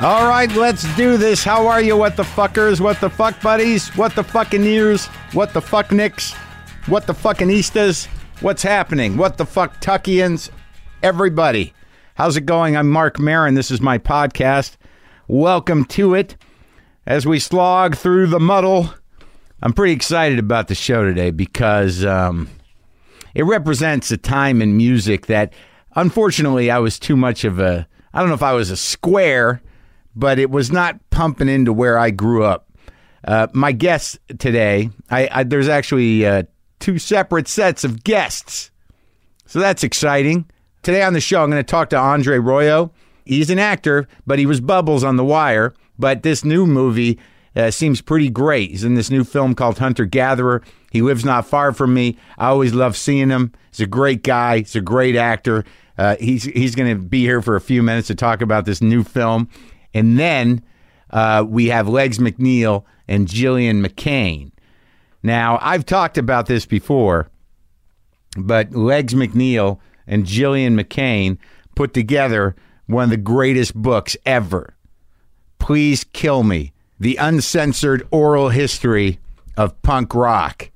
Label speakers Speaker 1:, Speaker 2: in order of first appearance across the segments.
Speaker 1: All right, let's do this. How are you, what the fuckers? What the fuck buddies? What the fucking ears? What the fuck nicks? What the fucking Eastas? What's happening? What the fuck Tuckians? Everybody. How's it going? I'm Mark Marin. This is my podcast. Welcome to it. As we slog through the muddle, I'm pretty excited about the show today because um, it represents a time in music that unfortunately I was too much of a I don't know if I was a square, but it was not pumping into where I grew up. Uh, my guests today, I, I there's actually uh, two separate sets of guests. So that's exciting. Today on the show, I'm going to talk to Andre Royo. He's an actor, but he was Bubbles on The Wire. But this new movie uh, seems pretty great. He's in this new film called Hunter Gatherer. He lives not far from me. I always love seeing him. He's a great guy. He's a great actor. Uh, he's he's going to be here for a few minutes to talk about this new film, and then uh, we have Legs McNeil and Jillian McCain. Now I've talked about this before but Legs McNeil and Jillian McCain put together one of the greatest books ever. Please Kill Me The Uncensored Oral History of Punk Rock.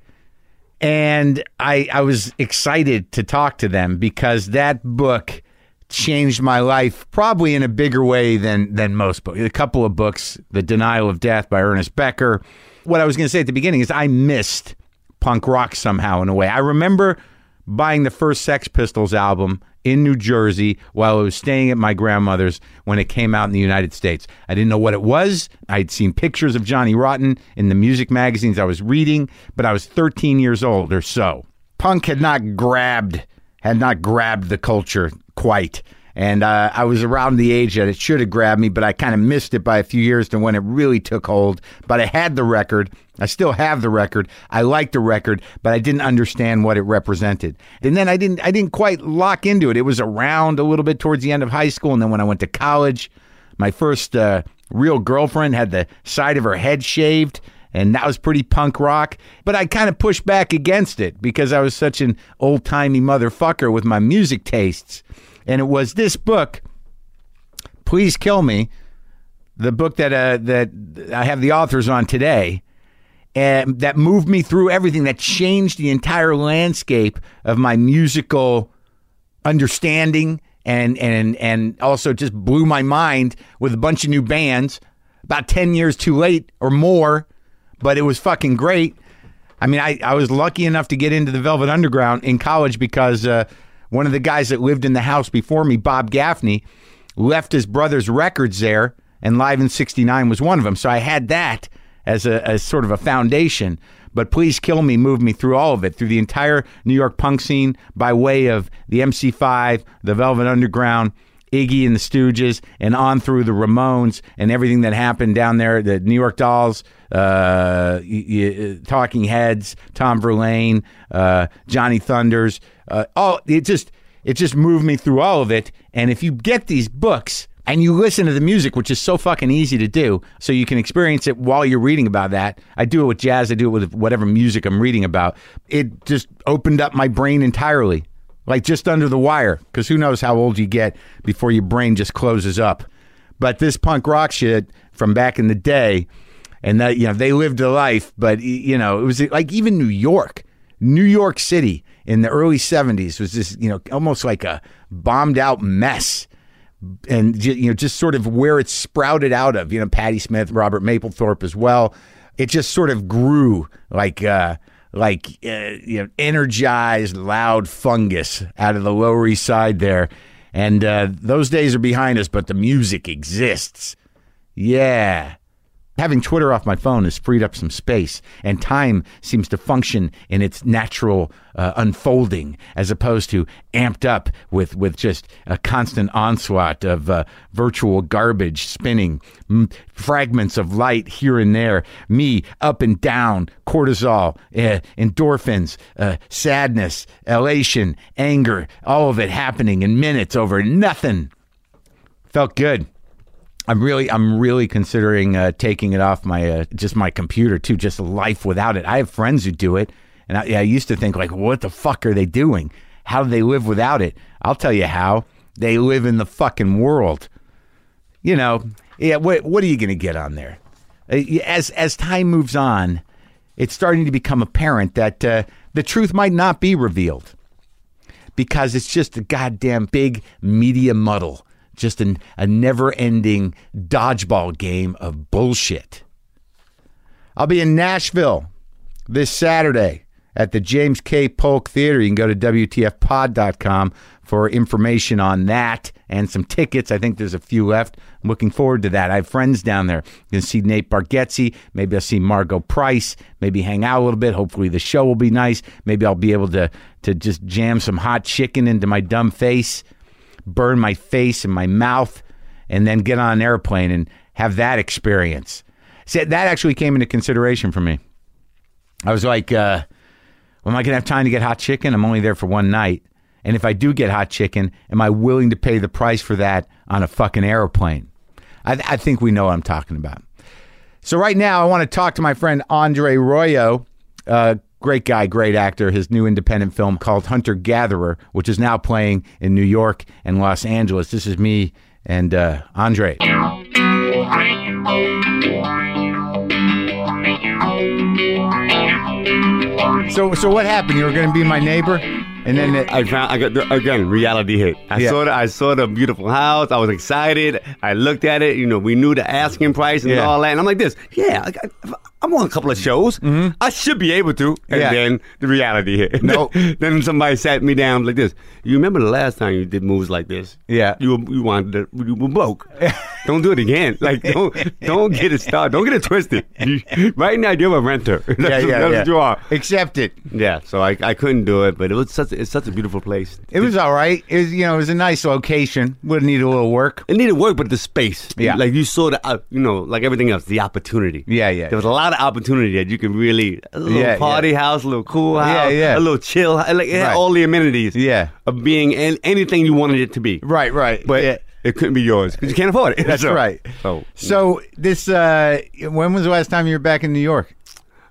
Speaker 1: And I, I was excited to talk to them because that book changed my life probably in a bigger way than, than most books. A couple of books, The Denial of Death by Ernest Becker. What I was going to say at the beginning is I missed punk rock somehow in a way. I remember buying the first Sex Pistols album in New Jersey while I was staying at my grandmother's when it came out in the United States. I didn't know what it was. I'd seen pictures of Johnny Rotten in the music magazines I was reading, but I was 13 years old or so. Punk had not grabbed had not grabbed the culture quite. And uh, I was around the age that it should have grabbed me, but I kind of missed it by a few years to when it really took hold. But I had the record. I still have the record. I liked the record, but I didn't understand what it represented. And then I didn't. I didn't quite lock into it. It was around a little bit towards the end of high school, and then when I went to college, my first uh, real girlfriend had the side of her head shaved, and that was pretty punk rock. But I kind of pushed back against it because I was such an old timey motherfucker with my music tastes. And it was this book, Please Kill Me, the book that uh, that I have the authors on today, and that moved me through everything that changed the entire landscape of my musical understanding and and and also just blew my mind with a bunch of new bands about 10 years too late or more but it was fucking great i mean i, I was lucky enough to get into the velvet underground in college because uh, one of the guys that lived in the house before me bob gaffney left his brother's records there and live in 69 was one of them so i had that as a as sort of a foundation. But Please Kill Me moved me through all of it, through the entire New York punk scene by way of the MC5, the Velvet Underground, Iggy and the Stooges, and on through the Ramones and everything that happened down there, the New York Dolls, uh, y- y- Talking Heads, Tom Verlaine, uh, Johnny Thunders. Uh, all it just it just moved me through all of it. And if you get these books and you listen to the music, which is so fucking easy to do, so you can experience it while you're reading about that. I do it with jazz, I do it with whatever music I'm reading about. It just opened up my brain entirely, like just under the wire, because who knows how old you get before your brain just closes up. But this punk rock shit from back in the day, and that you know they lived a life but y- you know it was like even new york new york city in the early 70s was just you know almost like a bombed out mess and ju- you know just sort of where it sprouted out of you know Patti Smith, Robert Mapplethorpe as well. It just sort of grew like uh, like uh, you know energized, loud fungus out of the Lower East Side there. And uh, those days are behind us, but the music exists. Yeah. Having Twitter off my phone has freed up some space, and time seems to function in its natural uh, unfolding, as opposed to amped up with, with just a constant onslaught of uh, virtual garbage spinning, m- fragments of light here and there, me up and down, cortisol, uh, endorphins, uh, sadness, elation, anger, all of it happening in minutes over nothing. Felt good. I'm really, I'm really considering uh, taking it off my uh, just my computer too. Just life without it. I have friends who do it, and I, I used to think like, what the fuck are they doing? How do they live without it? I'll tell you how. They live in the fucking world. You know, Yeah, what what are you going to get on there? Uh, y- As as time moves on, it's starting to become apparent that uh, the truth might not be revealed because it's just a goddamn big media muddle, just an, a never-ending dodgeball game of bullshit. I'll be in Nashville this Saturday at the James K. Polk Theater. You can go to WTFpod.com for information on that and some tickets. I think there's a few left. I'm looking forward to that. I have friends down there. I'm going to see Nate Bargatze. Maybe I'll see Margot Price. Maybe hang out a little bit. Hopefully the show will be nice. Maybe I'll be able to, to just jam some hot chicken into my dumb face, burn my face and my mouth, and then get on an airplane and have that experience. See, that actually came into consideration for me. I was like, uh, am I going to have time to get hot chicken? I'm only there for one night. And if I do get hot chicken, am I willing to pay the price for that on a fucking airplane? I, I think we know what I'm talking about. So, right now, I want to talk to my friend Andre Royo, uh, great guy, great actor. His new independent film called Hunter Gatherer, which is now playing in New York and Los Angeles. This is me and uh, Andre. So, so what happened? You were going to be my neighbor, and then it,
Speaker 2: I found I got again reality hit. I
Speaker 1: Yeah.
Speaker 2: saw the I saw the beautiful house. I was excited. I looked at it. You know, we knew the asking price and
Speaker 1: Yeah.
Speaker 2: all that. And I'm like, this, yeah, I, got- I'm on a couple of shows. I should be able to. And
Speaker 1: Mm-hmm. Yeah.
Speaker 2: then the reality hit.
Speaker 1: Nope.
Speaker 2: then somebody sat me down like this. You remember the last time you did moves like this?
Speaker 1: Yeah.
Speaker 2: You you wanted to, you were broke. don't do it again. Like don't don't get it started. Don't get it twisted. You- right now you're a renter. That's,
Speaker 1: yeah, yeah,
Speaker 2: that's
Speaker 1: yeah.
Speaker 2: what you are.
Speaker 1: Accept it.
Speaker 2: Yeah, so I, I couldn't do it, but it was such it's such a beautiful place.
Speaker 1: It was all right. It was, you know, it was a nice location. Would need a little work.
Speaker 2: It needed work, but the space.
Speaker 1: Yeah.
Speaker 2: Like you saw the, uh, you know, like everything else, the opportunity.
Speaker 1: Yeah, yeah.
Speaker 2: There was a lot of opportunity that you can really, a little
Speaker 1: Yeah,
Speaker 2: party house, a little cool
Speaker 1: Yeah,
Speaker 2: house,
Speaker 1: yeah.
Speaker 2: a little chill. hou- Like it
Speaker 1: Right.
Speaker 2: had all the amenities
Speaker 1: Yeah.
Speaker 2: of being an, anything you wanted it to be.
Speaker 1: Right, right.
Speaker 2: But
Speaker 1: Yeah.
Speaker 2: it couldn't be yours because you can't afford it.
Speaker 1: That's
Speaker 2: So-
Speaker 1: right.
Speaker 2: So,
Speaker 1: So this, uh, when was the last time you were back in New York?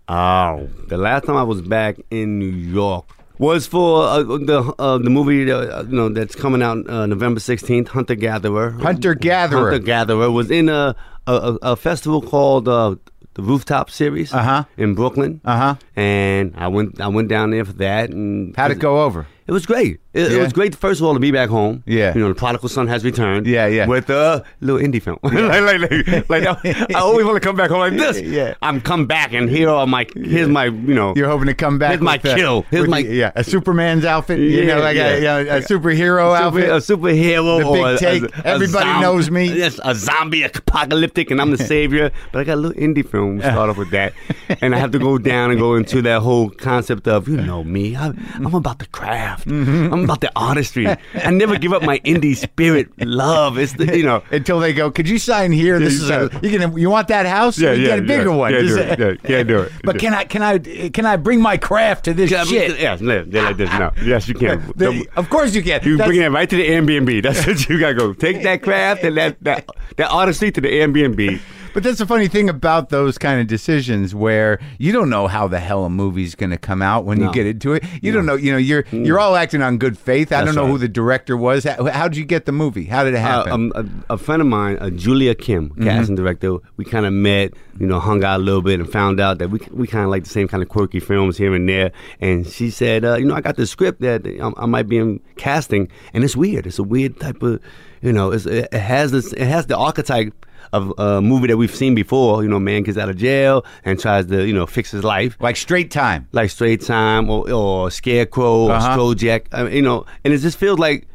Speaker 2: oh, the last time I was back in New York was for uh, the uh, the movie uh, you know that's coming out uh, November 16th, Hunter Gatherer.
Speaker 1: Hunter Gatherer.
Speaker 2: Hunter Gatherer was in a a, a, a festival called uh, the Rooftop Series
Speaker 1: Uh-huh.
Speaker 2: in Brooklyn.
Speaker 1: Uh-huh.
Speaker 2: And I went I went down there for that. And
Speaker 1: How'd it go over?
Speaker 2: It was great. It, it
Speaker 1: Yeah.
Speaker 2: was great. First of all, to be back home.
Speaker 1: Yeah.
Speaker 2: You know, the prodigal son has returned.
Speaker 1: Yeah, yeah.
Speaker 2: With a little indie film. like, like, like, like, I always want to come back home like this.
Speaker 1: Yeah.
Speaker 2: I'm come back, and here are my here's my you know.
Speaker 1: You're hoping to come back.
Speaker 2: Here's my
Speaker 1: with, uh,
Speaker 2: kill. Here's
Speaker 1: with,
Speaker 2: my-
Speaker 1: yeah, a Superman's outfit. You
Speaker 2: Yeah,
Speaker 1: know, like a,
Speaker 2: yeah.
Speaker 1: you know, a superhero
Speaker 2: Super-
Speaker 1: outfit.
Speaker 2: a superhero,
Speaker 1: The big
Speaker 2: or a- a-
Speaker 1: take.
Speaker 2: a
Speaker 1: Everybody knows me.
Speaker 2: Yes, a zombie apocalyptic, and I'm the savior. But I got a little indie film. Start off with that, and I have to go down and go into that whole concept of you know me. I, I'm about the craft.
Speaker 1: Mm-hmm.
Speaker 2: I'm about the artistry. I never give up my indie spirit. Love. It's the you know.
Speaker 1: until they go, could you sign here? This
Speaker 2: you
Speaker 1: is a,
Speaker 2: sign.
Speaker 1: you gonna you want that house?
Speaker 2: Yeah,
Speaker 1: you
Speaker 2: yeah,
Speaker 1: get a bigger
Speaker 2: yeah.
Speaker 1: one.
Speaker 2: Yeah,
Speaker 1: Just-
Speaker 2: do it. Yeah, can't do it.
Speaker 1: But can I can I can I bring my craft to this
Speaker 2: Yeah,
Speaker 1: shit?
Speaker 2: yeah, no, they're like this. No, yes, you can.
Speaker 1: The- of course you can.
Speaker 2: You
Speaker 1: That's-
Speaker 2: bring that right to the Airbnb. That's what you gotta go. Take that craft and that that, that artistry to the Airbnb.
Speaker 1: But that's the funny thing about those kind of decisions where you don't know how the hell a movie's going to come out when you
Speaker 2: No. Hmm.
Speaker 1: get into it. You don't know. You know, you're you're all acting on good faith. I
Speaker 2: That's
Speaker 1: don't know who
Speaker 2: right.
Speaker 1: the director was. How, how did you get the movie? How did it happen?
Speaker 2: Uh, um, a, a friend of mine, uh, Julia Kim, casting director, we kind of met, you know, hung out a little bit and found out that we, we kind of like the same kind of quirky films here and there. And she said, uh, you know, I got this script that um, I, I might be in casting, and it's weird. It's a weird type of, you know, it's, it, it has this, it has the archetype of a movie that we've seen before. You know, man gets out of jail and tries to, you know, fix his life
Speaker 1: like straight time.
Speaker 2: like Straight Time or, or Scarecrow
Speaker 1: Uh-huh.
Speaker 2: or Strojak, I mean, you know, and it just feels like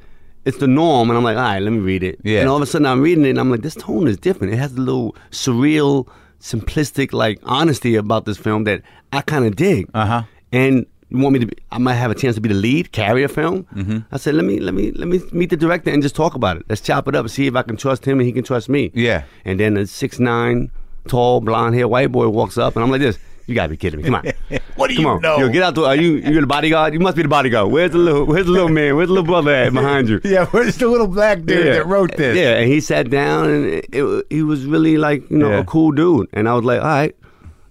Speaker 2: it's the norm. And I'm like, all right, let me read it.
Speaker 1: Yeah.
Speaker 2: And all of a sudden I'm reading it and I'm like, this tone is different. It has a little surreal, simplistic, like honesty about this film that I kind of dig.
Speaker 1: Uh-huh.
Speaker 2: And you want me to? Be, I might have a chance to be the lead, carry a film. Mm-hmm. I said, let me, let me, let me meet the director and just talk about it. Let's chop it up, see if I can trust him and he can trust me.
Speaker 1: Yeah.
Speaker 2: And then a six nine, tall, blonde hair white boy walks up, and I'm like this. You gotta be kidding me! Come on,
Speaker 1: What do
Speaker 2: Come
Speaker 1: you
Speaker 2: on.
Speaker 1: know?
Speaker 2: Yo, get out the. Are you you the bodyguard? You must be the bodyguard. Where's the little Where's the little man? Where's the little brother at behind you?
Speaker 1: Yeah, where's the little black dude that wrote this?
Speaker 2: Yeah, and he sat down, and it, it, he was really like you know
Speaker 1: Yeah.
Speaker 2: a cool dude, and I was like, all right.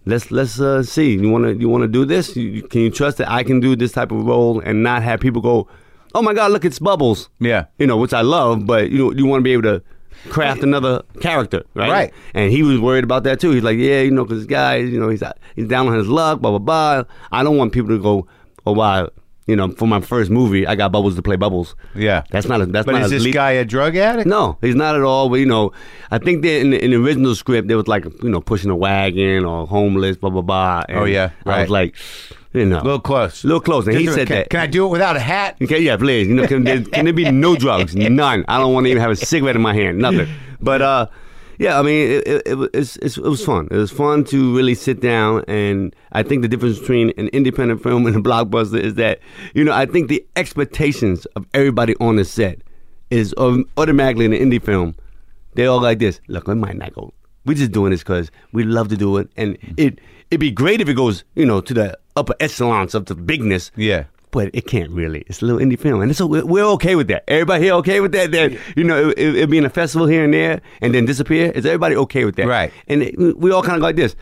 Speaker 2: Let's let's uh, see. You wanna you wanna do this? You, you- can you trust that I can do this type of role and not have people go, "Oh my God, look, it's Bubbles."
Speaker 1: Yeah.
Speaker 2: you know, which I love, but you know, you want to be able to craft another character, right?
Speaker 1: Right.
Speaker 2: And he was worried about that too. He's like, yeah, you know, because this guy, you know, he's he's down on his luck, blah blah blah. I don't want people to go, oh wow, you know, for my first movie, I got Bubbles to play Bubbles.
Speaker 1: Yeah.
Speaker 2: that's not a, that's
Speaker 1: But
Speaker 2: not
Speaker 1: is
Speaker 2: a
Speaker 1: this
Speaker 2: lead-
Speaker 1: guy a drug addict?
Speaker 2: no, he's not at all. But you know, I think that in the, in the original script, there was like you know pushing a wagon or homeless, blah blah blah. And
Speaker 1: Oh, yeah,
Speaker 2: I
Speaker 1: right.
Speaker 2: was like, you know,
Speaker 1: A little close.
Speaker 2: little close. And he
Speaker 1: Just-
Speaker 2: said
Speaker 1: can,
Speaker 2: that.
Speaker 1: Can I do it without a hat?
Speaker 2: Okay, yeah, please. You know, can there, can there be no drugs? None. I don't want to even have a cigarette in my hand. Nothing. But uh, yeah, I mean, it, it, it, was- it's, it's, it was fun. It was fun to really sit down, and I think the difference between an independent film and a blockbuster is that you know I think the expectations of everybody on the set is um, automatically in an indie film. They all like this. Look, we might not go. We're just doing this because we love to do it, and it it'd be great if it goes, you know, to the upper echelons of the bigness
Speaker 1: Yeah.
Speaker 2: but it can't really. It's a little indie film, and so we're, we're okay with that. Everybody here okay with that? That you know, it, it being a festival here and there, and then disappear. Is everybody okay with that?
Speaker 1: Right.
Speaker 2: And it, we all kind of like this.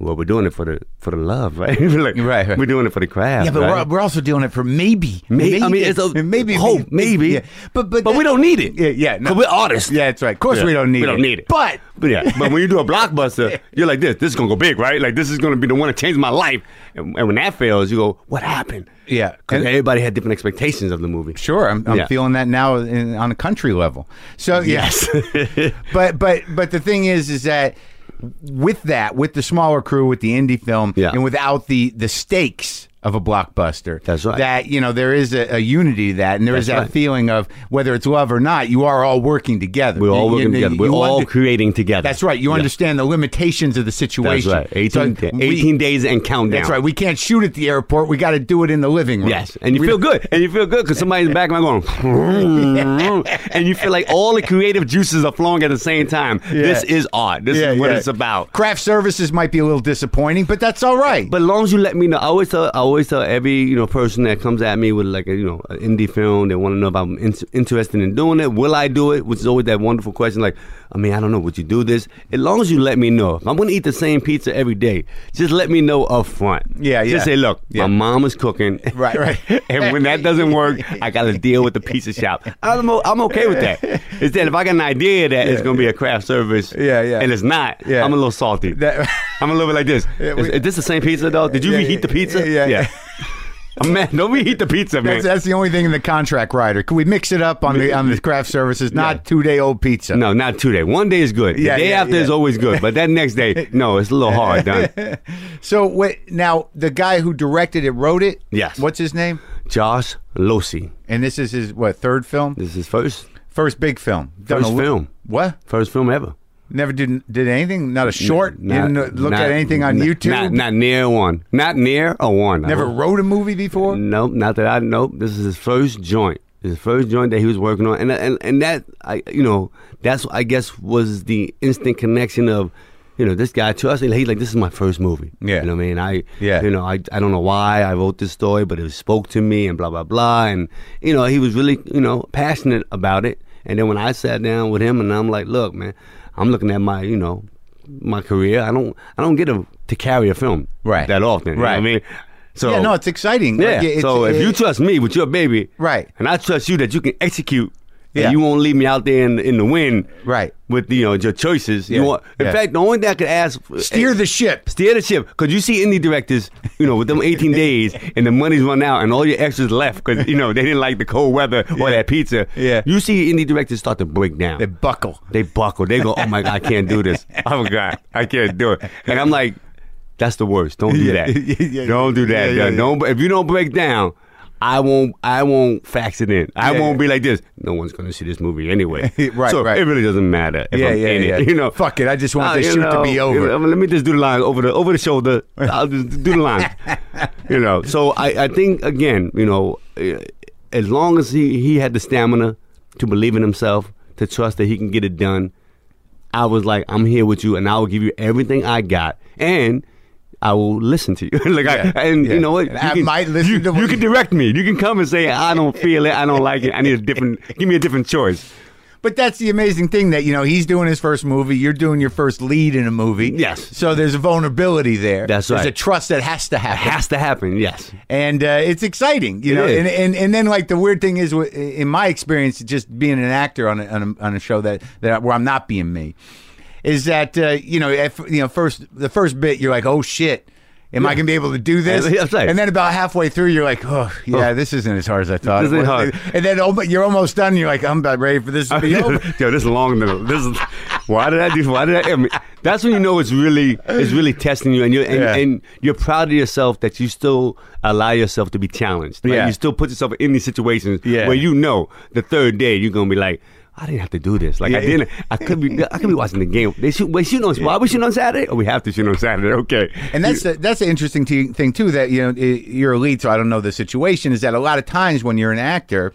Speaker 2: Well, we're doing it for the for the love, right? We're like,
Speaker 1: Right, right.
Speaker 2: We're doing it for the craft.
Speaker 1: Yeah, but
Speaker 2: right?
Speaker 1: we're, we're also doing it for maybe.
Speaker 2: Maybe, I mean, it's a
Speaker 1: maybe
Speaker 2: hope, maybe.
Speaker 1: Yeah. But but
Speaker 2: but we don't need it.
Speaker 1: Yeah, yeah, no.
Speaker 2: 'Cause we're artists.
Speaker 1: Yeah, that's right. Of course,
Speaker 2: Yeah,
Speaker 1: we don't need
Speaker 2: we
Speaker 1: it.
Speaker 2: don't need it.
Speaker 1: But
Speaker 2: But yeah, but when you do a blockbuster, you're like this. This is gonna go big, right? Like this is gonna be the one that changed my life. And, and when that fails, you go, what happened?
Speaker 1: Yeah.
Speaker 2: because
Speaker 1: And-
Speaker 2: everybody had different expectations of the movie.
Speaker 1: sure, I'm, I'm
Speaker 2: Yeah.
Speaker 1: feeling that now in, on a country level. So yes, but but but the thing is, is that with that, with the smaller crew, with the indie film,
Speaker 2: Yeah.
Speaker 1: and without the the stakes of a blockbuster,
Speaker 2: That's right.
Speaker 1: That you know there is a, a unity to that, and there is
Speaker 2: That's
Speaker 1: that
Speaker 2: right.
Speaker 1: feeling of whether it's love or not, you are all working together.
Speaker 2: We're all
Speaker 1: You- you-
Speaker 2: working together. We're
Speaker 1: you
Speaker 2: all
Speaker 1: under-
Speaker 2: creating together.
Speaker 1: That's right. You
Speaker 2: Yeah.
Speaker 1: understand the limitations of the
Speaker 2: That's
Speaker 1: situation.
Speaker 2: right. 18,
Speaker 1: So we-
Speaker 2: 18 days and countdown.
Speaker 1: That's right. We can't shoot at the airport. We got to do it in the living room.
Speaker 2: Yes, and you
Speaker 1: We-
Speaker 2: feel good, and you feel good because somebody's in the back of my going, and you feel like all the creative juices are flowing at the same time. This is art. This
Speaker 1: Yeah,
Speaker 2: is what
Speaker 1: yeah.
Speaker 2: it's about.
Speaker 1: Craft services might be a little disappointing, but that's all right.
Speaker 2: But as long as you let me know, I always tell, I always tell every you know person that comes at me with like a, you know an indie film, they want to know if I'm in, interested in doing it. Will I do it? Which is always that wonderful question. Like, I mean, I don't know. Would you do this? As long as you let me know, if I'm going to eat the same pizza every day, just let me know up front.
Speaker 1: Yeah, yeah.
Speaker 2: Just say, look,
Speaker 1: Yeah.
Speaker 2: my mom is cooking.
Speaker 1: Right, right.
Speaker 2: and when that doesn't work, I got to deal with the pizza shop. I'm o- I'm okay with that. It's that if I got an idea that it's going to be a craft service,
Speaker 1: Yeah, yeah.
Speaker 2: and it's not,
Speaker 1: Yeah.
Speaker 2: I'm a little salty.
Speaker 1: That-
Speaker 2: I'm a little bit like this.
Speaker 1: we-
Speaker 2: Is- is this the same pizza though? Did you
Speaker 1: Yeah,
Speaker 2: reheat
Speaker 1: yeah,
Speaker 2: the pizza?
Speaker 1: yeah, yeah.
Speaker 2: Oh, man, don't reheat the pizza, man.
Speaker 1: that's, that's the only thing in the contract rider. Can we mix it up on the on the craft services? Not two day old pizza.
Speaker 2: no, not two day. One day is good.
Speaker 1: Yeah,
Speaker 2: the day
Speaker 1: yeah,
Speaker 2: after is
Speaker 1: yeah.
Speaker 2: always good, but that next day, no, it's a little hard. Done.
Speaker 1: So what? Now the guy who directed it wrote it.
Speaker 2: Yes.
Speaker 1: What's his name?
Speaker 2: Josh Losey.
Speaker 1: And this is his what third film?
Speaker 2: This is his first
Speaker 1: First big film. Done
Speaker 2: First
Speaker 1: a li-
Speaker 2: film.
Speaker 1: What?
Speaker 2: first film ever.
Speaker 1: Never did did anything. Not a short.
Speaker 2: Not-
Speaker 1: Didn't look
Speaker 2: not-
Speaker 1: at anything on
Speaker 2: not-
Speaker 1: YouTube.
Speaker 2: Not, not near one. Not near a one.
Speaker 1: Never wrote a movie before.
Speaker 2: Nope, not that I know. This is his first joint. His first joint that he was working on, and and and that I you know that's I guess was the instant connection of. You know this guy to us. and He's like, this is my first movie.
Speaker 1: Yeah.
Speaker 2: you know what I mean. I,
Speaker 1: Yeah.
Speaker 2: you know, I, I don't know why I wrote this story, but it spoke to me, and blah blah blah. And you know, he was really, you know, passionate about it. And then when I sat down with him, and I'm like, look, man, I'm looking at my, you know, my career. I don't, I don't get a, to carry a film
Speaker 1: Right.
Speaker 2: that often. you know what
Speaker 1: Right.
Speaker 2: I mean, so
Speaker 1: yeah, no, it's exciting.
Speaker 2: yeah.
Speaker 1: Like, it's-
Speaker 2: so if
Speaker 1: it-
Speaker 2: you trust me with your baby,
Speaker 1: Right.
Speaker 2: and I trust you that you can execute,
Speaker 1: Yeah.
Speaker 2: and you won't leave me out there in, in the wind,
Speaker 1: Right.
Speaker 2: With you know your choices.
Speaker 1: Yeah.
Speaker 2: You want, in
Speaker 1: Yeah.
Speaker 2: fact, the only thing I could ask
Speaker 1: steer the ship.
Speaker 2: steer the ship because you see indie directors, you know, with them 18 days and the money's run out and all your extras left because you know they didn't like the cold weather or that pizza.
Speaker 1: Yeah.
Speaker 2: you see indie directors start to break down.
Speaker 1: They buckle.
Speaker 2: They buckle. They go, oh my God, I can't do this. Oh my God, I can't do it. And I'm like, that's the worst. Don't do
Speaker 1: Yeah.
Speaker 2: that.
Speaker 1: Yeah, yeah,
Speaker 2: don't do that.
Speaker 1: yeah, yeah, yeah.
Speaker 2: Don't. If you don't break down, I won't. I won't fax it in. I
Speaker 1: Yeah,
Speaker 2: won't
Speaker 1: yeah.
Speaker 2: be like this. No one's going to see this movie anyway.
Speaker 1: Right,
Speaker 2: So
Speaker 1: right.
Speaker 2: it really doesn't matter. If
Speaker 1: Yeah,
Speaker 2: I'm
Speaker 1: yeah,
Speaker 2: in
Speaker 1: yeah.
Speaker 2: It, you know,
Speaker 1: Fuck it, I just want
Speaker 2: Ah,
Speaker 1: this
Speaker 2: you
Speaker 1: shoot to
Speaker 2: know,
Speaker 1: be over.
Speaker 2: you know, let me just do the line over the over the shoulder. I'll just do the line. you know. So I, I think again, you know, eh, as long as he he had the stamina to believe in himself, to trust that he can get it done, I was like, I'm here with you, and I will give you everything I got, and. I will listen to you. like I, and
Speaker 1: yeah.
Speaker 2: you know what?
Speaker 1: And
Speaker 2: You
Speaker 1: I might listen
Speaker 2: you,
Speaker 1: to what
Speaker 2: you
Speaker 1: you-
Speaker 2: can direct me. You can come and say I don't feel it. I don't like it. I need a different. Give me a different choice.
Speaker 1: But that's the amazing thing that you know he's doing his first movie. You're doing your first lead in a movie.
Speaker 2: Yes.
Speaker 1: So there's a vulnerability there.
Speaker 2: That's
Speaker 1: There's
Speaker 2: right.
Speaker 1: a trust that has to happen.
Speaker 2: Has to happen, yes.
Speaker 1: and uh, it's exciting, you
Speaker 2: It
Speaker 1: know.
Speaker 2: is.
Speaker 1: And, and and then like the weird thing is, wi- in my experience, just being an actor on a, on a, on a show that, that where I'm not being me, is that uh, you know if, you know first the first bit you're like, oh shit. Am I going to be able to do this?
Speaker 2: Yeah, that's right.
Speaker 1: And then about halfway through, you're like, "Oh, yeah, this isn't as hard as I thought."
Speaker 2: This
Speaker 1: it
Speaker 2: ain't
Speaker 1: was."
Speaker 2: hard.
Speaker 1: And then almo- you're almost done. You're like, "I'm about ready for this to be
Speaker 2: Yo,
Speaker 1: over."
Speaker 2: this is long. though. This is why did I do? Why did I? I mean, that's when you know it's really it's really testing you, and you're and,
Speaker 1: Yeah.
Speaker 2: and you're proud of yourself that you still allow yourself to be challenged. Like,
Speaker 1: Yeah.
Speaker 2: you still put yourself in these situations
Speaker 1: Yeah.
Speaker 2: where you know the third day you're gonna be like. I didn't have to do this. Like I
Speaker 1: Yeah.
Speaker 2: didn't. I could be. I could be watching the game. They shoot. Wait, shoot on. Why we shooting on Saturday? Oh, we have to shoot on Saturday. Okay.
Speaker 1: And that's the, that's the interesting t- thing too. That you know i- you're elite, so I don't know the situation. Is that a lot of times when you're an actor,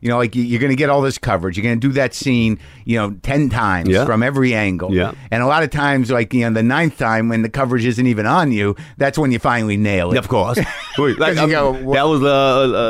Speaker 1: you know, like you- you're going to get all this coverage, you're going to do that scene, you know, ten times
Speaker 2: Yeah.
Speaker 1: from every angle.
Speaker 2: Yeah.
Speaker 1: And a lot of times, like you know, the ninth time when the coverage isn't even on you, that's when you finally nail it.
Speaker 2: Of course. Wait, like,
Speaker 1: 'Cause you
Speaker 2: um,
Speaker 1: go, wha-
Speaker 2: that was uh,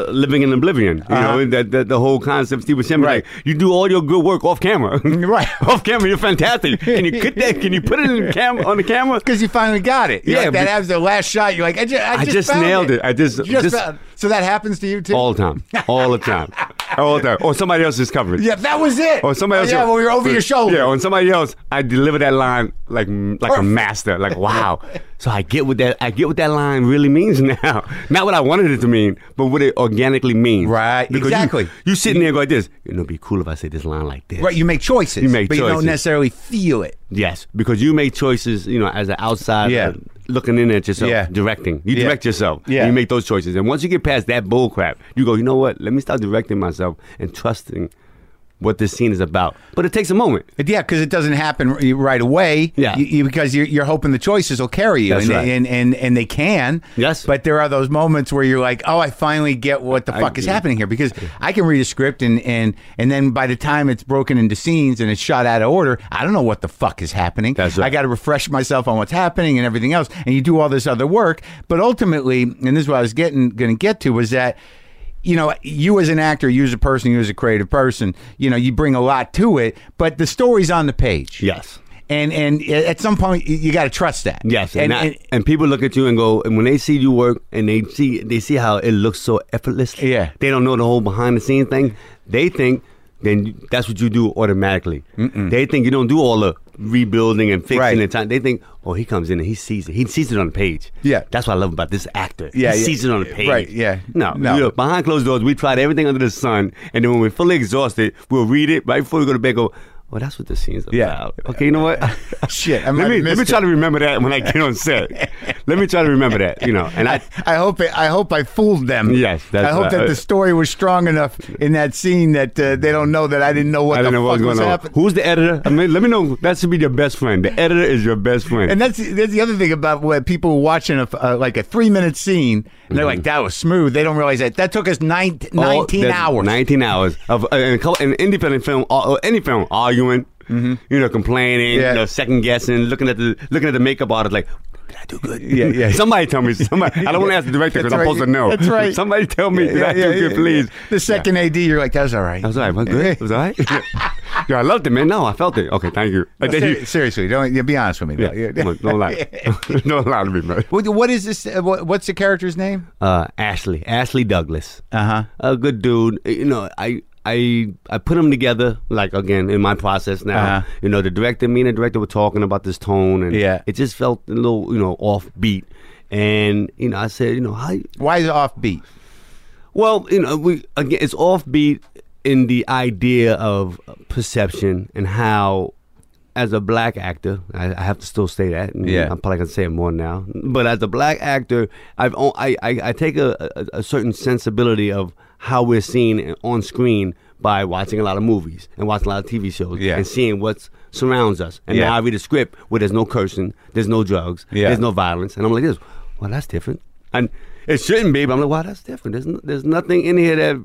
Speaker 2: uh, living in oblivion. You
Speaker 1: Uh-huh.
Speaker 2: know, that, that the whole concept Steve was saying.
Speaker 1: Right.
Speaker 2: Like, you do all your good work off camera.
Speaker 1: Right.
Speaker 2: off camera, you're fantastic. Can you cut that? Can you put it in the cam- on the camera?
Speaker 1: Because you finally got it. You're
Speaker 2: Yeah,
Speaker 1: like, that
Speaker 2: but-
Speaker 1: was the last shot. You're like, I just, I
Speaker 2: I
Speaker 1: just,
Speaker 2: just
Speaker 1: found
Speaker 2: nailed it. I just-
Speaker 1: You just
Speaker 2: just-
Speaker 1: found- so that happens to you too.
Speaker 2: All the time. All the time. All the time. Or somebody else's coverage.
Speaker 1: yeah, that was it. Oh,
Speaker 2: Or Oh, somebody else.
Speaker 1: Yeah, well, you're over your shoulder.
Speaker 2: Yeah, oh on somebody else. I deliver that line like like a
Speaker 1: Perfect.
Speaker 2: master. Like wow. so I get what that I get what that line really means now. Not what I wanted it to mean, but what it organically means.
Speaker 1: Right,
Speaker 2: you-
Speaker 1: exactly.
Speaker 2: You, sitting there going like this. You know, it'd be cool if I said this line like this.
Speaker 1: Right. You make choices.
Speaker 2: You make
Speaker 1: but you don't
Speaker 2: choices.
Speaker 1: necessarily feel it.
Speaker 2: Yes, because you make choices. You know, as an outsider.
Speaker 1: Yeah.
Speaker 2: Looking in at yourself,
Speaker 1: Yeah.
Speaker 2: directing. You
Speaker 1: Yeah.
Speaker 2: direct yourself.
Speaker 1: Yeah.
Speaker 2: and you make those choices. And once you get past that bull crap, you go, you know what? Let me start directing myself and trusting what this scene is about. But it takes a moment.
Speaker 1: But yeah, because it doesn't happen r- right away.
Speaker 2: Yeah.
Speaker 1: You- you- because you're, you're hoping the choices will carry you,
Speaker 2: That's
Speaker 1: and,
Speaker 2: right.
Speaker 1: and and and they can.
Speaker 2: Yes.
Speaker 1: But there are those moments where you're like, oh, I finally get what the
Speaker 2: I-
Speaker 1: fuck is happening here. Because I can read a script, and and and then by the time it's broken into scenes and it's shot out of order, I don't know what the fuck is happening.
Speaker 2: That's right.
Speaker 1: I got to refresh myself on what's happening and everything else. And you do all this other work, but ultimately, and this is what I was getting going to get to was that you know, you as an actor, you as a person, you as a creative person, you know, you bring a lot to it, but the story's on the page.
Speaker 2: Yes.
Speaker 1: And and at some point, you, you got to trust that.
Speaker 2: Yes,
Speaker 1: And,
Speaker 2: and, I-
Speaker 1: and,
Speaker 2: and people look at you and go, and when they see you work and they see they see how it looks so effortlessly.
Speaker 1: Yeah.
Speaker 2: they don't know the whole behind the scene thing. They think then you- that's what you do automatically. They think you don't do all the rebuilding and fixing
Speaker 1: Right.
Speaker 2: and time. They think, oh, he comes in and he sees it. He sees it on the page.
Speaker 1: Yeah.
Speaker 2: that's what I love about this actor.
Speaker 1: Yeah,
Speaker 2: he
Speaker 1: yeah.
Speaker 2: sees it on the page.
Speaker 1: Right, yeah.
Speaker 2: no,
Speaker 1: No.
Speaker 2: you know, behind closed doors, we tried everything under the sun, and then when we're fully exhausted, we'll read it right before we go to bed. Go. Well, that's what this scene's about.
Speaker 1: Yeah.
Speaker 2: Okay, you know what?
Speaker 1: Shit, I might
Speaker 2: let me
Speaker 1: have
Speaker 2: let me
Speaker 1: missed
Speaker 2: try to remember that when I get on set. Let me try to remember that, you know. And I,
Speaker 1: I hope it, I hope I fooled them.
Speaker 2: Yes, that's
Speaker 1: I hope
Speaker 2: what I-
Speaker 1: that the story was strong enough in that scene that uh, they don't know that I didn't know what
Speaker 2: I
Speaker 1: the
Speaker 2: don't know
Speaker 1: fuck
Speaker 2: what's
Speaker 1: was
Speaker 2: going on.
Speaker 1: happening.
Speaker 2: Who's the editor? I mean, let me know. That should be your best friend. The editor is your best friend.
Speaker 1: And that's that's the other thing about what people watching a f- uh, like a three minute scene and they're like that was smooth. They don't realize that that took us nine,
Speaker 2: All-
Speaker 1: 19
Speaker 2: that's
Speaker 1: hours.
Speaker 2: Nineteen hours of uh, and a couple- an independent film, or or any film, arguing, you know, complaining,
Speaker 1: Mm-hmm. Yeah.
Speaker 2: you know, second guessing, looking at the looking at the makeup artist, like. Did I do good?
Speaker 1: Yeah, yeah.
Speaker 2: Somebody tell me. Somebody. I don't want to ask the director because
Speaker 1: That's
Speaker 2: I'm
Speaker 1: right.
Speaker 2: supposed to know.
Speaker 1: That's right.
Speaker 2: Somebody tell me.
Speaker 1: Yeah,
Speaker 2: did I
Speaker 1: yeah,
Speaker 2: do
Speaker 1: yeah,
Speaker 2: good,
Speaker 1: yeah.
Speaker 2: please?
Speaker 1: The second AD, you're like, that's all right.
Speaker 2: I was all right. Was good? It was all right? yeah, I loved it, man. No, I felt it. Okay, thank you. I did.
Speaker 1: Ser- seriously, don't yeah, be honest with me.
Speaker 2: Yeah,
Speaker 1: though.
Speaker 2: come on, don't lie. don't lie to me, man.
Speaker 1: What, what is this? uh, What, what's the character's name?
Speaker 2: Uh, Ashley, Ashley Douglas. Uh,
Speaker 1: Uh-huh.
Speaker 2: A good dude. Uh, You know, I. I, I put them together like again in my process now.
Speaker 1: Uh-huh.
Speaker 2: You know, the director, me and the director were talking about this tone, and
Speaker 1: Yeah.
Speaker 2: it just felt a little you know offbeat. And you know, I said, you know, how
Speaker 1: Why is it offbeat?
Speaker 2: Well, you know, we again, it's offbeat in the idea of perception and how, as a black actor, I, I have to still say that. and
Speaker 1: Yeah.
Speaker 2: I'm probably gonna say it more now. But as a black actor, I've o- I I- I take a, a, a certain sensibility of how we're seen on screen by watching a lot of movies and watching a lot of TV shows
Speaker 1: Yeah.
Speaker 2: and seeing what surrounds us. And
Speaker 1: Yeah.
Speaker 2: now I read a script where there's no cursing, there's no drugs,
Speaker 1: Yeah.
Speaker 2: there's no violence, and I'm like this. Well, that's different, and it shouldn't be. But I'm like, wow, that's different. There's no, there's nothing in here that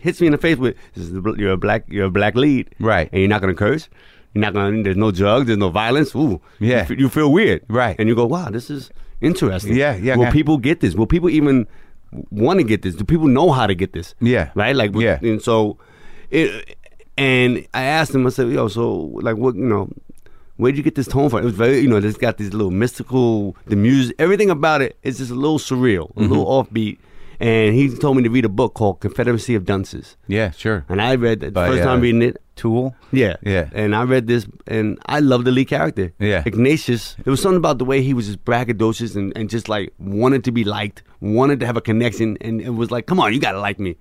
Speaker 2: hits me in the face with this is the bl- you're a black you're a black lead,
Speaker 1: Right.
Speaker 2: And you're not gonna curse. You're not gonna. There's no drugs. There's no violence. Ooh,
Speaker 1: Yeah.
Speaker 2: You, fe- you feel weird,
Speaker 1: Right.
Speaker 2: And you go, wow, this is interesting.
Speaker 1: Yeah, yeah,
Speaker 2: Will
Speaker 1: yeah.
Speaker 2: people get this? Will people even want to get this? Do people know how to get this?
Speaker 1: Yeah.
Speaker 2: right. Like,
Speaker 1: Yeah.
Speaker 2: and so it And I asked him, I said, yo, so like what you know, where'd you get this tone from? It was very you know, it's got this little mystical the music everything about it is just a little surreal, a little offbeat. And he told me to read a book called Confederacy of Dunces.
Speaker 1: Yeah, sure.
Speaker 2: And I read that the
Speaker 1: By,
Speaker 2: first
Speaker 1: uh,
Speaker 2: time reading it.
Speaker 1: Tool.
Speaker 2: Yeah.
Speaker 1: Yeah.
Speaker 2: And I read this and I loved the lead character.
Speaker 1: Yeah.
Speaker 2: Ignatius. There was something about the way he was just braggadocious and, and just like wanted to be liked, wanted to have a connection, and it was like, come on, you gotta like me.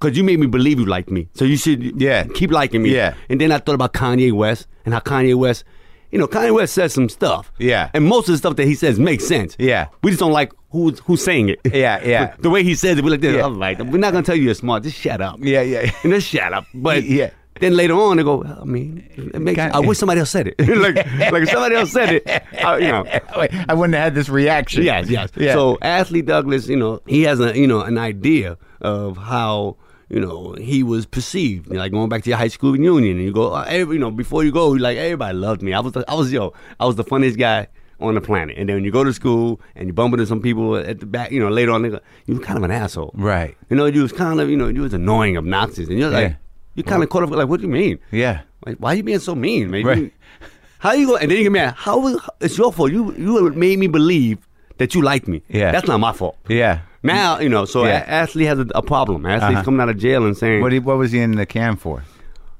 Speaker 2: Cause you made me believe you liked me. So you should
Speaker 1: Yeah.
Speaker 2: keep liking me.
Speaker 1: Yeah.
Speaker 2: And then I thought about Kanye West and how Kanye West you know, Kanye West says some stuff.
Speaker 1: Yeah.
Speaker 2: And most of the stuff that he says makes sense.
Speaker 1: Yeah.
Speaker 2: We just don't like who's who's saying it.
Speaker 1: Yeah, yeah.
Speaker 2: the way he says it, we're like, this.
Speaker 1: Yeah.
Speaker 2: I'm like, we're not gonna tell you you're smart. Just shut up.
Speaker 1: Yeah, yeah.
Speaker 2: And then shut up. But
Speaker 1: Yeah.
Speaker 2: Then later on, they go. I mean, it makes,
Speaker 1: Kind-
Speaker 2: I wish somebody else said it. like, like if somebody else said it, I, you know.
Speaker 1: Wait, I wouldn't have had this reaction.
Speaker 2: Yes, yes.
Speaker 1: Yeah.
Speaker 2: So Ashley Douglas, you know, he has a you know an idea of how you know he was perceived. You know, like going back to your high school reunion, and you go, uh, every, you know, before you go, you're like everybody loved me. I was, the, I was yo, I was the funniest guy on the planet. And then when you go to school and you bump into some people at the back, you know, later on, they go, you were kind of an asshole,
Speaker 1: Right.
Speaker 2: You know, you was kind of you know you was annoying, obnoxious, and you're like,
Speaker 1: Yeah.
Speaker 2: you kind of caught up like, what do you mean?
Speaker 1: yeah.
Speaker 2: Like, why you being so mean, man?
Speaker 1: Right.
Speaker 2: How you go? And then you get mad. How was- it's your fault? You you made me believe that you liked me.
Speaker 1: Yeah.
Speaker 2: that's not my fault.
Speaker 1: Yeah.
Speaker 2: Now you know. So
Speaker 1: Yeah.
Speaker 2: A- Ashley has a, a problem. Ashley's
Speaker 1: Uh-huh.
Speaker 2: coming out of jail and saying,
Speaker 1: What, he- what was he in the cam for?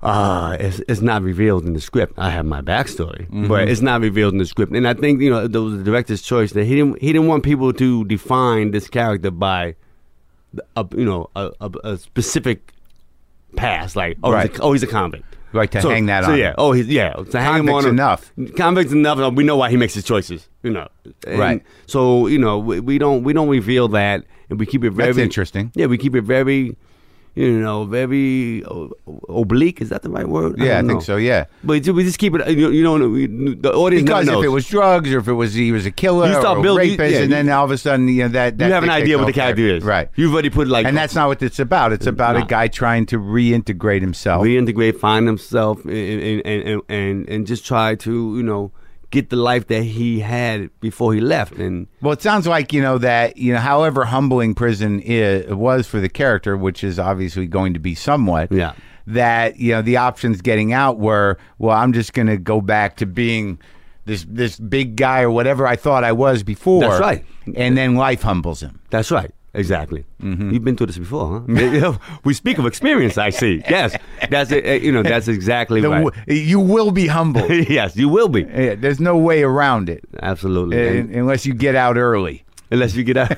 Speaker 2: uh, it's, it's not revealed in the script. I have my backstory,
Speaker 1: Mm-hmm.
Speaker 2: but it's not revealed in the script. And I think you know there was the director's choice that he didn't he didn't want people to define this character by, the- a, you know, a, a, a specific past. Like oh,
Speaker 1: Right.
Speaker 2: he's a, oh, he's a convict.
Speaker 1: Right, to
Speaker 2: so,
Speaker 1: hang that
Speaker 2: so,
Speaker 1: on.
Speaker 2: Yeah. Oh, he's yeah. To hang him on
Speaker 1: Convict's
Speaker 2: a-
Speaker 1: enough.
Speaker 2: Convicts enough. uh, We know why he makes his choices. You know. And
Speaker 1: Right.
Speaker 2: So you know we, we don't we don't reveal that, and we keep it very
Speaker 1: That's interesting.
Speaker 2: yeah, we keep it very, you know, very o- oblique. Is that the right word?
Speaker 1: Yeah, I
Speaker 2: don't
Speaker 1: think
Speaker 2: know.
Speaker 1: so, yeah.
Speaker 2: But ju- we just keep it. uh, You, you know, we, the audience never
Speaker 1: Because if
Speaker 2: knows.
Speaker 1: it was drugs or if it was he was a killer
Speaker 2: You start
Speaker 1: or a
Speaker 2: building- you-
Speaker 1: rapist,
Speaker 2: yeah,
Speaker 1: and
Speaker 2: you-
Speaker 1: then all of a sudden you know that, that
Speaker 2: you have an
Speaker 1: they
Speaker 2: idea
Speaker 1: take
Speaker 2: what the
Speaker 1: over.
Speaker 2: character is,
Speaker 1: right?
Speaker 2: You've already put like,
Speaker 1: and that's not what it's about. It's about a
Speaker 2: Nah.
Speaker 1: guy trying to reintegrate himself.
Speaker 2: reintegrate, find himself, and and, and and and just try to you know get the life that he had before he left. And
Speaker 1: Well, it sounds like you know that you know, however humbling prison i was for the character, which is obviously going to be somewhat.
Speaker 2: Yeah.
Speaker 1: That you know the options getting out were well, I'm just going to go back to being this this big guy or whatever I thought I was before.
Speaker 2: That's right.
Speaker 1: And then life humbles him.
Speaker 2: That's right. Exactly.
Speaker 1: Mm-hmm.
Speaker 2: You've been through this before, huh? we speak of experience. I see. Yes, that's it. Uh, You know, that's exactly
Speaker 1: The
Speaker 2: right.
Speaker 1: w- you will be humbled.
Speaker 2: yes, you will be.
Speaker 1: Yeah, there's no way around it
Speaker 2: Absolutely. And-
Speaker 1: un- unless you get out early.
Speaker 2: unless you get out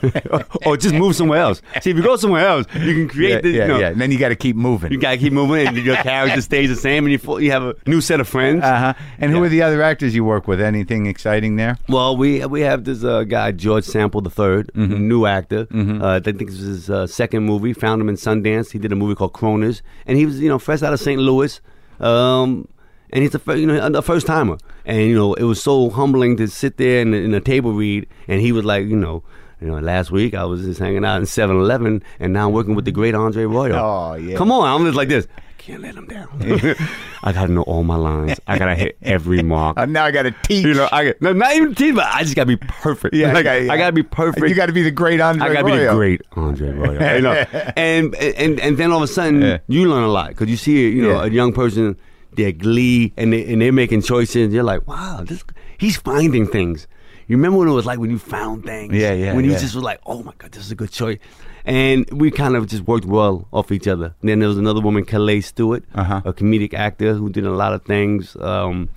Speaker 2: or just move somewhere else. See, if you go somewhere else, you can create
Speaker 1: Yeah,
Speaker 2: this.
Speaker 1: yeah,
Speaker 2: you, know,
Speaker 1: yeah. And then you got to keep moving.
Speaker 2: you gotta keep moving, and your character stays the same, and you fo- you have a new set of friends.
Speaker 1: uh huh. And who
Speaker 2: Yeah.
Speaker 1: are the other actors you work with? Anything exciting there?
Speaker 2: Well, we we have this uh, guy George Sample the 3rd new actor. Uh, I think this is his uh, second movie. Found him in Sundance. He did a movie called Croners, and he was you know fresh out of St. Louis, um, and he's a fir- you know a first timer. And you know it was so humbling to sit there in, in a table read, and he was like you know. You know, last week I was just hanging out in 7-Eleven, and now I'm working with the great Andre Royal.
Speaker 1: Oh, yeah.
Speaker 2: Come on, I'm just like this. I can't let him down. I gotta know all my lines. I gotta hit every mark.
Speaker 1: Uh, now I got to teach.
Speaker 2: You know, I get, no, not even team, but I just gotta be perfect.
Speaker 1: Yeah,
Speaker 2: Like,
Speaker 1: okay, yeah.
Speaker 2: I gotta be perfect.
Speaker 1: You got to be the great Andre.
Speaker 2: I gotta be the
Speaker 1: Royo.
Speaker 2: great Andre Royo. you know? and, and and then all of a sudden
Speaker 1: Yeah.
Speaker 2: you learn a lot because you see you know
Speaker 1: Yeah.
Speaker 2: a young person their glee and they, and they're making choices. And you're like, wow, this he's finding things. You remember when it was like when you found things?
Speaker 1: Yeah, yeah,
Speaker 2: When you
Speaker 1: yeah.
Speaker 2: just were like, oh my god, this is a good choice. And we kind of just worked well off each other. Then there was another woman, Calais Stewart,
Speaker 1: Uh-huh.
Speaker 2: a comedic actor who did a lot of things. Um,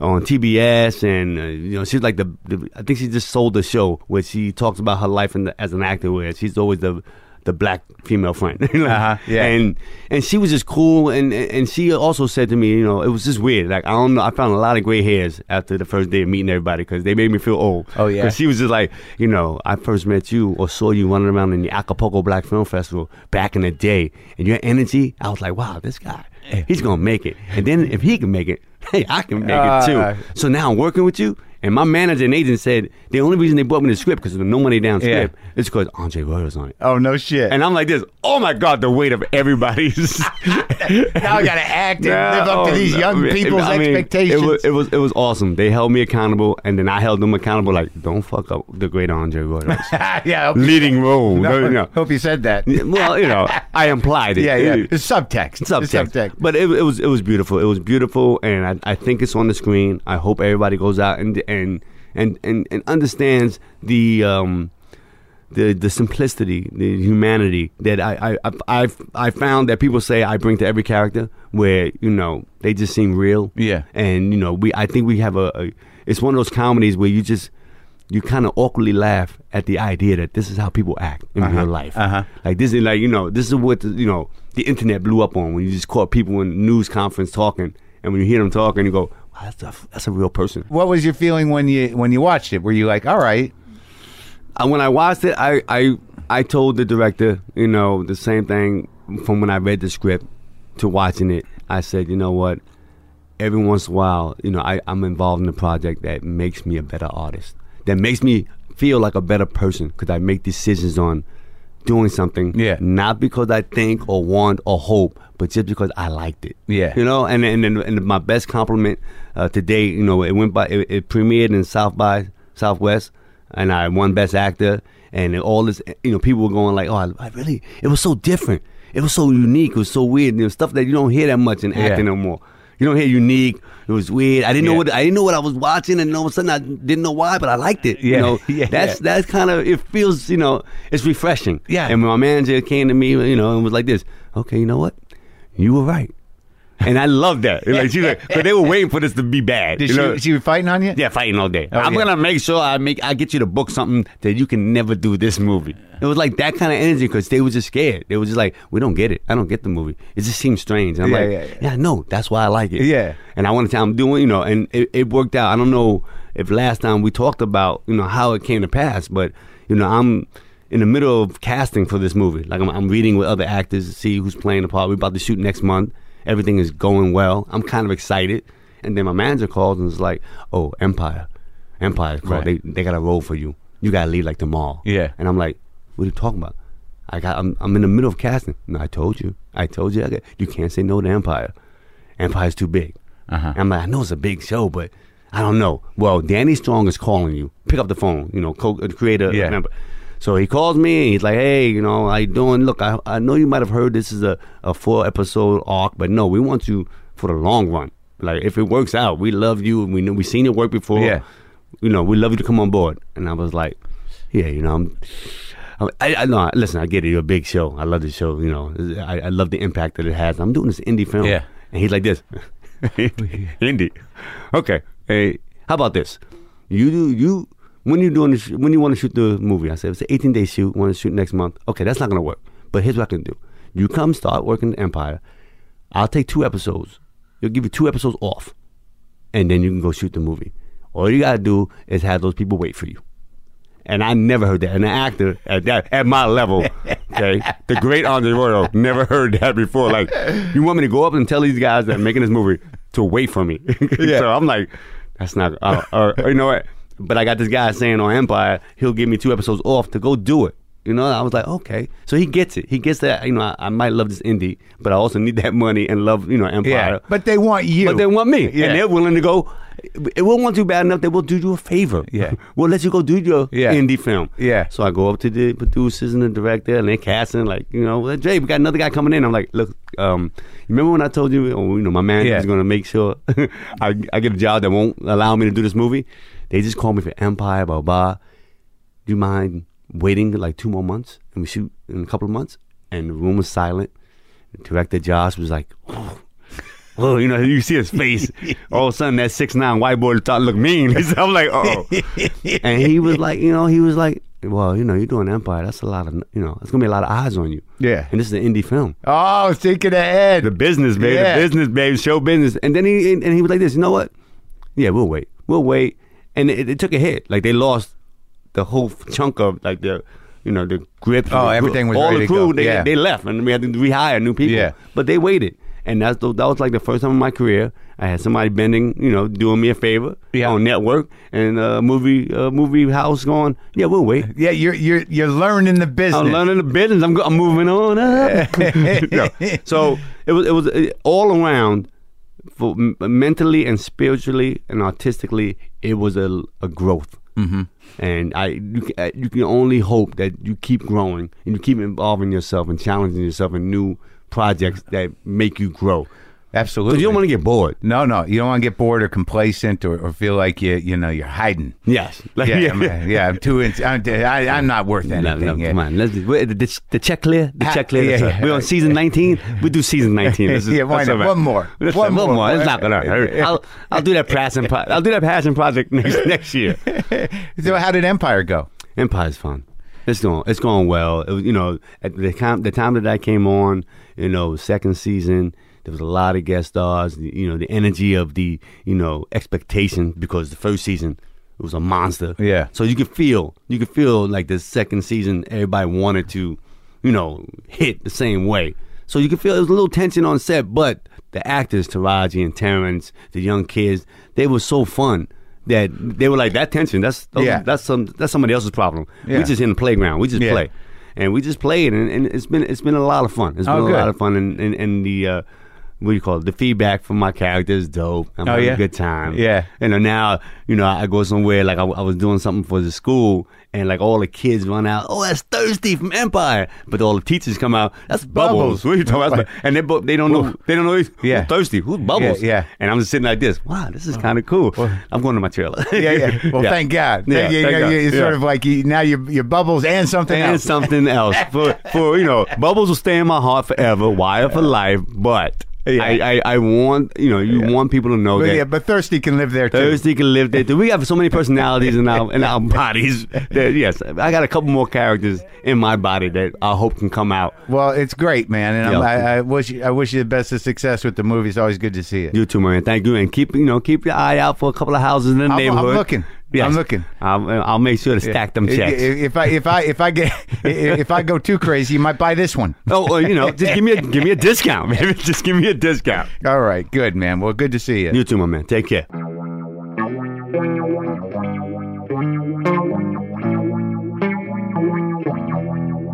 Speaker 2: on TBS, and uh, you know she's like the, the. I think she just sold the show where she talks about her life in the, as an actor, where she's always the the black female friend. You know?
Speaker 1: Uh-huh, yeah.
Speaker 2: And and she was just cool, and and she also said to me, you know, it was just weird. Like I don't know, I found a lot of gray hairs after the first day of meeting everybody because they made me feel old.
Speaker 1: Oh, yeah.
Speaker 2: 'Cause she was just like, you know, I first met you or saw you running around in the Acapulco Black Film Festival back in the day, and your energy, I was like, wow, this guy,
Speaker 1: Eh.
Speaker 2: he's gonna make it. And then if he can make it, hey, I can make
Speaker 1: Ah.
Speaker 2: it too. So now I'm working with you, And my manager and agent said the only reason they brought me the script because there's no money down
Speaker 1: Yeah.
Speaker 2: script is because Andre Royal's on it.
Speaker 1: Oh no shit.
Speaker 2: And I'm like this. Oh my God, the weight of everybody's.
Speaker 1: now I gotta act and
Speaker 2: Nah,
Speaker 1: live up to
Speaker 2: oh,
Speaker 1: these
Speaker 2: no,
Speaker 1: young
Speaker 2: man.
Speaker 1: people's
Speaker 2: I mean,
Speaker 1: expectations.
Speaker 2: It was, it was it was awesome. They held me accountable, and then I held them accountable. Like, don't fuck up the great Andre Royal
Speaker 1: yeah. hope-
Speaker 2: leading role. No, no.
Speaker 1: Hope you said that.
Speaker 2: Well, you know, I implied it.
Speaker 1: Yeah, yeah.
Speaker 2: It-
Speaker 1: It's subtext. It's
Speaker 2: subtext.
Speaker 1: subtext.
Speaker 2: But it, it was it was beautiful. It was beautiful, and I, I think it's on the screen. I hope everybody goes out and and and and, and understands the. Um, the, the simplicity, the humanity that I, I, I, I've- I found that people say I bring to every character, where, you know, they just seem real.
Speaker 1: Yeah.
Speaker 2: And, you know, we I think we have a, a it's one of those comedies where you just, you kind of awkwardly laugh at the idea that this is how people act in real life.
Speaker 1: uh-huh.
Speaker 2: Like this is like you know this is what the, you know the internet blew up on when you just caught people in news conference talking, and when you hear them talking, you go, wow, that's a that's a real person.
Speaker 1: What was your feeling when you when you watched it? Were you like, all right?
Speaker 2: And when I watched it, I I I told the director, you know, the same thing from when I read the script to watching it. I said, you know what? Every once in a while, you know, I, I'm involved in a project that makes me a better artist, that makes me feel like a better person because I make decisions on doing something.
Speaker 1: Yeah.
Speaker 2: Not because I think or want or hope, but just because I liked it.
Speaker 1: Yeah.
Speaker 2: You know, and and, and, and my best compliment uh, today, you know, it went by, it, it premiered in South by Southwest, and I won Best Actor, and all this, you know, people were going like, oh, I, I really, it was so different, it was so unique, it was so weird, you know, stuff that you don't hear that much in acting no more. You don't hear unique. It was weird. I didn't know
Speaker 1: Yeah.
Speaker 2: what I didn't know what I was watching, and all of a sudden I didn't know why, but I liked it.
Speaker 1: Yeah.
Speaker 2: You know,
Speaker 1: Yeah,
Speaker 2: that's
Speaker 1: yeah.
Speaker 2: that's kind of it feels you know it's refreshing.
Speaker 1: Yeah.
Speaker 2: And when my manager came to me, you know, and was like this, okay, you know what, you were right, and I love that. Like she, because they were waiting for this to be bad.
Speaker 1: Did
Speaker 2: you
Speaker 1: she,
Speaker 2: know?
Speaker 1: she was fighting on you?
Speaker 2: yeah, fighting all day. I'm
Speaker 1: yeah.
Speaker 2: gonna make sure I make I get you to book something that you can never do this movie. It was like that kind of energy because they were just scared. They were just like, we don't get it. I don't get the movie. It just seems strange. And I'm
Speaker 1: Yeah,
Speaker 2: like,
Speaker 1: yeah, yeah.
Speaker 2: yeah, no, that's why I like it.
Speaker 1: Yeah.
Speaker 2: And I want to tell I'm doing, you know, and it, it worked out. I don't know if last time we talked about, you know, how it came to pass, but, you know, I'm in the middle of casting for this movie. Like, I'm, I'm reading with other actors to see who's playing the part. We're about to shoot next month. Everything is going well. I'm kind of excited. And then my manager calls and is like, oh, Empire. Empire called.
Speaker 1: Right.
Speaker 2: They, they got a role for you. You got to leave like tomorrow.
Speaker 1: Yeah.
Speaker 2: And I'm like, what are you talking about? I got, I'm, I'm in the middle of casting. No, I told you. I told you. I got, you can't say no to Empire. Empire's too big.
Speaker 1: Uh-huh.
Speaker 2: I'm like, I know it's a big show, but I don't know. Well, Danny Strong is calling you. Pick up the phone. You know, co- uh, creator.
Speaker 1: Yeah.
Speaker 2: Member. So he calls me and he's like, hey, you know, how you doing? Look, I, I know you might have heard this is a, a four episode arc, but no, we want you for the long run. Like, if it works out, we love you and we know we seen your work before.
Speaker 1: Yeah.
Speaker 2: You know, we love you to come on board. And I was like, yeah, you know, I'm I, I no, listen. I get it. You're a big show. I love the show. You know, I, I love the impact that it has. I'm doing this indie film.
Speaker 1: Yeah.
Speaker 2: And he's like this, indie. Okay. Hey, how about this? You do you when you doing this, when you want to shoot the movie? I said it's an 18 day shoot. Want to shoot next month? Okay, that's not gonna work. But here's what I can do. You come start working the Empire. I'll take two episodes. You'll give you two episodes off, and then you can go shoot the movie. All you gotta do is have those people wait for you. And I never heard that. And an actor at that at my level, okay, the great Andre Royal never heard that before. Like, you want me to go up and tell these guys that I'm making this movie to wait for me? so I'm like, that's not. Uh, or, or you know what? But I got this guy saying on Empire, he'll give me two episodes off to go do it. You know, I was like, okay. So he gets it. He gets that. You know, I, I might love this indie, but I also need that money and love, you know, Empire.
Speaker 1: Yeah. But they want you.
Speaker 2: Uh, But they want me,
Speaker 1: Yeah.
Speaker 2: and they're willing to go. It won't want you bad enough. They will do you a favor.
Speaker 1: Yeah.
Speaker 2: we'll let you go do your
Speaker 1: Yeah.
Speaker 2: indie film.
Speaker 1: Yeah.
Speaker 2: So I go up to the producers and the director, and they're casting like you know, well, Jay, we got another guy coming in. I'm like, look, um, you remember when I told you, oh, you know, my manager's
Speaker 1: Yeah.
Speaker 2: gonna make sure I, I get a job that won't allow me to do this movie. They just called me for Empire, blah blah. Do you mind waiting like two more months, and we shoot in a couple of months? And the room was silent. Director Josh was like, Oh, you know, you see his face. All of a sudden, that six nine white boy thought look mean. I'm like, oh. and he was like, you know, he was like, well, you know, you're doing Empire. That's a lot of, you know, it's gonna be a lot of eyes on you.
Speaker 1: Yeah.
Speaker 2: And this is an indie film.
Speaker 1: Oh, thinking ahead.
Speaker 2: The business, baby.
Speaker 1: Yeah.
Speaker 2: The business, baby. Show business. And then he and, and he was like this. You know what? Yeah, we'll wait. We'll wait. And it, it took a hit. Like they lost the whole chunk of like the, you know, the grip.
Speaker 1: Oh,
Speaker 2: the,
Speaker 1: everything was
Speaker 2: all
Speaker 1: ready
Speaker 2: the
Speaker 1: to
Speaker 2: crew.
Speaker 1: go.
Speaker 2: They
Speaker 1: Yeah.
Speaker 2: they left, and we had to rehire new people.
Speaker 1: Yeah.
Speaker 2: But they waited, and that's the, that was like the first time in my career I had somebody bending, you know, doing me a favor
Speaker 1: Yeah.
Speaker 2: on network and uh, movie uh, movie house going. Yeah, we'll wait.
Speaker 1: Yeah, you're you're you're learning the business.
Speaker 2: I'm learning the business. I'm, go- I'm moving on up. No. So it was it was uh, all around, for m- mentally and spiritually and artistically, it was a, a growth. Mm-hmm. And I you, ca- uh, you can only hope that you keep growing and you keep involving yourself and challenging yourself in new projects that make you grow. But
Speaker 1: Absolutely.
Speaker 2: you don't want to get bored.
Speaker 1: no, no, you don't want to get bored or complacent or, or feel like you you know you're hiding.
Speaker 2: Yes. Like,
Speaker 1: Yeah, I'm, yeah, I'm too. In, I'm, I, I'm not worth anything.
Speaker 2: No, no,
Speaker 1: yeah.
Speaker 2: come on. Let's, we're- the, the, the check clear. The
Speaker 1: Ah,
Speaker 2: check clear.
Speaker 1: yeah,
Speaker 2: That's
Speaker 1: yeah.
Speaker 2: right. We're on season 19. We do season 19. This is-
Speaker 1: Yeah, why
Speaker 2: that's
Speaker 1: not?
Speaker 2: all right.
Speaker 1: One more.
Speaker 2: That's
Speaker 1: One
Speaker 2: right. one
Speaker 1: more.
Speaker 2: more. It's not gonna hurt. I'll, I'll do that passion. Pro- I'll do that passion project next next year.
Speaker 1: So how did Empire go?
Speaker 2: Empire's fun. It's going. It's going well. It was, you know, at the time the time that I came on, you know, second season. There was a lot of guest stars. the- You know, the energy of the you know expectation because the first season it was a monster.
Speaker 1: Yeah.
Speaker 2: So you could feel you could feel like the second season everybody wanted to, you know, hit the same way. So you could feel there was a little tension on set, but the actors, Taraji and Terrence, the young kids, they were so fun that they were like that tension. That's those-
Speaker 1: Yeah.
Speaker 2: that's some that's somebody else's problem.
Speaker 1: Yeah.
Speaker 2: We just in the playground. We just
Speaker 1: Yeah.
Speaker 2: play, and we just played, and, and it's been it's been a lot of fun. It's been
Speaker 1: Oh,
Speaker 2: a
Speaker 1: good.
Speaker 2: lot of fun, and and, and the. Uh, what do you call it? The feedback from my character is dope. I'm
Speaker 1: Oh,
Speaker 2: having
Speaker 1: yeah?
Speaker 2: a good time.
Speaker 1: Yeah.
Speaker 2: You know, now, you know, I go somewhere, like I, I was doing something for the school, and like all the kids run out, oh, that's Thirsty from Empire. But all the teachers come out, that's
Speaker 1: Bubbles.
Speaker 2: Bubbles. What are you talking about? That's Bu-" And they, bo- they don't know, they don't know who's
Speaker 1: Yeah.
Speaker 2: who's Thirsty, who's Bubbles.
Speaker 1: yeah.
Speaker 2: And I'm just sitting like this, wow, this is kind of cool. I'm going to my trailer.
Speaker 1: Yeah, yeah. Well, thank God.
Speaker 2: Yeah,
Speaker 1: you,
Speaker 2: thank
Speaker 1: you-
Speaker 2: God.
Speaker 1: you- It's
Speaker 2: Yeah.
Speaker 1: sort of like you, now your your bubbles and something
Speaker 2: and
Speaker 1: else.
Speaker 2: something else for for you know bubbles will stay in my heart forever wire for life but
Speaker 1: Yeah.
Speaker 2: I, I i want you know you want people to know
Speaker 1: But
Speaker 2: that
Speaker 1: yeah, but thirsty can live there too.
Speaker 2: Thursday can live there. too. We have so many personalities in our in our bodies. That, yes, I got a couple more characters in my body that I hope can come out.
Speaker 1: Well, it's great, man, and I'm,
Speaker 2: Yeah.
Speaker 1: I, I wish you- I wish you the best of success with the movie. It's always good to see it.
Speaker 2: You too, man. Thank you, and keep you know keep your eye out for a couple of houses in the
Speaker 1: I'm- I'm
Speaker 2: neighborhood.
Speaker 1: looking.
Speaker 2: Yes.
Speaker 1: I'm looking.
Speaker 2: I'll, I'll make sure to stack them
Speaker 1: If-
Speaker 2: checks.
Speaker 1: If I if I if I get if I go too crazy, you might buy this one.
Speaker 2: oh, or, you know, just give me a give me a discount, man. just give me a discount.
Speaker 1: All right, good man. Well, good to see you.
Speaker 2: You too, my man. Take care.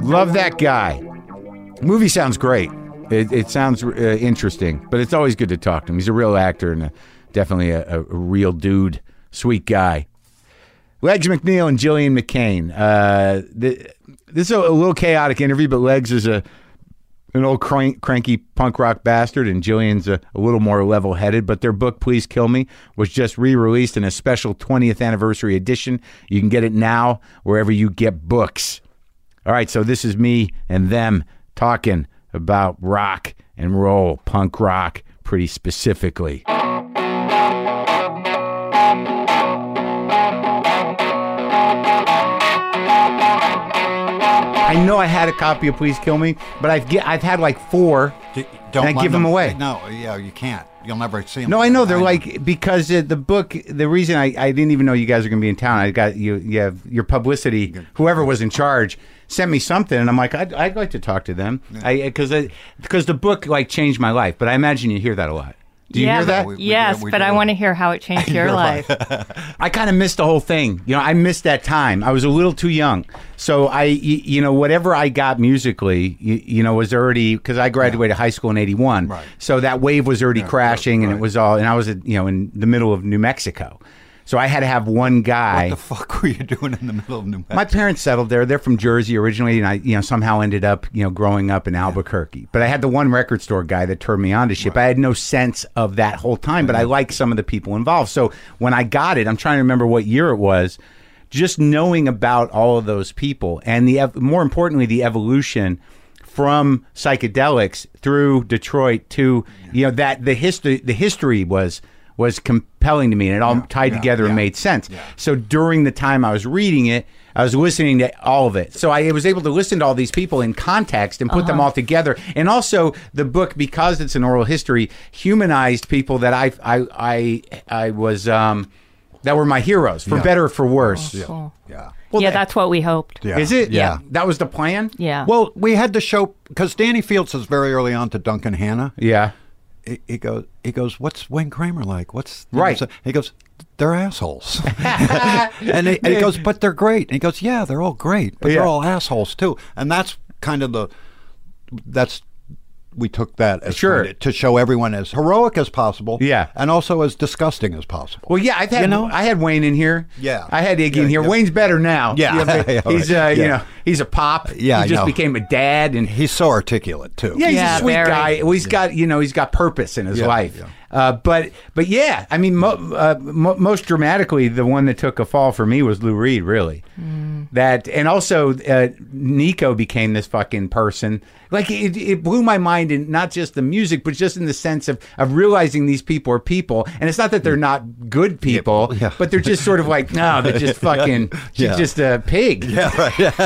Speaker 1: Love that guy. Movie sounds great. It, it sounds uh, interesting, but it's always good to talk to him. He's a real actor and a, definitely a, a real dude. Sweet guy. Legs McNeil and Jillian McCain. Uh, th- this is a, a little chaotic interview, but Legs is a an old crank, cranky punk rock bastard, and Jillian's a, a little more level headed. But their book, Please Kill Me, was just re released in a special 20th anniversary edition. You can get it now wherever you get books. All right, so this is me and them talking about rock and roll, punk rock, pretty specifically. I know I had a copy of Please Kill Me, but I've get, I've had like four.
Speaker 3: D- Don't
Speaker 1: And I
Speaker 3: lend
Speaker 1: give 'em away.
Speaker 3: No, yeah, you can't. You'll never see them.
Speaker 1: No, I know they're like because uh, the book. The reason I, I didn't even know you guys are going to be in town. I got you. You have your publicity. Whoever was in charge sent me something, and I'm like, I'd, I'd like to talk to them. I because because the book like changed my life. But I imagine you hear that a lot. Do you
Speaker 4: yeah,
Speaker 1: hear that?
Speaker 4: but-
Speaker 3: We- we
Speaker 4: yes,
Speaker 3: do, we
Speaker 4: but
Speaker 3: do.
Speaker 4: I want to hear how it changed your life.
Speaker 1: I kind of missed the whole thing. You know, I missed that time. I was a little too young. So I, y- you know, whatever I got musically, you, you know, was already because I graduated high school in '81.
Speaker 3: Right.
Speaker 1: So that wave was already crashing, and it was all. And I was, uh, you know, in the middle of New Mexico. So I had to have one guy.
Speaker 3: What the fuck were you doing in the middle of New Mexico?
Speaker 1: My parents settled there. They're from Jersey originally, and I, you know, somehow ended up, you know, growing up in Albuquerque. But I had the one record store guy that turned me on to shit. I had no sense of that whole time, but I liked some of the people involved. So when I got it, I'm trying to remember what year it was. Just knowing about all of those people, and the ev- more importantly, the evolution from psychedelics through Detroit to you know that the history the history was was compelling to me and it all tied together and made sense. So during the time I was reading it, I was listening to all of it. So I was able to listen to all these people in context and put
Speaker 3: Uh-huh.
Speaker 1: them all together. And also the book because it's an oral history humanized people that I I I, I was um that were my heroes for better or for worse.
Speaker 4: Cool.
Speaker 3: yeah.
Speaker 4: yeah,
Speaker 1: that-
Speaker 4: that's what we hoped.
Speaker 3: Yeah.
Speaker 1: Is it?
Speaker 3: Yeah.
Speaker 1: That was the plan?
Speaker 4: Yeah.
Speaker 3: Well, we had the show because Danny Fields was very early on to Duncan Hanna.
Speaker 1: Yeah.
Speaker 3: he, he goes, he goes, what's Wayne Kramer like? What's
Speaker 1: Right.
Speaker 3: He goes, they're assholes. and, he, and he goes, but they're great. And he goes, yeah, they're all great, but
Speaker 1: Yeah.
Speaker 3: they're all assholes too. And that's kind of the, that's we took that as
Speaker 1: Sure.
Speaker 3: kind of- to show everyone as heroic as possible.
Speaker 1: Yeah.
Speaker 3: and also as disgusting as possible.
Speaker 1: Well, yeah, I've had
Speaker 3: You know?
Speaker 1: I had Wayne in here.
Speaker 3: Yeah.
Speaker 1: I had Iggy
Speaker 3: Yeah,
Speaker 1: in here.
Speaker 3: yeah.
Speaker 1: Wayne's better now.
Speaker 3: Yeah.
Speaker 1: but
Speaker 3: Yeah,
Speaker 1: he's uh,
Speaker 3: right.
Speaker 1: you
Speaker 3: Yeah.
Speaker 1: know he's a pop.
Speaker 3: Yeah, I
Speaker 1: he just
Speaker 3: know.
Speaker 1: became a dad, and
Speaker 3: He's so articulate too.
Speaker 1: yeah, he's
Speaker 4: Yeah,
Speaker 1: a sweet
Speaker 4: very.
Speaker 1: guy. Well, he's got you know he's got purpose in his
Speaker 3: Yeah,
Speaker 1: life.
Speaker 3: yeah.
Speaker 1: Uh, but but yeah, I mean, mo- uh, mo- most dramatically, the one that took a fall for me was Lou Reed, really.
Speaker 4: Mm.
Speaker 1: That and also uh, Nico became this fucking person. Like it, it blew my mind, in not just the music, but just in the sense of of realizing these people are people, and it's not that they're not good people,
Speaker 3: yeah.
Speaker 1: but they're just sort of like no, they're just fucking she's
Speaker 3: Yeah.
Speaker 1: just a pig. Yeah,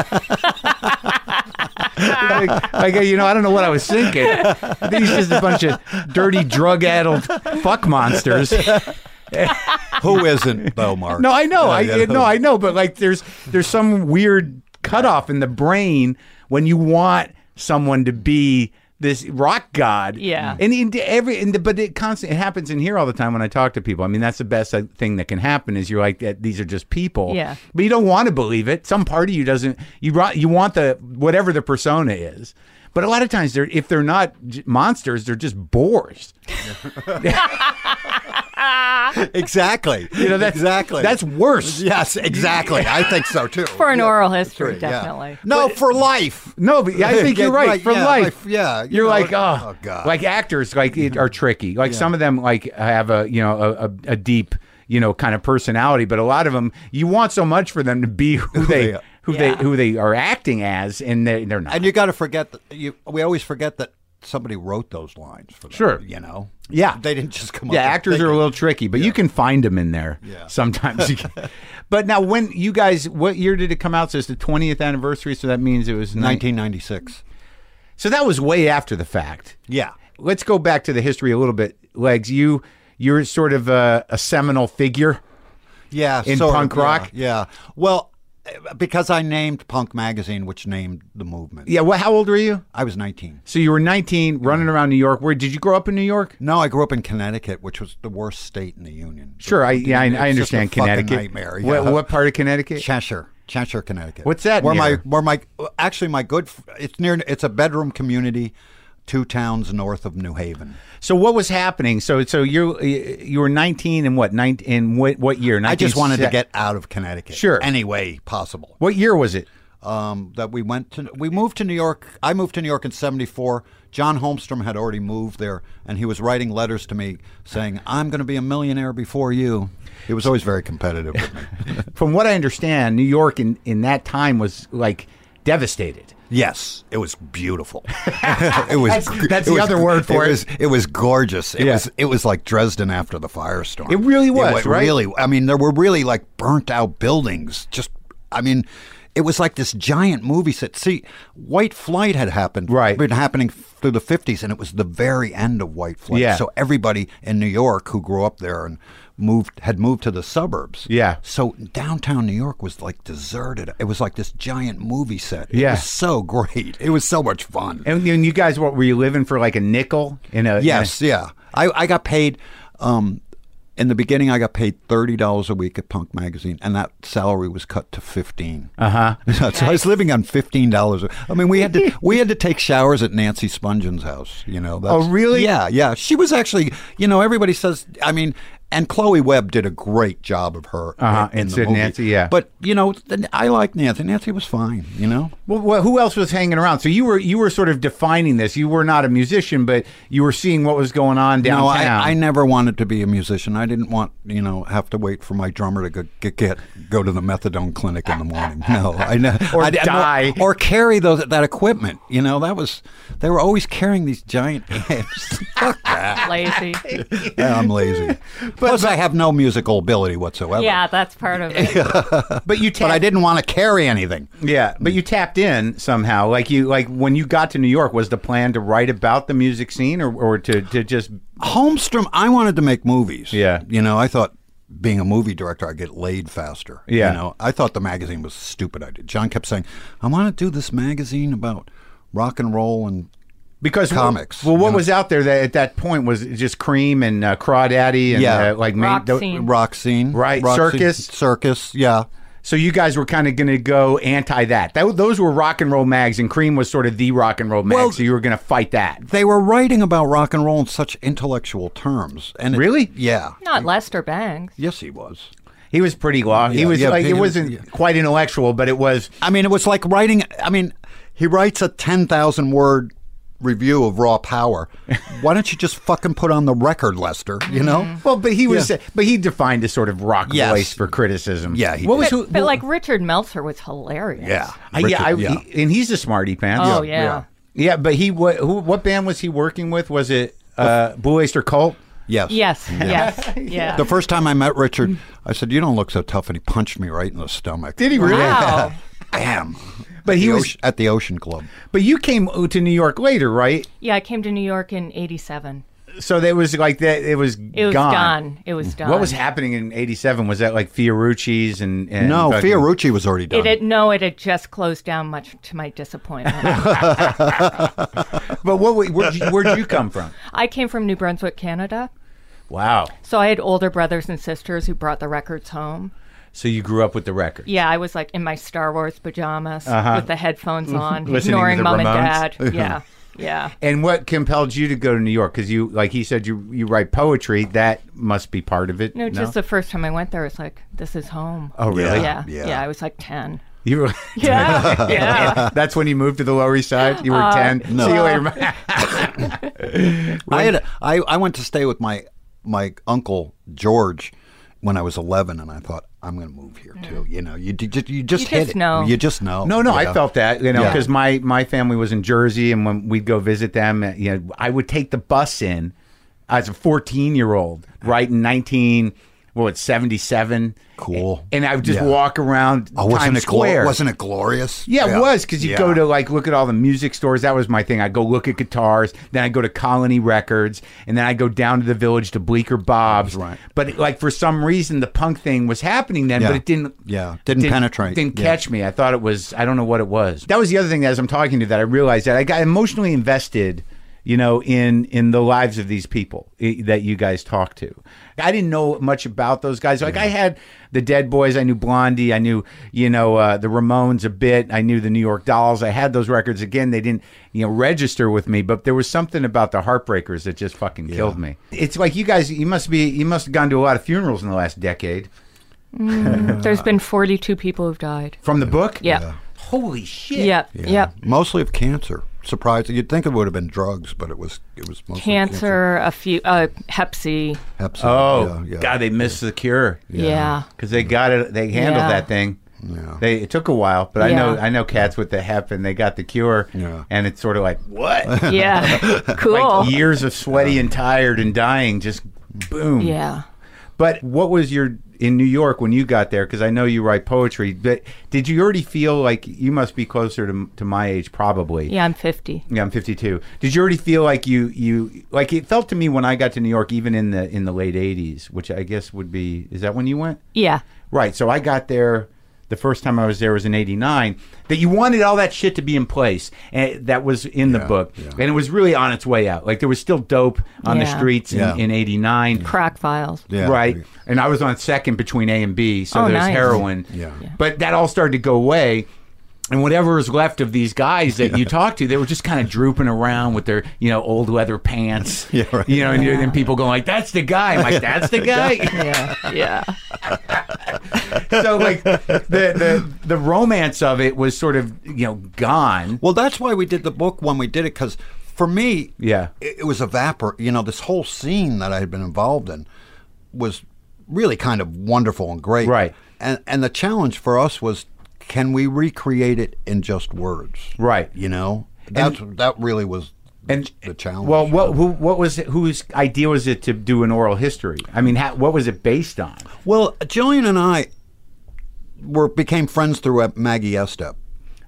Speaker 1: right. like, like, you know, I don't know what I was thinking. I think he's just a bunch of dirty, drug-addled fuck monsters.
Speaker 3: Who isn't though, Mark?
Speaker 1: No, I know.
Speaker 3: Yeah,
Speaker 1: I
Speaker 3: yeah,
Speaker 1: no, I know. But like, there's there's some weird cutoff in the brain when you want someone to be this rock god.
Speaker 4: Yeah.
Speaker 1: And in every, in the, but it constantly it happens in here all the time when I talk to people. I mean, that's the best uh, thing that can happen is you're like, "Eh, these are just people.
Speaker 4: Yeah.
Speaker 1: But you don't want to believe it. Some part of you doesn't. You ro- you want the whatever the persona is. But a lot of times, they're if they're not j- monsters, they're just boars.
Speaker 3: Exactly.
Speaker 1: You know, that's
Speaker 3: exactly.
Speaker 1: That's worse.
Speaker 3: yes, exactly. I think so too.
Speaker 4: For an
Speaker 3: Yeah.
Speaker 4: oral history,
Speaker 3: Yeah.
Speaker 4: definitely.
Speaker 3: No, for life.
Speaker 1: No, but I think
Speaker 3: Yeah,
Speaker 1: you're right,
Speaker 3: right,
Speaker 1: for
Speaker 3: yeah,
Speaker 1: life.
Speaker 3: like, yeah, you
Speaker 1: you're
Speaker 3: know,
Speaker 1: like
Speaker 3: it-
Speaker 1: oh,
Speaker 3: oh, God. Mm-hmm.
Speaker 1: like actors like it, are tricky. Like some of them like have a you know a, a, a deep you know kind of personality, but a lot of them you want so much for them to be who they
Speaker 3: they are.
Speaker 1: who
Speaker 4: Yeah.
Speaker 1: they who they are acting as, and they they're not.
Speaker 3: And you got to forget that you. We always forget that somebody wrote those lines for them.
Speaker 1: Sure.
Speaker 3: You know.
Speaker 1: Yeah.
Speaker 3: They didn't just come.
Speaker 1: yeah,
Speaker 3: up with
Speaker 1: actors
Speaker 3: thinking.
Speaker 1: are a little tricky, but you can find them in there
Speaker 3: Yeah.
Speaker 1: sometimes. You can- but now, when you guys, what year did it come out? So it's the 20th anniversary, so that means it was 19.
Speaker 3: 1996.
Speaker 1: So that was way after the fact.
Speaker 3: Yeah.
Speaker 1: let's go back to the history a little bit legs you you're sort of a, a seminal figure
Speaker 3: Yeah,
Speaker 1: in
Speaker 3: sort of,
Speaker 1: punk rock?
Speaker 3: Yeah, yeah. well, eh, because I named Punk Magazine, which named the movement.
Speaker 1: yeah well how old were you
Speaker 3: I was 19.
Speaker 1: so you were 19 running around new york where did you grow up in new york
Speaker 3: No, I grew up in Connecticut, which was the worst state in the union.
Speaker 1: sure i yeah i,
Speaker 3: It's
Speaker 1: I
Speaker 3: just a
Speaker 1: understand
Speaker 3: fucking
Speaker 1: connecticut
Speaker 3: nightmare, yeah.
Speaker 1: what, what part of connecticut
Speaker 3: Cheshire, Cheshire, Connecticut.
Speaker 1: What's that
Speaker 3: Where
Speaker 1: near?
Speaker 3: my where my actually my good f- it's near it's a bedroom community, two towns north of New Haven.
Speaker 1: so what was happening so so you you were 19 and what 19 in what what year
Speaker 3: I just wanted
Speaker 1: 19
Speaker 3: to get out of Connecticut,
Speaker 1: Sure.
Speaker 3: any way possible.
Speaker 1: what year was it
Speaker 3: Um, that we went to we moved to New York. I moved to New York in '74. John Holmstrom had already moved there, and he was writing letters to me saying, "I'm going to be a millionaire before you." He was always very competitive with me.
Speaker 1: from what i understand new york in in that time was like devastated
Speaker 3: Yes, it was beautiful. it was.
Speaker 1: That's- that's
Speaker 3: it
Speaker 1: the
Speaker 3: was-
Speaker 1: other word for it.
Speaker 3: was- it was gorgeous. It
Speaker 1: Yeah.
Speaker 3: was. It was like Dresden after the firestorm.
Speaker 1: It really was,
Speaker 3: wa-
Speaker 1: right?
Speaker 3: Really. I mean, there were really like burnt out buildings. Just. I mean, it was like this giant movie set. See, White Flight had happened.
Speaker 1: Right.
Speaker 3: Been happening through the fifties, and it was the very end of White Flight.
Speaker 1: Yeah.
Speaker 3: So everybody in New York who grew up there and moved had moved to the suburbs.
Speaker 1: Yeah.
Speaker 3: So downtown New York was like deserted. It was like this giant movie set. It
Speaker 1: Yeah.
Speaker 3: was so great. It was so much fun.
Speaker 1: and, and you guys what were you living for like a nickel in a in a-
Speaker 3: yes, yeah. I, I got paid um, in the beginning I got paid thirty dollars a week at Punk magazine and that salary was cut to fifteen. Uh-huh. so I was living on fifteen dollars. I mean we had to we had to take showers at Nancy Spongen's house, you know. That's,
Speaker 1: Oh, really?
Speaker 3: Yeah, yeah. She was actually you know, everybody says I mean and Chloe Webb did a great job of her
Speaker 1: Uh-huh,
Speaker 3: in, in
Speaker 1: and
Speaker 3: the
Speaker 1: said
Speaker 3: movie.
Speaker 1: Nancy, yeah.
Speaker 3: But you know, th- I like Nancy. Nancy was fine, you know.
Speaker 1: Well, well, who else was hanging around? So you were you were sort of defining this. You were not a musician, but you were seeing what was going on downtown.
Speaker 3: No, I, I never wanted to be a musician. I didn't want, you know, have to wait for my drummer to go, get, get go to the methadone clinic in the morning. No, I know.
Speaker 1: Or
Speaker 3: I, didn't-
Speaker 1: die.
Speaker 3: or carry those that equipment. You know, that was they were always carrying these giant amps. Fuck that.
Speaker 4: Lazy.
Speaker 3: I'm lazy. Plus, I have no musical ability whatsoever.
Speaker 4: yeah, that's part of it.
Speaker 1: but you tapped,
Speaker 3: But I didn't want to carry anything.
Speaker 1: yeah, but you tapped in somehow. Like you, like when you got to New York, was the plan to write about the music scene, or, or to, to just
Speaker 3: Holmstrom, I wanted to make movies.
Speaker 1: Yeah.
Speaker 3: You know, I thought being a movie director, I'd get laid faster.
Speaker 1: Yeah.
Speaker 3: You know, I thought the magazine was a stupid. idea. John kept saying, I want to do this magazine about rock and roll and
Speaker 1: because
Speaker 3: Comics,
Speaker 1: Well, what
Speaker 3: yeah.
Speaker 1: was out there that at that point was just cream and uh, crawdaddy and
Speaker 3: Yeah.
Speaker 1: uh, like main-
Speaker 4: Rock
Speaker 1: tho-
Speaker 4: scene.
Speaker 3: rock scene,
Speaker 1: Right,
Speaker 3: rock
Speaker 1: circus.
Speaker 3: scene, circus. Yeah,
Speaker 1: So you guys were kind of going to go anti that. that. Those were rock and roll mags, and Cream was sort of the rock and roll mag.
Speaker 3: Well-
Speaker 1: so you were going to fight that.
Speaker 3: they were writing about rock and roll in such intellectual terms. And it-
Speaker 1: Really?
Speaker 3: Yeah.
Speaker 4: Not Lester Bangs.
Speaker 3: Yes, he was.
Speaker 1: He was pretty long. he
Speaker 3: Yeah,
Speaker 1: was
Speaker 3: yeah,
Speaker 1: like
Speaker 3: he
Speaker 1: it
Speaker 3: was-
Speaker 1: wasn't
Speaker 3: yeah.
Speaker 1: quite intellectual, but it was.
Speaker 3: I mean, it was like writing. I mean, he writes a ten thousand word review of Raw Power. Why don't you just fucking put on the record, Lester? You know?
Speaker 1: Well, but he was,
Speaker 3: Yeah.
Speaker 1: but he defined a sort of rock
Speaker 3: Yes.
Speaker 1: voice for criticism.
Speaker 3: Yeah, he
Speaker 1: what was
Speaker 4: But,
Speaker 1: who?
Speaker 4: but, like Richard Meltzer was hilarious.
Speaker 3: Yeah.
Speaker 1: I,
Speaker 3: Richard,
Speaker 1: yeah, I, he- and he's a smarty pants.
Speaker 4: Oh
Speaker 3: Yeah,
Speaker 4: yeah.
Speaker 3: yeah.
Speaker 1: yeah, but he what? Who, what band was he working with? Was it uh, Blue Oyster Cult?
Speaker 3: yes.
Speaker 4: Yes. Yes. Yeah.
Speaker 3: The first time I met Richard, I said, "You don't look so tough," and he punched me right in the stomach.
Speaker 1: Did he really?
Speaker 4: wow.
Speaker 3: Bam!
Speaker 1: But he
Speaker 3: The
Speaker 1: was.
Speaker 3: oce- at the Ocean Club.
Speaker 1: But you came to New York later, right?
Speaker 4: yeah. I came to New York in '87.
Speaker 1: So that was like that. It was
Speaker 4: It was
Speaker 1: gone.
Speaker 4: gone. It was done.
Speaker 1: What was happening in '87? Was that like Fiorucci's and, and
Speaker 3: No,
Speaker 1: fucking-
Speaker 3: Fiorucci was already done.
Speaker 4: It had, no, it had just closed down, much to my disappointment.
Speaker 1: But what? Where'd you, where'd you come from?
Speaker 4: I came from New Brunswick, Canada.
Speaker 1: Wow.
Speaker 4: So I had older brothers and sisters who brought the records home.
Speaker 1: So you grew up with the record.
Speaker 4: Yeah, I was like in my Star Wars pajamas with the headphones on,
Speaker 1: Listening to
Speaker 4: ignoring
Speaker 1: the
Speaker 4: mom
Speaker 1: Ramones.
Speaker 4: and dad. Yeah, yeah.
Speaker 1: And what compelled you to go to New York? Because you, like he said, you you write poetry. That must be part of it.
Speaker 4: No, just the first time I went there, it's like this is home.
Speaker 1: oh, really?
Speaker 4: yeah,
Speaker 3: yeah.
Speaker 4: yeah. I was like ten.
Speaker 1: You were,
Speaker 4: Yeah, yeah.
Speaker 1: that's when you moved to the Lower East Side. You were
Speaker 4: Uh,
Speaker 1: ten.
Speaker 3: no.
Speaker 1: See you later. man.
Speaker 3: I had I, I went to stay with my my uncle George when I was 11, and I thought I'm going to move here too. You know, you d- just you just
Speaker 4: You
Speaker 3: hit
Speaker 4: just
Speaker 3: it.
Speaker 4: know.
Speaker 3: You just know.
Speaker 1: no, no,
Speaker 3: you
Speaker 1: I
Speaker 3: know?
Speaker 1: felt that you know
Speaker 3: Yeah.
Speaker 1: because my my family was in Jersey, and when we'd go visit them, uh, you know, I would take the bus in as a fourteen year old, right in nineteen. Well, it's seventy seven.
Speaker 3: Cool.
Speaker 1: And I would just
Speaker 3: Yeah.
Speaker 1: walk around
Speaker 3: Oh, wasn't
Speaker 1: Times
Speaker 3: it glo-
Speaker 1: Square.
Speaker 3: wasn't it glorious?
Speaker 1: Yeah, it was because you
Speaker 3: Yeah.
Speaker 1: go to like look at all the music stores. That was my thing. I go look at guitars, then I go to Colony Records, and then I go down to the village to Bleecker Bob's.
Speaker 3: Right.
Speaker 1: But like for some reason, the punk thing was happening then,
Speaker 3: Yeah.
Speaker 1: but it didn't.
Speaker 3: Yeah, didn't penetrate.
Speaker 1: Didn't
Speaker 3: Yeah.
Speaker 1: catch me. I thought it was. I don't know what it was. That was the other thing. As I'm talking to you that, I realized that I got emotionally invested. You know, in in the lives of these people i- that you guys talk to, I didn't know much about those guys. Like I had the Dead Boys, I knew Blondie, I knew you know uh, the Ramones a bit, I knew the New York Dolls. I had those records again. They didn't you know register with me, but there was something about the Heartbreakers that just fucking killed me. It's like you guys, you must be, you must have gone to a lot of funerals in the last decade
Speaker 4: There's been 42 people who've died.
Speaker 1: from the book.
Speaker 4: Yeah. Yeah.
Speaker 1: Holy shit.
Speaker 4: Yep, yep.
Speaker 3: mostly of cancer. Surprising. You'd think it would have been drugs, but it was it was mostly cancer.
Speaker 4: Cancer, a few, uh, Hep C.
Speaker 3: Hep C,
Speaker 1: Oh,
Speaker 3: yeah, yeah.
Speaker 1: God, they missed the cure
Speaker 4: Yeah.
Speaker 1: because they got it. They handled
Speaker 4: Yeah.
Speaker 1: that thing.
Speaker 3: Yeah.
Speaker 1: They it took a while, but I know
Speaker 4: Yeah.
Speaker 1: I know cats with the hep, and they got the cure.
Speaker 3: Yeah.
Speaker 1: And it's sort of like what?
Speaker 4: Yeah. cool.
Speaker 1: Like years of sweaty and tired and dying, just boom.
Speaker 4: yeah.
Speaker 1: But what was your in New York when you got there? Because I know you write poetry. But did you already feel like you must be closer to to my age, probably?
Speaker 4: Yeah, I'm 50.
Speaker 1: Yeah, I'm 52. Did you already feel like you you like it felt to me when I got to New York, even in the in the late 80s, which I guess would be is that when you went?
Speaker 4: Yeah.
Speaker 1: Right. So I got there. The first time I was there was in '89. That you wanted all that shit to be in place, and that was in the book, and it was really on its way out. Like there was still dope on the
Speaker 4: Yeah.
Speaker 1: streets
Speaker 3: Yeah.
Speaker 1: in '89,
Speaker 4: Crack files.
Speaker 3: Yeah.
Speaker 1: right? And I was on second between A and B, so
Speaker 4: Oh,
Speaker 1: there's
Speaker 4: nice.
Speaker 1: heroin.
Speaker 3: Yeah. Yeah.
Speaker 1: But that all started to go away. And whatever was left of these guys that you talked to, they were just kind of drooping around with their, you know, old leather pants.
Speaker 3: Yeah, right.
Speaker 1: You know, and, you- and people going like, "That's the guy." I'm like, "That's the guy."
Speaker 4: Yeah. yeah.
Speaker 1: so like the, the the romance of it was sort of you know gone.
Speaker 3: Well, that's why we did the book when we did it because for me,
Speaker 1: Yeah.
Speaker 3: it, it was evapor. You know, this whole scene that I had been involved in was really kind of wonderful and great.
Speaker 1: Right.
Speaker 3: And and the challenge for us was, can we recreate it in just words?
Speaker 1: Right.
Speaker 3: You know, that's that really was
Speaker 1: And
Speaker 3: the challenge.
Speaker 1: Well, what who, what was it, whose idea was it to do an oral history? I mean, how, what was it based on?
Speaker 3: Well, Jillian and I were became friends through uh, Maggie Estep.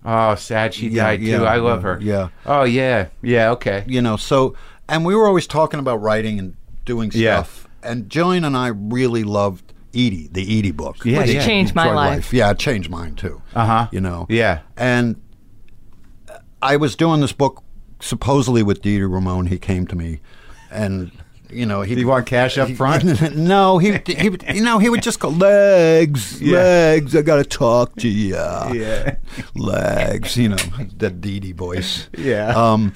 Speaker 1: Oh, sad she
Speaker 3: Yeah,
Speaker 1: died
Speaker 3: yeah,
Speaker 1: too. I love
Speaker 3: yeah,
Speaker 1: her.
Speaker 3: yeah.
Speaker 1: Oh yeah. Yeah. Okay.
Speaker 3: you know so and we were always talking about writing and doing
Speaker 1: Yeah.
Speaker 3: stuff and jillian and i really loved edie the edie book
Speaker 1: Yeah,
Speaker 4: Which
Speaker 1: yeah.
Speaker 4: changed my
Speaker 3: Joy
Speaker 4: life.
Speaker 3: yeah it changed mine too
Speaker 1: Uh-huh.
Speaker 3: you know
Speaker 1: Yeah.
Speaker 3: and i was doing this book supposedly with Dieter Ramone, he came to me, and you know he.
Speaker 1: Do you want cash up front?
Speaker 3: no, he, he would- you know he would just go legs,
Speaker 1: Yeah.
Speaker 3: legs. I gotta talk to you.
Speaker 1: Yeah.
Speaker 3: legs. You know that Didi voice.
Speaker 1: Yeah.
Speaker 3: Um,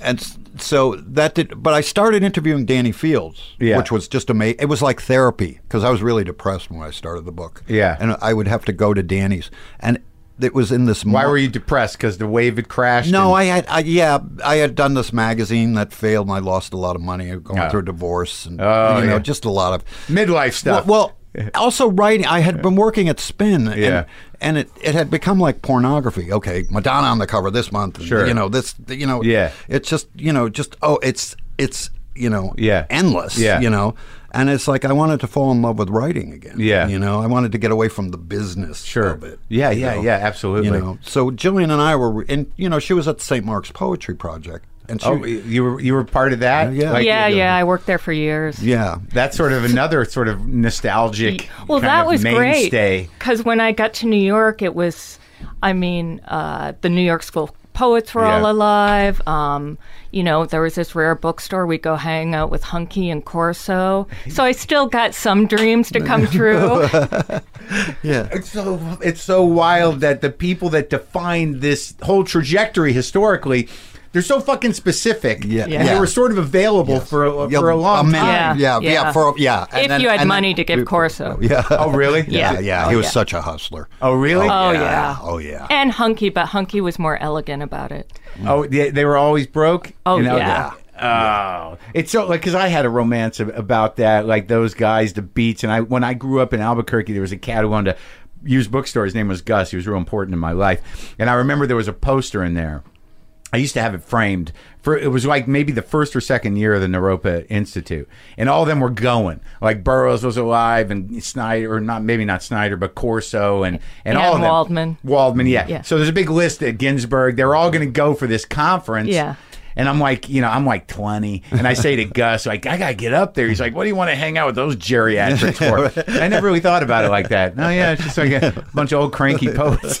Speaker 3: and s- so that did, but I started interviewing Danny Fields,
Speaker 1: Yeah.
Speaker 3: which was just amazing. It was like therapy because I was really depressed when I started the book.
Speaker 1: Yeah.
Speaker 3: and I would have to go to Danny's, and it was in this.
Speaker 1: Why
Speaker 3: mo-
Speaker 1: were you depressed? Because the wave had crashed.
Speaker 3: no,
Speaker 1: and-
Speaker 3: I had, I, yeah, I had done this magazine that failed. and I lost a lot of money going
Speaker 1: Oh.
Speaker 3: through a divorce, and
Speaker 1: Oh,
Speaker 3: you know,
Speaker 1: yeah.
Speaker 3: just a lot of
Speaker 1: midlife stuff.
Speaker 3: Well, well, also writing. I had been working at Spin, and,
Speaker 1: Yeah.
Speaker 3: and it, it had become like pornography. Okay, Madonna on the cover this month. and,
Speaker 1: Sure.
Speaker 3: you know this. You know,
Speaker 1: Yeah.
Speaker 3: It's just you know, just oh, it's it's you know,
Speaker 1: Yeah.
Speaker 3: endless.
Speaker 1: Yeah.
Speaker 3: you know. And it's like I wanted to fall in love with writing again.
Speaker 1: Yeah.
Speaker 3: you know, I wanted to get away from the business
Speaker 1: Sure.
Speaker 3: of it.
Speaker 1: Yeah,
Speaker 3: you
Speaker 1: yeah,
Speaker 3: know?
Speaker 1: yeah, absolutely.
Speaker 3: You know, so Jillian and I were, and you know, she was at St. Mark's Poetry Project, and she,
Speaker 1: oh, you were you were part of that.
Speaker 3: Yeah.
Speaker 4: yeah, yeah. I worked there for years.
Speaker 3: yeah,
Speaker 1: That's sort of another sort of nostalgic.
Speaker 4: Well,
Speaker 1: kind
Speaker 4: that
Speaker 1: of
Speaker 4: was
Speaker 1: mainstay.
Speaker 4: great. Because when I got to New York, it was, I mean, uh, the New York School of Poets were
Speaker 1: Yeah.
Speaker 4: all alive. Um, you know, there was this rare bookstore. We'd go hang out with Hunky and Corso. So I still got some dreams to come true.
Speaker 3: yeah.
Speaker 1: It's so it's so wild that the people that defined this whole trajectory historically, they're so fucking specific.
Speaker 3: Yeah.
Speaker 1: And they
Speaker 3: Yeah.
Speaker 1: were sort of available for a, for a long
Speaker 3: minute.
Speaker 1: time.
Speaker 3: yeah,
Speaker 4: Yeah.
Speaker 3: yeah,
Speaker 4: Yeah.
Speaker 3: for yeah. And
Speaker 4: if
Speaker 3: then-
Speaker 4: you had
Speaker 3: and then-
Speaker 4: money to give Corso.
Speaker 3: yeah,
Speaker 1: Oh, really?
Speaker 4: Yeah.
Speaker 3: yeah, yeah. He was
Speaker 4: yeah.
Speaker 3: such a hustler.
Speaker 1: Oh, really?
Speaker 4: Oh, yeah.
Speaker 3: Oh, yeah.
Speaker 4: And Hunky, but Hunky was more elegant about it.
Speaker 1: Oh, they, they were always broke.
Speaker 4: Oh,
Speaker 1: You know,
Speaker 4: yeah.
Speaker 1: Oh, it's so like because I had a romance ab- about that, like those guys, the Beats, and I. When I grew up in Albuquerque, there was a cat who owned a used bookstore. His name was Gus. He was real important in my life, and I remember there was a poster in there. I used to have it framed for it was like maybe the first or second year of the Naropa Institute, and all of them were going. Like Burroughs was alive, and Snyder, or not maybe not Snyder, but Corso, and and
Speaker 4: Yeah,
Speaker 1: all of them.
Speaker 4: Waldman.
Speaker 1: Waldman, yeah.
Speaker 4: Yeah.
Speaker 1: So there's a big list at Ginsburg. They're all going to go for this conference.
Speaker 4: Yeah.
Speaker 1: And I'm like, you know, I'm like 20, and I say to Gus, like, I gotta get up there. He's like, what do you want to hang out with those geriatrics for? And I never really thought about it like that. No, yeah, it's just like a bunch of old cranky poets.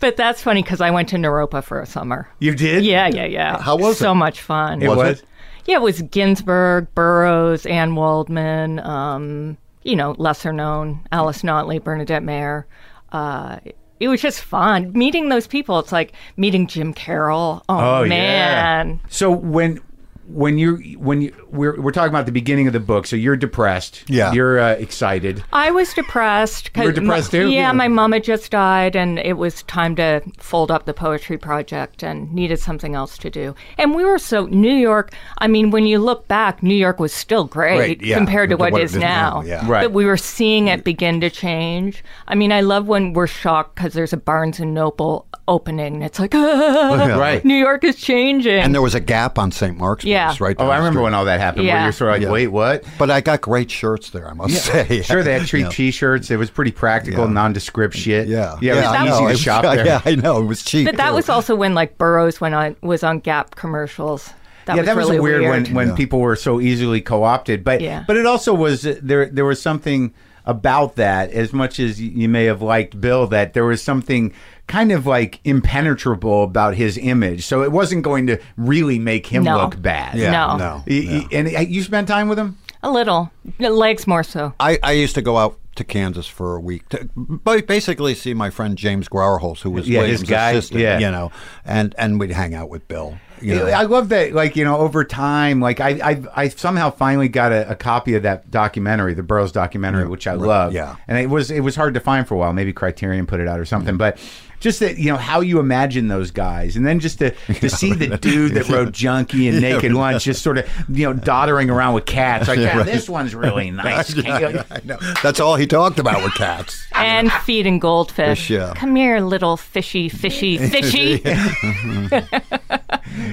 Speaker 4: But that's funny because I went to Naropa for a summer.
Speaker 1: You did?
Speaker 4: Yeah, yeah, yeah.
Speaker 3: How was
Speaker 4: so
Speaker 3: it?
Speaker 4: much fun.
Speaker 1: It was.
Speaker 4: Yeah, it was Ginsburg, Burroughs, Ann Waldman, um, you know, lesser known, Alice Notley, Bernadette Mayer. Uh, it was just fun meeting those people. It's like meeting Jim Carroll. Oh,
Speaker 1: Oh
Speaker 4: man.
Speaker 1: yeah. So when when you when you we're we're talking about the beginning of the book, so you're depressed.
Speaker 3: Yeah.
Speaker 1: You're uh, excited.
Speaker 4: I was depressed. 'cause
Speaker 1: You were depressed
Speaker 4: my-
Speaker 1: too?
Speaker 4: Yeah,
Speaker 1: Yeah.
Speaker 4: my mom had just died, and it was time to fold up the poetry project and needed something else to do. And we were so New York. I mean, when you look back, New York was still great
Speaker 3: Great, yeah,
Speaker 4: compared to,
Speaker 3: to
Speaker 4: what
Speaker 3: what it
Speaker 4: is
Speaker 3: is now,
Speaker 4: now.
Speaker 3: yeah.
Speaker 1: Right.
Speaker 4: But we were seeing
Speaker 1: Mm.
Speaker 4: it begin to change. I mean, I love when we're shocked because there's a Barnes and Noble opening, and it's like,
Speaker 1: Oh,
Speaker 4: ah,
Speaker 3: Yeah.
Speaker 1: Right.
Speaker 4: New York is changing.
Speaker 3: And there was a gap on St. Mark's.
Speaker 4: Yeah.
Speaker 3: Place, right.
Speaker 1: Oh,
Speaker 3: down
Speaker 1: I
Speaker 3: the
Speaker 1: remember
Speaker 3: street.
Speaker 1: when all that happened. Where
Speaker 4: Yeah.
Speaker 1: you're sort of like,
Speaker 3: Yeah.
Speaker 1: wait, what?
Speaker 3: But I got great shirts there. I must say.
Speaker 1: Sure, they had cheap
Speaker 3: Yeah.
Speaker 1: T-shirts. It was pretty practical,
Speaker 3: Yeah.
Speaker 1: nondescript shit.
Speaker 3: Yeah,
Speaker 1: yeah,
Speaker 3: I
Speaker 1: it was
Speaker 3: know.
Speaker 1: easy
Speaker 3: It
Speaker 1: to
Speaker 3: was-
Speaker 1: shop there.
Speaker 3: Yeah, I know. It was cheap.
Speaker 4: but that
Speaker 3: too.
Speaker 4: was also when like Burroughs went on was on Gap commercials. That
Speaker 1: yeah,
Speaker 4: was
Speaker 1: that was
Speaker 4: really
Speaker 1: a weird,
Speaker 4: weird
Speaker 1: when when people were so easily co-opted. But
Speaker 4: Yeah.
Speaker 1: but it also was uh, there there was something about that as much as y- you may have liked Bill that there was something kind of like impenetrable about his image. So it wasn't going to really make him
Speaker 4: No.
Speaker 1: look bad.
Speaker 3: Yeah,
Speaker 4: No.
Speaker 3: no.
Speaker 1: Y- y- And uh, you spent time with him?
Speaker 4: A little. The Legs more so.
Speaker 3: I, I used to go out to Kansas for a week to ba- basically see my friend James Grauerholz, who was
Speaker 1: Yeah, his
Speaker 3: Williams'
Speaker 1: guy,
Speaker 3: assistant,
Speaker 1: yeah.
Speaker 3: you know, and, and we'd hang out with Bill. You know.
Speaker 1: I love that, like you know, over time, like I, I, I somehow finally got a, a copy of that documentary, the Burroughs documentary, which I love.
Speaker 3: yeah.
Speaker 1: and it was it was hard to find for a while. Maybe Criterion put it out or something, but just that you know how you imagine those guys, and then just to to see the dude that wrote Junkie and Naked Lunch just sort of you know doddering around with cats, like yeah, this one's really nice. Can't you-"
Speaker 3: I know. That's all he talked about with cats.
Speaker 4: and feeding goldfish.
Speaker 3: Fish, yeah.
Speaker 4: Come here, little fishy, fishy, fishy.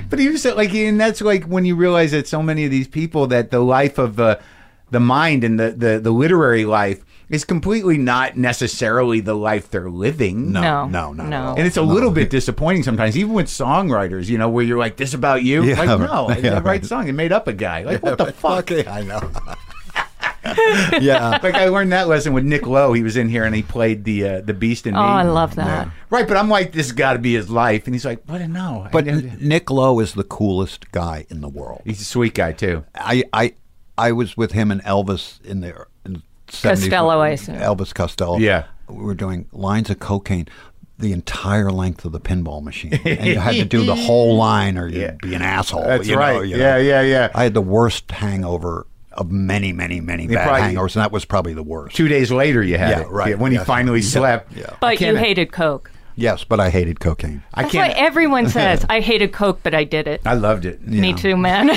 Speaker 1: But he was like, and that's like when you realize that so many of these people that the life of uh, the mind and the, the the literary life is completely not necessarily the life they're living.
Speaker 4: No,
Speaker 3: no, not at
Speaker 4: no.
Speaker 3: all.
Speaker 1: And it's a little bit disappointing sometimes, even with songwriters, you know, where you're like, "This about you?"
Speaker 3: Yeah,
Speaker 1: like, no,
Speaker 3: right.
Speaker 1: I- I write song and made up a guy. Like, what the fuck?
Speaker 3: Okay, I know. yeah.
Speaker 1: Like I learned that lesson with Nick Lowe. He was in here and he played the uh, the Beast in
Speaker 4: Oh,
Speaker 1: Me.
Speaker 4: I love that.
Speaker 1: Right, but I'm like, this has got to be his life, and he's like, what? No, I
Speaker 3: But
Speaker 1: didn't-
Speaker 3: N- Nick Lowe is the coolest guy in the world.
Speaker 1: he's a sweet guy too.
Speaker 3: I I I was with him and Elvis in the in 70s
Speaker 4: Costello, I assume.
Speaker 3: Elvis Costello.
Speaker 1: Yeah.
Speaker 3: we were doing lines of cocaine, the entire length of the pinball machine, and you had to do the whole line, or you'd
Speaker 1: Yeah.
Speaker 3: be an asshole.
Speaker 1: That's
Speaker 3: you know,
Speaker 1: right.
Speaker 3: you
Speaker 1: yeah,
Speaker 3: know.
Speaker 1: yeah, yeah.
Speaker 3: I had the worst hangover of many, many, many bad
Speaker 1: probably-
Speaker 3: hangovers, and that was probably the worst.
Speaker 1: Two days later, you had
Speaker 3: Yeah,
Speaker 1: it.
Speaker 3: right.
Speaker 1: when
Speaker 3: Yeah.
Speaker 1: he finally
Speaker 3: Yeah.
Speaker 1: slept.
Speaker 3: Yeah.
Speaker 1: I
Speaker 4: But you
Speaker 1: can't-
Speaker 4: hated Coke.
Speaker 3: Yes, but I hated cocaine.
Speaker 1: I
Speaker 4: That's why
Speaker 1: can't.
Speaker 4: everyone says, I hated Coke, but I did it.
Speaker 1: I loved it.
Speaker 4: Me too, man.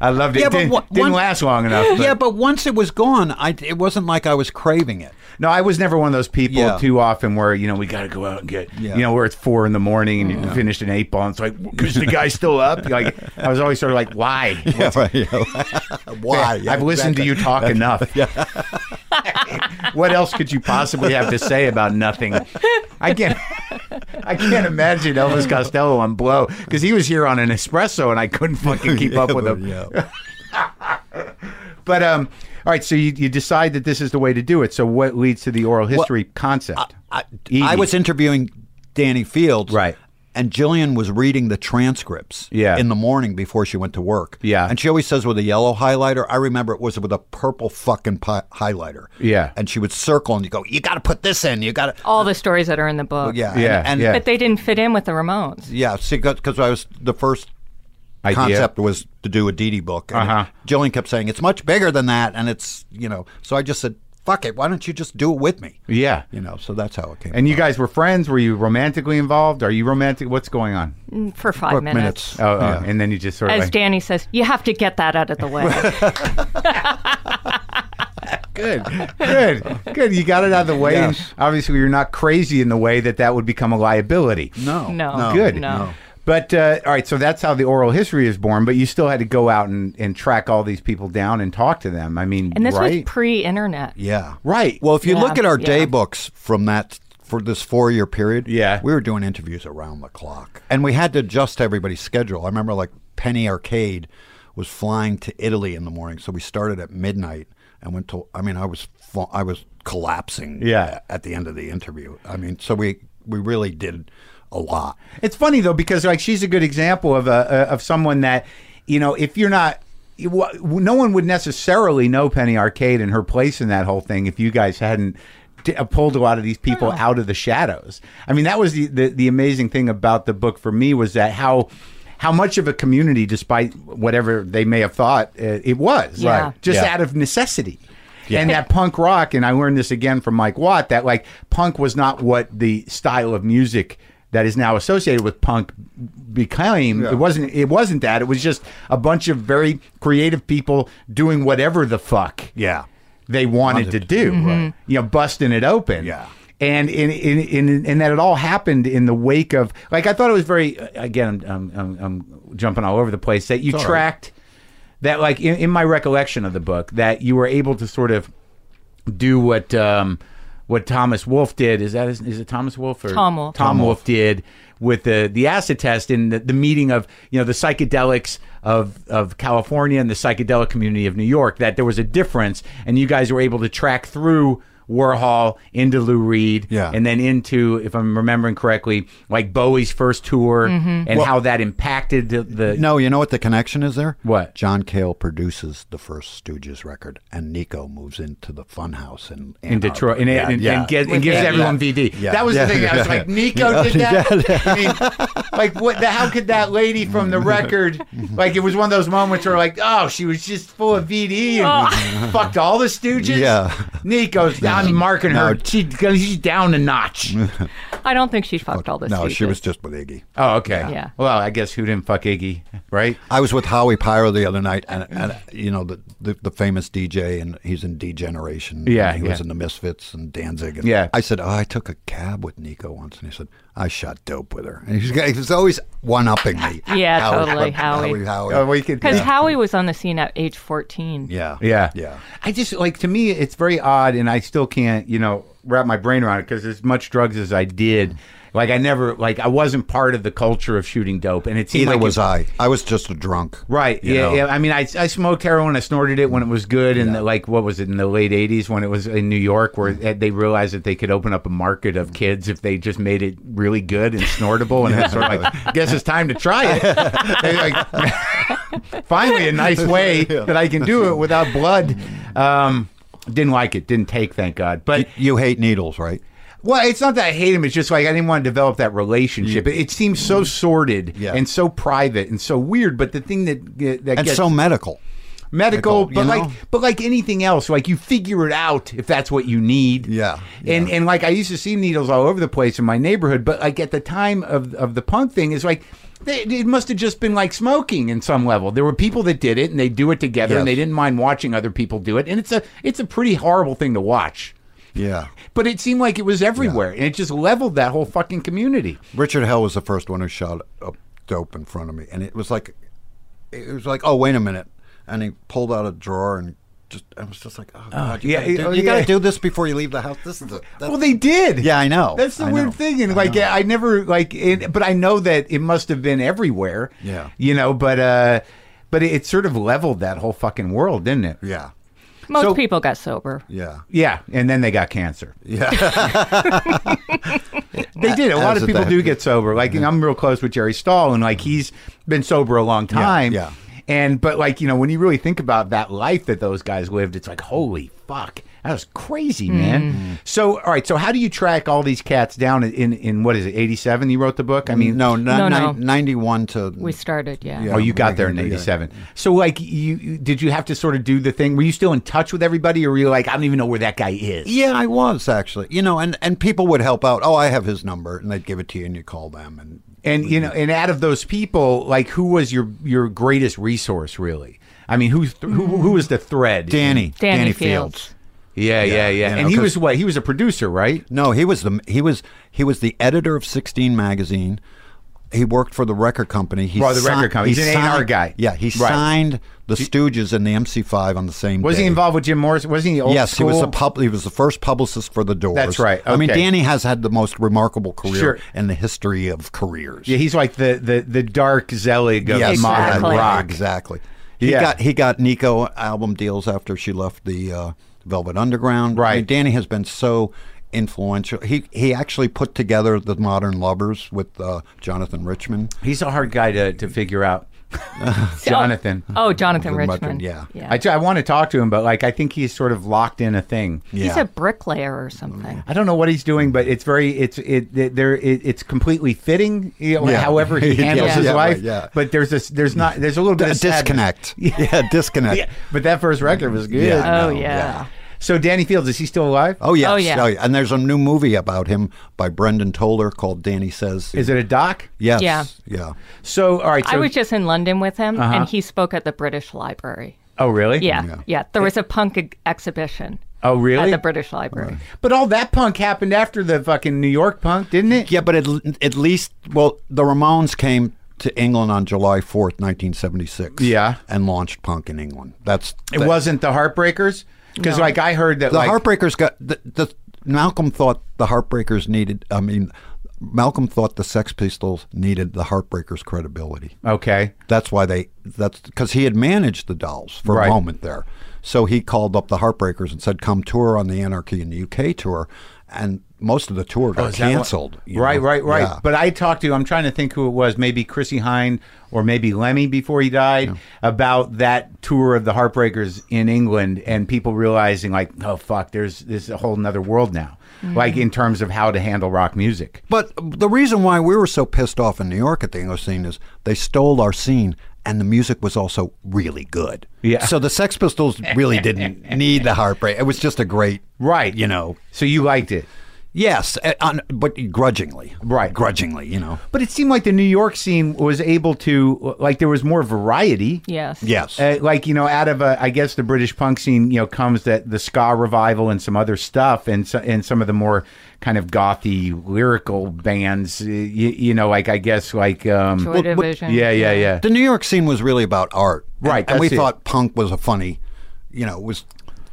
Speaker 1: I loved it.
Speaker 3: Yeah, but
Speaker 1: didn't,
Speaker 3: what-
Speaker 1: didn't
Speaker 3: one-
Speaker 1: last long enough. but-
Speaker 3: Yeah, but once it was gone, I, it wasn't like I was craving it.
Speaker 1: No, I was never one of those people
Speaker 3: Yeah.
Speaker 1: too often where you know we got to go out and get
Speaker 3: Yeah.
Speaker 1: you know where it's four in the morning and you finished an eight ball. And it's like is the guy still up? Like I was always sort of like, why?
Speaker 3: Why? Yeah,
Speaker 1: I've listened to
Speaker 3: exactly.
Speaker 1: you talk enough. what else could you possibly have to say about nothing? I can't. I can't imagine Elvis Costello on blow because he was here on an espresso and I couldn't fucking keep up
Speaker 3: Yeah,
Speaker 1: with
Speaker 3: but-
Speaker 1: him.
Speaker 3: yeah.
Speaker 1: But um, all right. So you, you decide that this is the way to do it. So what leads to the oral history concept?
Speaker 3: I,
Speaker 1: Edie.
Speaker 3: I was interviewing Danny Fields.
Speaker 1: Right.
Speaker 3: And Jillian was reading the transcripts
Speaker 1: Yeah.
Speaker 3: in the morning before she went to work.
Speaker 1: Yeah.
Speaker 3: And she always says with a yellow highlighter. I remember it was with a purple fucking pi- highlighter.
Speaker 1: Yeah.
Speaker 3: And she would circle and you go, you got to put this in. You got to.
Speaker 4: All the stories that are in the book.
Speaker 3: Yeah. and-
Speaker 1: Yeah,
Speaker 3: And,
Speaker 1: yeah.
Speaker 4: But they didn't fit in with the Ramones.
Speaker 3: Yeah, because I was the first
Speaker 1: Idea.
Speaker 3: concept was to do a Didi book. And
Speaker 1: Uh-huh.
Speaker 3: Jillian kept saying it's much bigger than that, and it's you know. So I just said, "Fuck it, why don't you just do it with me?"
Speaker 1: yeah.
Speaker 3: You know, so that's how it came.
Speaker 1: And you guys were friends? Were you romantically involved? Are you romantic? What's going on?
Speaker 4: For five
Speaker 3: about.
Speaker 4: minutes.
Speaker 1: Oh, uh, and then you just sort of
Speaker 4: As
Speaker 1: like,
Speaker 4: Danny says, you have to get that out of the way.
Speaker 1: good, good, good. You got it out of the way.
Speaker 3: Yes.
Speaker 1: And obviously, you're not crazy in the way that that would become a liability.
Speaker 3: No,
Speaker 4: No.
Speaker 1: good.
Speaker 4: No. No.
Speaker 1: But uh, all right, so that's how the oral history is born. But you still had to go out and, and track all these people down and talk to them. I mean,
Speaker 4: And this was
Speaker 1: right?
Speaker 4: pre-internet.
Speaker 3: Yeah.
Speaker 1: Right.
Speaker 3: Well, if you
Speaker 4: Yeah,
Speaker 3: look at our
Speaker 4: yeah.
Speaker 3: day books from that for this four year period,
Speaker 1: Yeah.
Speaker 3: we were doing interviews around the clock, and we had to adjust everybody's schedule. I remember like Penny Arcade was flying to Italy in the morning, so we started at midnight and went to. I mean, I was fa- I was collapsing.
Speaker 1: Yeah.
Speaker 3: a- At the end of the interview, I mean, so we we really did a lot.
Speaker 1: It's funny though because like she's a good example of a uh, of someone that you know if you're not you- wh- no one would necessarily know Penny Arcade and her place in that whole thing if you guys hadn't t- uh, pulled a lot of these people out of the shadows. I mean that was the, the the amazing thing about the book for me was that how how much of a community despite whatever they may have thought uh, it was
Speaker 4: Yeah. Right.
Speaker 1: just
Speaker 3: Yeah.
Speaker 1: out of necessity. And that punk rock, and I learned this again from Mike Watt, that like punk was not what the style of music that is now associated with punk became. It wasn't it wasn't that. It was just a bunch of very creative people doing whatever the fuck
Speaker 3: Yeah.
Speaker 1: they wanted, to do.
Speaker 4: Mm-hmm.
Speaker 1: You know, busting it open.
Speaker 3: Yeah.
Speaker 1: And in, in, in, and that it all happened in the wake of like I thought it was very again I'm I'm, I'm, I'm jumping all over the place that you
Speaker 3: all right.
Speaker 1: tracked that like in, in my recollection of the book that you were able to sort of do what um, what Thomas Wolfe did. Is that is it Thomas Wolfe or
Speaker 4: Tom Wolfe.
Speaker 1: Tom, Wolfe, did with the the acid test in the, the meeting of you know the psychedelics of of California and the psychedelic community of New York. That there was a difference, and you guys were able to track through. Warhol into Lou Reed,
Speaker 3: Yeah.
Speaker 1: and then into, if I'm remembering correctly, like Bowie's first tour and how that impacted the, the
Speaker 3: No, you know what the connection is there?
Speaker 1: What?
Speaker 3: John Cale produces the first Stooges record, and Nico moves into the Funhouse in,
Speaker 1: in Detroit and, and, and, gives, and gives
Speaker 4: Yeah.
Speaker 1: everyone VD.
Speaker 3: Yeah.
Speaker 1: That was
Speaker 3: Yeah.
Speaker 1: the thing. I was
Speaker 3: Yeah.
Speaker 1: like, Nico did that. I mean, like, what? The, how could that lady from the record? Like, it was one of those moments where, like, oh, she was just full of VD
Speaker 4: Oh.
Speaker 1: and fucked all the Stooges.
Speaker 3: Yeah.
Speaker 1: Nico's. I'm marking her.
Speaker 3: No.
Speaker 1: She, she's down a notch.
Speaker 4: I don't think she fucked all this.
Speaker 3: Oh, no, she was just with Iggy.
Speaker 1: Oh, okay.
Speaker 4: Yeah.
Speaker 1: Well, I guess who didn't fuck Iggy, right?
Speaker 3: I was with Howie Pyro the other night, and, and you know the, the the famous DJ, and he's in D Generation.
Speaker 1: Yeah,
Speaker 3: and he was
Speaker 1: yeah.
Speaker 3: in the Misfits and Danzig. And
Speaker 1: Yeah.
Speaker 3: I said, oh, I took a cab with Nico once, and he said, I shot dope with her. And he's, got- he's always one upping me.
Speaker 4: Yeah, totally,
Speaker 3: but-
Speaker 4: Howie.
Speaker 3: Howie.
Speaker 1: Oh, well, you could-
Speaker 4: Because Howie was on the scene at age 14.
Speaker 3: yeah,
Speaker 1: Yeah.
Speaker 3: yeah.
Speaker 1: I just like to me it's very odd and I still can't, you know, wrap my brain around it because as much drugs as I did
Speaker 3: Mm-hmm.
Speaker 1: Like I never like I wasn't part of the culture of shooting dope, and it seemed
Speaker 3: Either
Speaker 1: like
Speaker 3: was
Speaker 1: it-
Speaker 3: I. I was just a drunk.
Speaker 1: Right.
Speaker 3: you
Speaker 1: Yeah,
Speaker 3: know?
Speaker 1: yeah. I mean, I, I smoked heroin. I snorted it when it was good, and like what was it in the late '80s when it was in New York, where
Speaker 3: Mm-hmm.
Speaker 1: they realized that they could open up a market of kids if they just made it really good and snortable, and it's sort of like, guess it's time to try it. They, like, finally, a nice way that I can do it without blood. Um, didn't like it. Didn't take. Thank God. But
Speaker 3: You hate needles, right?
Speaker 1: well, it's not that I hate him. It's just like I didn't want to develop that relationship. It, it seems so sordid
Speaker 3: Yeah.
Speaker 1: and so private and so weird. But the thing that that
Speaker 3: And
Speaker 1: gets
Speaker 3: so medical.
Speaker 1: medical,
Speaker 3: medical,
Speaker 1: but
Speaker 3: you
Speaker 1: like
Speaker 3: know?
Speaker 1: but like anything else, like you figure it out if that's what you need.
Speaker 3: Yeah,
Speaker 1: And and like I used to see needles all over the place in my neighborhood, but like at the time of of the punk thing, it's like. they- It must have just been like smoking in some level. There were people that did it, and they do it together, and
Speaker 3: Yes.
Speaker 1: they didn't mind watching other people do it. And it's a it's a pretty horrible thing to watch.
Speaker 3: Yeah.
Speaker 1: But it seemed like it was everywhere, and it just leveled that whole fucking community.
Speaker 3: Richard Hell was the first one who shot up dope in front of me, and it was like, it was like, oh wait a minute, and he pulled out a drawer and just, I was just like, oh, God, you
Speaker 1: yeah,
Speaker 3: gotta do,
Speaker 1: oh,
Speaker 3: you
Speaker 1: yeah.
Speaker 3: gotta do this before you leave the house. This is the, that-
Speaker 1: Well, they did.
Speaker 3: Uh, Yeah, I know.
Speaker 1: That's the
Speaker 3: I
Speaker 1: weird
Speaker 3: know.
Speaker 1: thing, and like I never like, it, but I know that it must have been everywhere.
Speaker 3: Yeah.
Speaker 1: you know, but uh, but it, it sort of leveled that whole fucking world, didn't it?
Speaker 3: yeah,
Speaker 4: Most
Speaker 1: So-
Speaker 4: people got sober.
Speaker 3: yeah,
Speaker 1: Yeah, and then they got cancer.
Speaker 3: yeah.
Speaker 1: They did. A lot of
Speaker 3: as
Speaker 1: people
Speaker 3: they-
Speaker 1: do get sober. Like, and I'm real close with Jerry Stahl, and like he's been sober a long time.
Speaker 3: yeah.
Speaker 1: And but like you know, when you really think about that life that those guys lived, it's like holy fuck, that was crazy, man. So all right, so how do you track all these cats down in in, in what is it, eighty seven? You wrote the book. I mean,
Speaker 3: no,
Speaker 4: No,
Speaker 3: no,
Speaker 4: no.
Speaker 3: ninety-one to
Speaker 4: We started, yeah.
Speaker 3: Yeah.
Speaker 1: Oh, you got there in
Speaker 3: Yeah.
Speaker 1: '87. So, like, you you- did you have to sort of do the thing? Were you still in touch with everybody, or were you like, I don't even know where that guy is?
Speaker 3: Yeah, I was actually. You know, and and people would help out. Oh, I have his number, and they'd give it to you, and you call them, and
Speaker 1: And you know,
Speaker 3: Mm-hmm.
Speaker 1: and out of those people, like, who was your your greatest resource, really? I mean, who th- who who was the thread?
Speaker 3: Danny,
Speaker 4: Danny, Fields.
Speaker 1: Yeah, yeah, yeah.
Speaker 3: you
Speaker 1: and
Speaker 3: know,
Speaker 1: he
Speaker 3: 'cause-
Speaker 1: was what? He was a producer, right?
Speaker 3: No, he was the he was he was the editor of 16 magazine. He worked for the record company. He
Speaker 1: Well, the
Speaker 3: si-
Speaker 1: record company.
Speaker 3: he
Speaker 1: He's an A&R
Speaker 3: signed-
Speaker 1: guy.
Speaker 3: Yeah, he
Speaker 1: Right.
Speaker 3: signed the Stooges and the MC5 on the same
Speaker 1: Was
Speaker 3: day.
Speaker 1: he involved with Jim Morrison? Was he old
Speaker 3: yes,
Speaker 1: school?
Speaker 3: he was the pub, He was the first publicist for the Doors.
Speaker 1: That's right,
Speaker 3: I mean,
Speaker 1: okay.
Speaker 3: Danny has had the most remarkable career
Speaker 1: Sure.
Speaker 3: in the history of careers.
Speaker 1: yeah, he's like the the the dark Zelig of
Speaker 3: Yes,
Speaker 1: modern
Speaker 4: Exactly.
Speaker 1: rock.
Speaker 3: Exactly. He
Speaker 1: Yeah.
Speaker 3: got he got Nico album deals after she left the uh, Velvet Underground. I mean,
Speaker 1: Right.
Speaker 3: Danny has been so influential. He he actually put together the Modern Lovers with uh, Jonathan Richmond.
Speaker 1: He's a hard guy to to figure out. Jonathan.
Speaker 4: Oh, Jonathan
Speaker 3: Richmond,
Speaker 4: Richmond.
Speaker 3: yeah.
Speaker 1: I, tr- I want to talk to him, but like I think he's sort of locked in a thing.
Speaker 4: He's
Speaker 3: Yeah.
Speaker 4: a bricklayer or something.
Speaker 1: I don't know what he's doing, but it's very it's it, it there it, it's completely fitting. You know,
Speaker 3: Yeah.
Speaker 1: However he
Speaker 3: Yeah.
Speaker 1: handles his
Speaker 3: Yeah,
Speaker 1: life,
Speaker 3: right, yeah.
Speaker 1: but there's this there's not there's a little bit
Speaker 3: A
Speaker 1: of sadness.
Speaker 3: disconnect. Yeah, disconnect.
Speaker 1: Yeah, but that first record was good.
Speaker 3: Yeah.
Speaker 4: Oh,
Speaker 3: No,
Speaker 4: yeah.
Speaker 3: yeah.
Speaker 1: So Danny Fields is he still alive?
Speaker 3: Oh yes.
Speaker 4: Oh, yeah.
Speaker 3: And there's a new movie about him by Brendan Toller called Danny Says.
Speaker 1: Is it a doc?
Speaker 3: Yes.
Speaker 4: Yeah.
Speaker 3: Yeah.
Speaker 1: So all right. So, Uh-huh.
Speaker 4: I was just in London with him, and he spoke at the British Library.
Speaker 1: oh really?
Speaker 4: Yeah, yeah. There was a punk ex- exhibition
Speaker 1: Oh
Speaker 4: at
Speaker 1: really?
Speaker 4: the British Library.
Speaker 1: but all that punk happened after the fucking New York punk, didn't it?
Speaker 3: Yeah, but at, l- at least, well, the Ramones came to England on July 4th, 1976.
Speaker 1: Yeah.
Speaker 3: And launched punk in England. That's
Speaker 1: It wasn't the Heartbreakers because like I heard that
Speaker 3: The
Speaker 1: like
Speaker 3: Heartbreakers got the, the Malcolm thought the Heartbreakers needed. I mean, Malcolm thought the Sex Pistols needed the Heartbreakers' credibility.
Speaker 1: okay.
Speaker 3: That's why they. That's because he had managed the Dolls for
Speaker 1: Right.
Speaker 3: a moment there. So he called up the Heartbreakers and said, "Come tour on the Anarchy in the UK tour," and most of the tour got
Speaker 1: Oh, is that what-
Speaker 3: canceled. you
Speaker 1: Right,
Speaker 3: know?
Speaker 1: right, right.
Speaker 3: Yeah.
Speaker 1: But I talked to, I'm trying to think who it was, maybe Chrissy Hine or maybe Lemmy before he died, about that tour of the Heartbreakers in England and people realizing, like, oh, fuck, there's this a whole nother world now, like in terms of how to handle rock music.
Speaker 3: But the reason why we were so pissed off in New York at the English scene is they stole our scene, and the music was also really good.
Speaker 1: Yeah.
Speaker 3: So the Sex Pistols really didn't need the heartbreak. It was just a great,
Speaker 1: Right.
Speaker 3: You know,
Speaker 1: So you liked it.
Speaker 3: yes, uh, on, but grudgingly,
Speaker 1: Right.
Speaker 3: Grudgingly, you know.
Speaker 1: But it seemed like the New York scene was able to, like, there was more variety.
Speaker 4: Yes.
Speaker 3: Yes.
Speaker 1: Uh, like you know, out of uh, I guess the British punk scene, you know, comes that the ska revival and some other stuff, and so, and some of the more kind of gothy lyrical bands. You, you know, like I guess like um,
Speaker 4: Joy
Speaker 1: yeah,
Speaker 4: Division.
Speaker 1: yeah, yeah.
Speaker 3: the New York scene was really about art, And-
Speaker 1: Right,
Speaker 3: And we
Speaker 1: that's it.
Speaker 3: thought punk was a funny, you know, it was.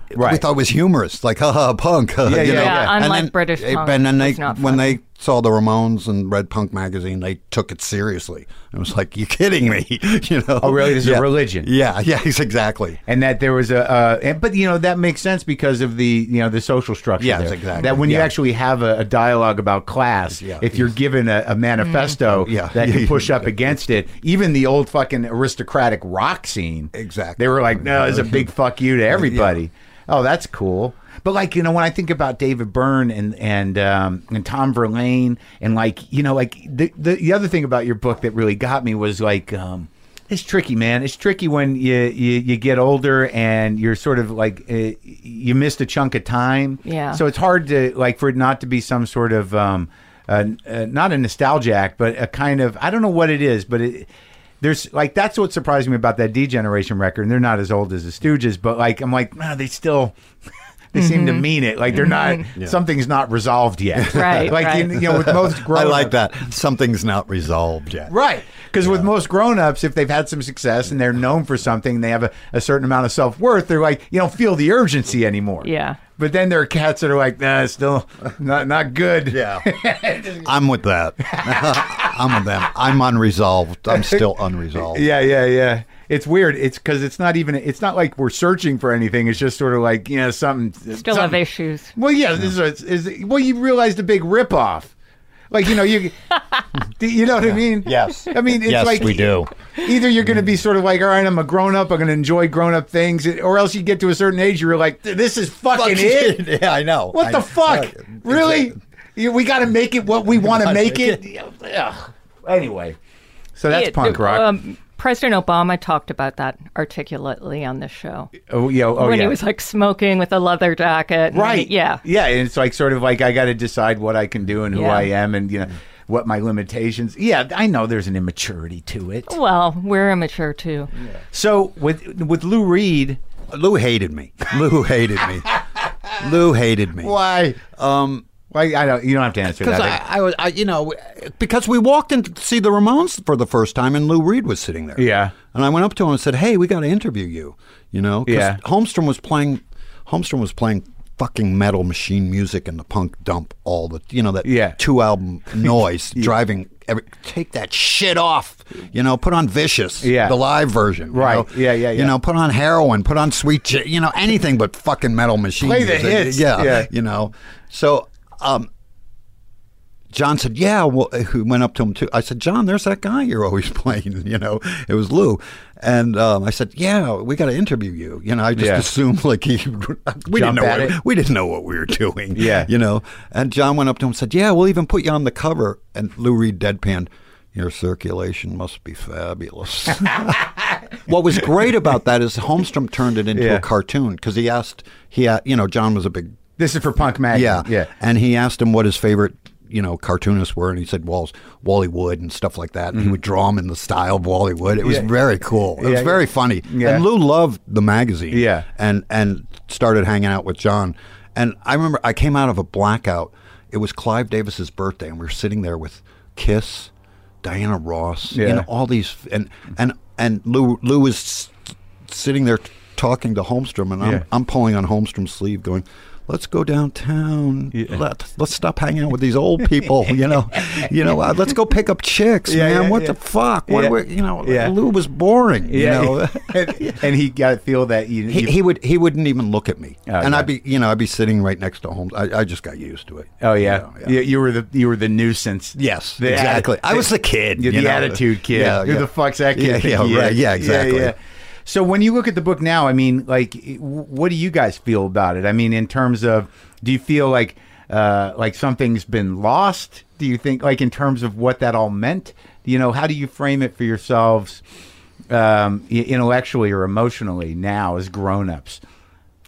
Speaker 3: We
Speaker 1: Right.
Speaker 3: thought it was humorous, like ha ha punk. Yeah,
Speaker 1: yeah, yeah.
Speaker 4: Yeah, unlike British punk,
Speaker 3: And then they,
Speaker 4: it's not
Speaker 3: when
Speaker 4: funny.
Speaker 3: they saw the Ramones and read Punk magazine, they took it seriously. I was like, "You kidding me?" you know?
Speaker 1: Oh, really? This is a
Speaker 3: yeah.
Speaker 1: religion.
Speaker 3: Yeah, yeah, exactly.
Speaker 1: and that there was a, uh, and, but you know that makes sense because of the you know the social structure.
Speaker 3: Yes,
Speaker 1: there.
Speaker 3: exactly.
Speaker 1: That when you
Speaker 3: Yeah.
Speaker 1: actually have a, a dialogue about class,
Speaker 3: Yeah. Mm.
Speaker 1: if you're given a, a manifesto
Speaker 3: Yeah.
Speaker 1: that
Speaker 3: Yeah,
Speaker 1: you
Speaker 3: yeah,
Speaker 1: push up against it, even the old fucking aristocratic rock scene,
Speaker 3: Exactly.
Speaker 1: They were like, no, it's a big fuck you to everybody. Oh, that's cool. But like you know, when I think about David Byrne and and um, and Tom Verlaine and like you know like the, the the other thing about your book that really got me was like um, it's tricky, man. It's tricky when you, you you get older and you're sort of like uh, you missed a chunk of time.
Speaker 4: Yeah.
Speaker 1: So it's hard to like for it not to be some sort of um, uh, uh, not a nostalgia act, but a kind of I don't know what it is, but it, there's like that's what surprised me about that D Generation record. And they're not as old as the Stooges, but like I'm like, man, they still. They seem
Speaker 4: Mm-hmm.
Speaker 1: to mean it. Like they're not. Something's not resolved yet.
Speaker 4: Right,
Speaker 1: Like
Speaker 4: right.
Speaker 1: You, you know, with most grown.
Speaker 3: I like that. Something's not resolved yet.
Speaker 1: Right. Because with most grown-ups, if they've had some success and they're known for something, they have a, a certain amount of self-worth, they're like, you don't feel the urgency anymore.
Speaker 4: Yeah.
Speaker 1: But then there are cats that are like, nah, it's still not not good.
Speaker 3: Yeah. I'm with that. I'm with them. I'm unresolved. I'm still unresolved.
Speaker 1: Yeah, yeah, yeah. It's weird. It's because it's not even. It's not like we're searching for anything. It's just sort of like you know something.
Speaker 4: Still have
Speaker 1: something-
Speaker 4: issues.
Speaker 1: Well, yeah. This is, is well, you realize the big ripoff. Like you know you, do you know what I mean?
Speaker 3: Yes.
Speaker 1: I mean, it's
Speaker 3: Yes,
Speaker 1: like
Speaker 3: we do.
Speaker 1: Either you're going to be sort of like, all right, I'm a grown up. I'm going to enjoy grown up things, or else you get to a certain age, you're like, this is fucking it.
Speaker 3: yeah, I know.
Speaker 1: What
Speaker 3: I-
Speaker 1: the fuck?
Speaker 3: Right.
Speaker 1: really? You- We got to make it what we want to
Speaker 3: gotta
Speaker 1: make
Speaker 3: make
Speaker 1: it. Ugh. Anyway, so that's
Speaker 4: Yeah,
Speaker 1: punk
Speaker 4: the-
Speaker 1: rock.
Speaker 4: Um, President Obama talked about that articulately on this show
Speaker 1: oh, yeah, oh,
Speaker 4: when
Speaker 1: yeah.
Speaker 4: he was like smoking with a leather jacket. and-
Speaker 1: right.
Speaker 4: yeah.
Speaker 1: yeah. And it's like sort of like I got to decide what I can do and who
Speaker 4: Yeah.
Speaker 1: I am, and you know what my limitations. Yeah, I know there's an immaturity to it.
Speaker 4: Well, we're immature too.
Speaker 1: So with with Lou Reed,
Speaker 3: Lou hated me. Lou hated me. Lou hated me.
Speaker 1: why?
Speaker 3: Um,
Speaker 1: Why I don't. You don't have to answer
Speaker 3: because
Speaker 1: that.
Speaker 3: I, I was, I, you know, because we walked in to see the Ramones for the first time, and Lou Reed was sitting there.
Speaker 1: Yeah.
Speaker 3: and I went up to him and said, "Hey, we got to interview you." You know, 'cause
Speaker 1: Yeah.
Speaker 3: Holmstrom was playing, Holmstrom was playing fucking metal machine music in the punk dump all the, you know, that
Speaker 1: Yeah.
Speaker 3: two album noise driving. Every, take that shit off. You know, put on Vicious,
Speaker 1: Yeah.
Speaker 3: the live version. you
Speaker 1: Right.
Speaker 3: know.
Speaker 1: Yeah, yeah, yeah.
Speaker 3: You know, put on heroin, put on Sweet, J- you know, anything but fucking metal machine
Speaker 1: Play the
Speaker 3: music.
Speaker 1: hits.
Speaker 3: Yeah,
Speaker 1: Yeah.
Speaker 3: you know. So um, John said, "Yeah." Well, uh, who went up to him too? I said, "John, there's that guy you're always playing." You know, it was Lou, and um, I said, "Yeah, we got to interview you." You know, I just
Speaker 1: Yeah.
Speaker 3: assumed like he, we
Speaker 1: Jump
Speaker 3: didn't know
Speaker 1: at
Speaker 3: what,
Speaker 1: it.
Speaker 3: we didn't know what we were doing.
Speaker 1: Yeah.
Speaker 3: you know. And John went up to him and said, "Yeah, we'll even put you on the cover." And Lou Reed deadpanned. Your circulation must be fabulous. what was great about that is Holmstrom turned it into
Speaker 1: Yeah.
Speaker 3: a cartoon because he asked, he, a- you know, John was a big
Speaker 1: this is for punk mag.
Speaker 3: yeah,
Speaker 1: yeah.
Speaker 3: And he asked him what his favorite, you know, cartoonists were, and he said Walls, Wally Wood, and stuff like that. And he would draw him in the style of Wally Wood. It was
Speaker 1: Mm-hmm. Yeah.
Speaker 3: very cool. It was
Speaker 1: Yeah.
Speaker 3: very funny.
Speaker 1: Yeah.
Speaker 3: And Lou loved the magazine.
Speaker 1: Yeah.
Speaker 3: and and started hanging out with John. And I remember I came out of a blackout. It was Clive Davis's birthday, and we were sitting there with Kiss, Diana Ross,
Speaker 1: Yeah.
Speaker 3: you know, all these, and and and Lou Lou was s- sitting there t- talking to Holmstrom, and I'm,
Speaker 1: Yeah.
Speaker 3: I'm pulling on Holmstrom's sleeve, going, "Let's go downtown. Let let's stop hanging out with these old people. You know, you know. Uh, let's go pick up chicks,
Speaker 1: Yeah,
Speaker 3: man.
Speaker 1: yeah,
Speaker 3: what
Speaker 1: yeah.
Speaker 3: the fuck? What
Speaker 1: Yeah.
Speaker 3: were- you know,
Speaker 1: Yeah.
Speaker 3: Lou was boring.
Speaker 1: Yeah.
Speaker 3: You know,
Speaker 1: and, and he got to feel that you,
Speaker 3: he,
Speaker 1: you-
Speaker 3: he would he wouldn't even look at me,
Speaker 1: Oh,
Speaker 3: and
Speaker 1: yeah.
Speaker 3: I'd be you know I'd be sitting right next to Holmes. I, I just got used to it.
Speaker 1: Oh yeah.
Speaker 3: You know,
Speaker 1: You, you were the you were the nuisance.
Speaker 3: Yes,
Speaker 1: The
Speaker 3: exactly.
Speaker 1: atti-
Speaker 3: I was the kid.
Speaker 1: You're
Speaker 3: you
Speaker 1: the
Speaker 3: know.
Speaker 1: attitude kid.
Speaker 3: Yeah,
Speaker 1: Who
Speaker 3: yeah.
Speaker 1: the fuck's that kid?
Speaker 3: Yeah,
Speaker 1: think
Speaker 3: yeah,
Speaker 1: he
Speaker 3: right.
Speaker 1: is?
Speaker 3: Yeah, exactly.
Speaker 1: So when you look at the book now, I mean, like, w- what do you guys feel about it? I mean, in terms of, do you feel like uh, like something's been lost? Do you think like in terms of what that all meant? You know, how do you frame it for yourselves? Um, i- intellectually or emotionally now as grown-ups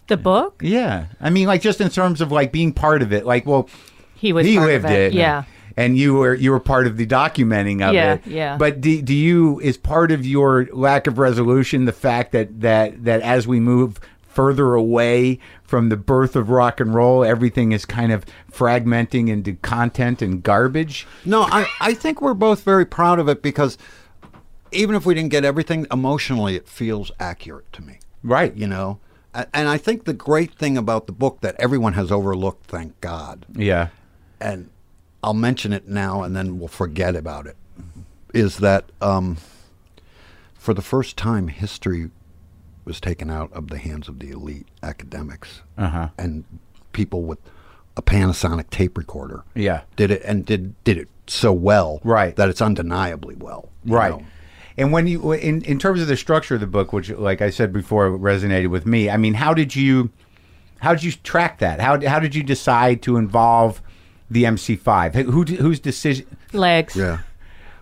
Speaker 4: The book?
Speaker 1: yeah i mean like just in terms of like being part of it like well
Speaker 4: He was
Speaker 1: he
Speaker 4: part of
Speaker 1: lived
Speaker 4: it, yeah.
Speaker 1: and you were you were part of the documenting of
Speaker 4: Yeah,
Speaker 1: it
Speaker 4: yeah.
Speaker 1: but do, do you is part of your lack of resolution the fact that that that as we move further away from the birth of rock and roll everything is kind of fragmenting into content and garbage
Speaker 3: No, I, I think we're both very proud of it because even if we didn't get everything emotionally, it feels accurate to me.
Speaker 1: Right.
Speaker 3: You know? A- And I think the great thing about the book that everyone has overlooked, thank God,
Speaker 1: yeah
Speaker 3: and I'll mention it now and then we'll forget about it. Is that um, for the first time history was taken out of the hands of the elite academics
Speaker 1: Uh-huh.
Speaker 3: and people with a Panasonic tape recorder.
Speaker 1: Yeah.
Speaker 3: did it and did did it so well,
Speaker 1: Right.
Speaker 3: That it's undeniably well, you
Speaker 1: right
Speaker 3: know.
Speaker 1: and when you in, in terms of the structure of the book which like i said before resonated with me i mean how did you how did you track that how, how did you decide to involve the mc5 Who, whose decision
Speaker 4: Legs.
Speaker 3: Yeah.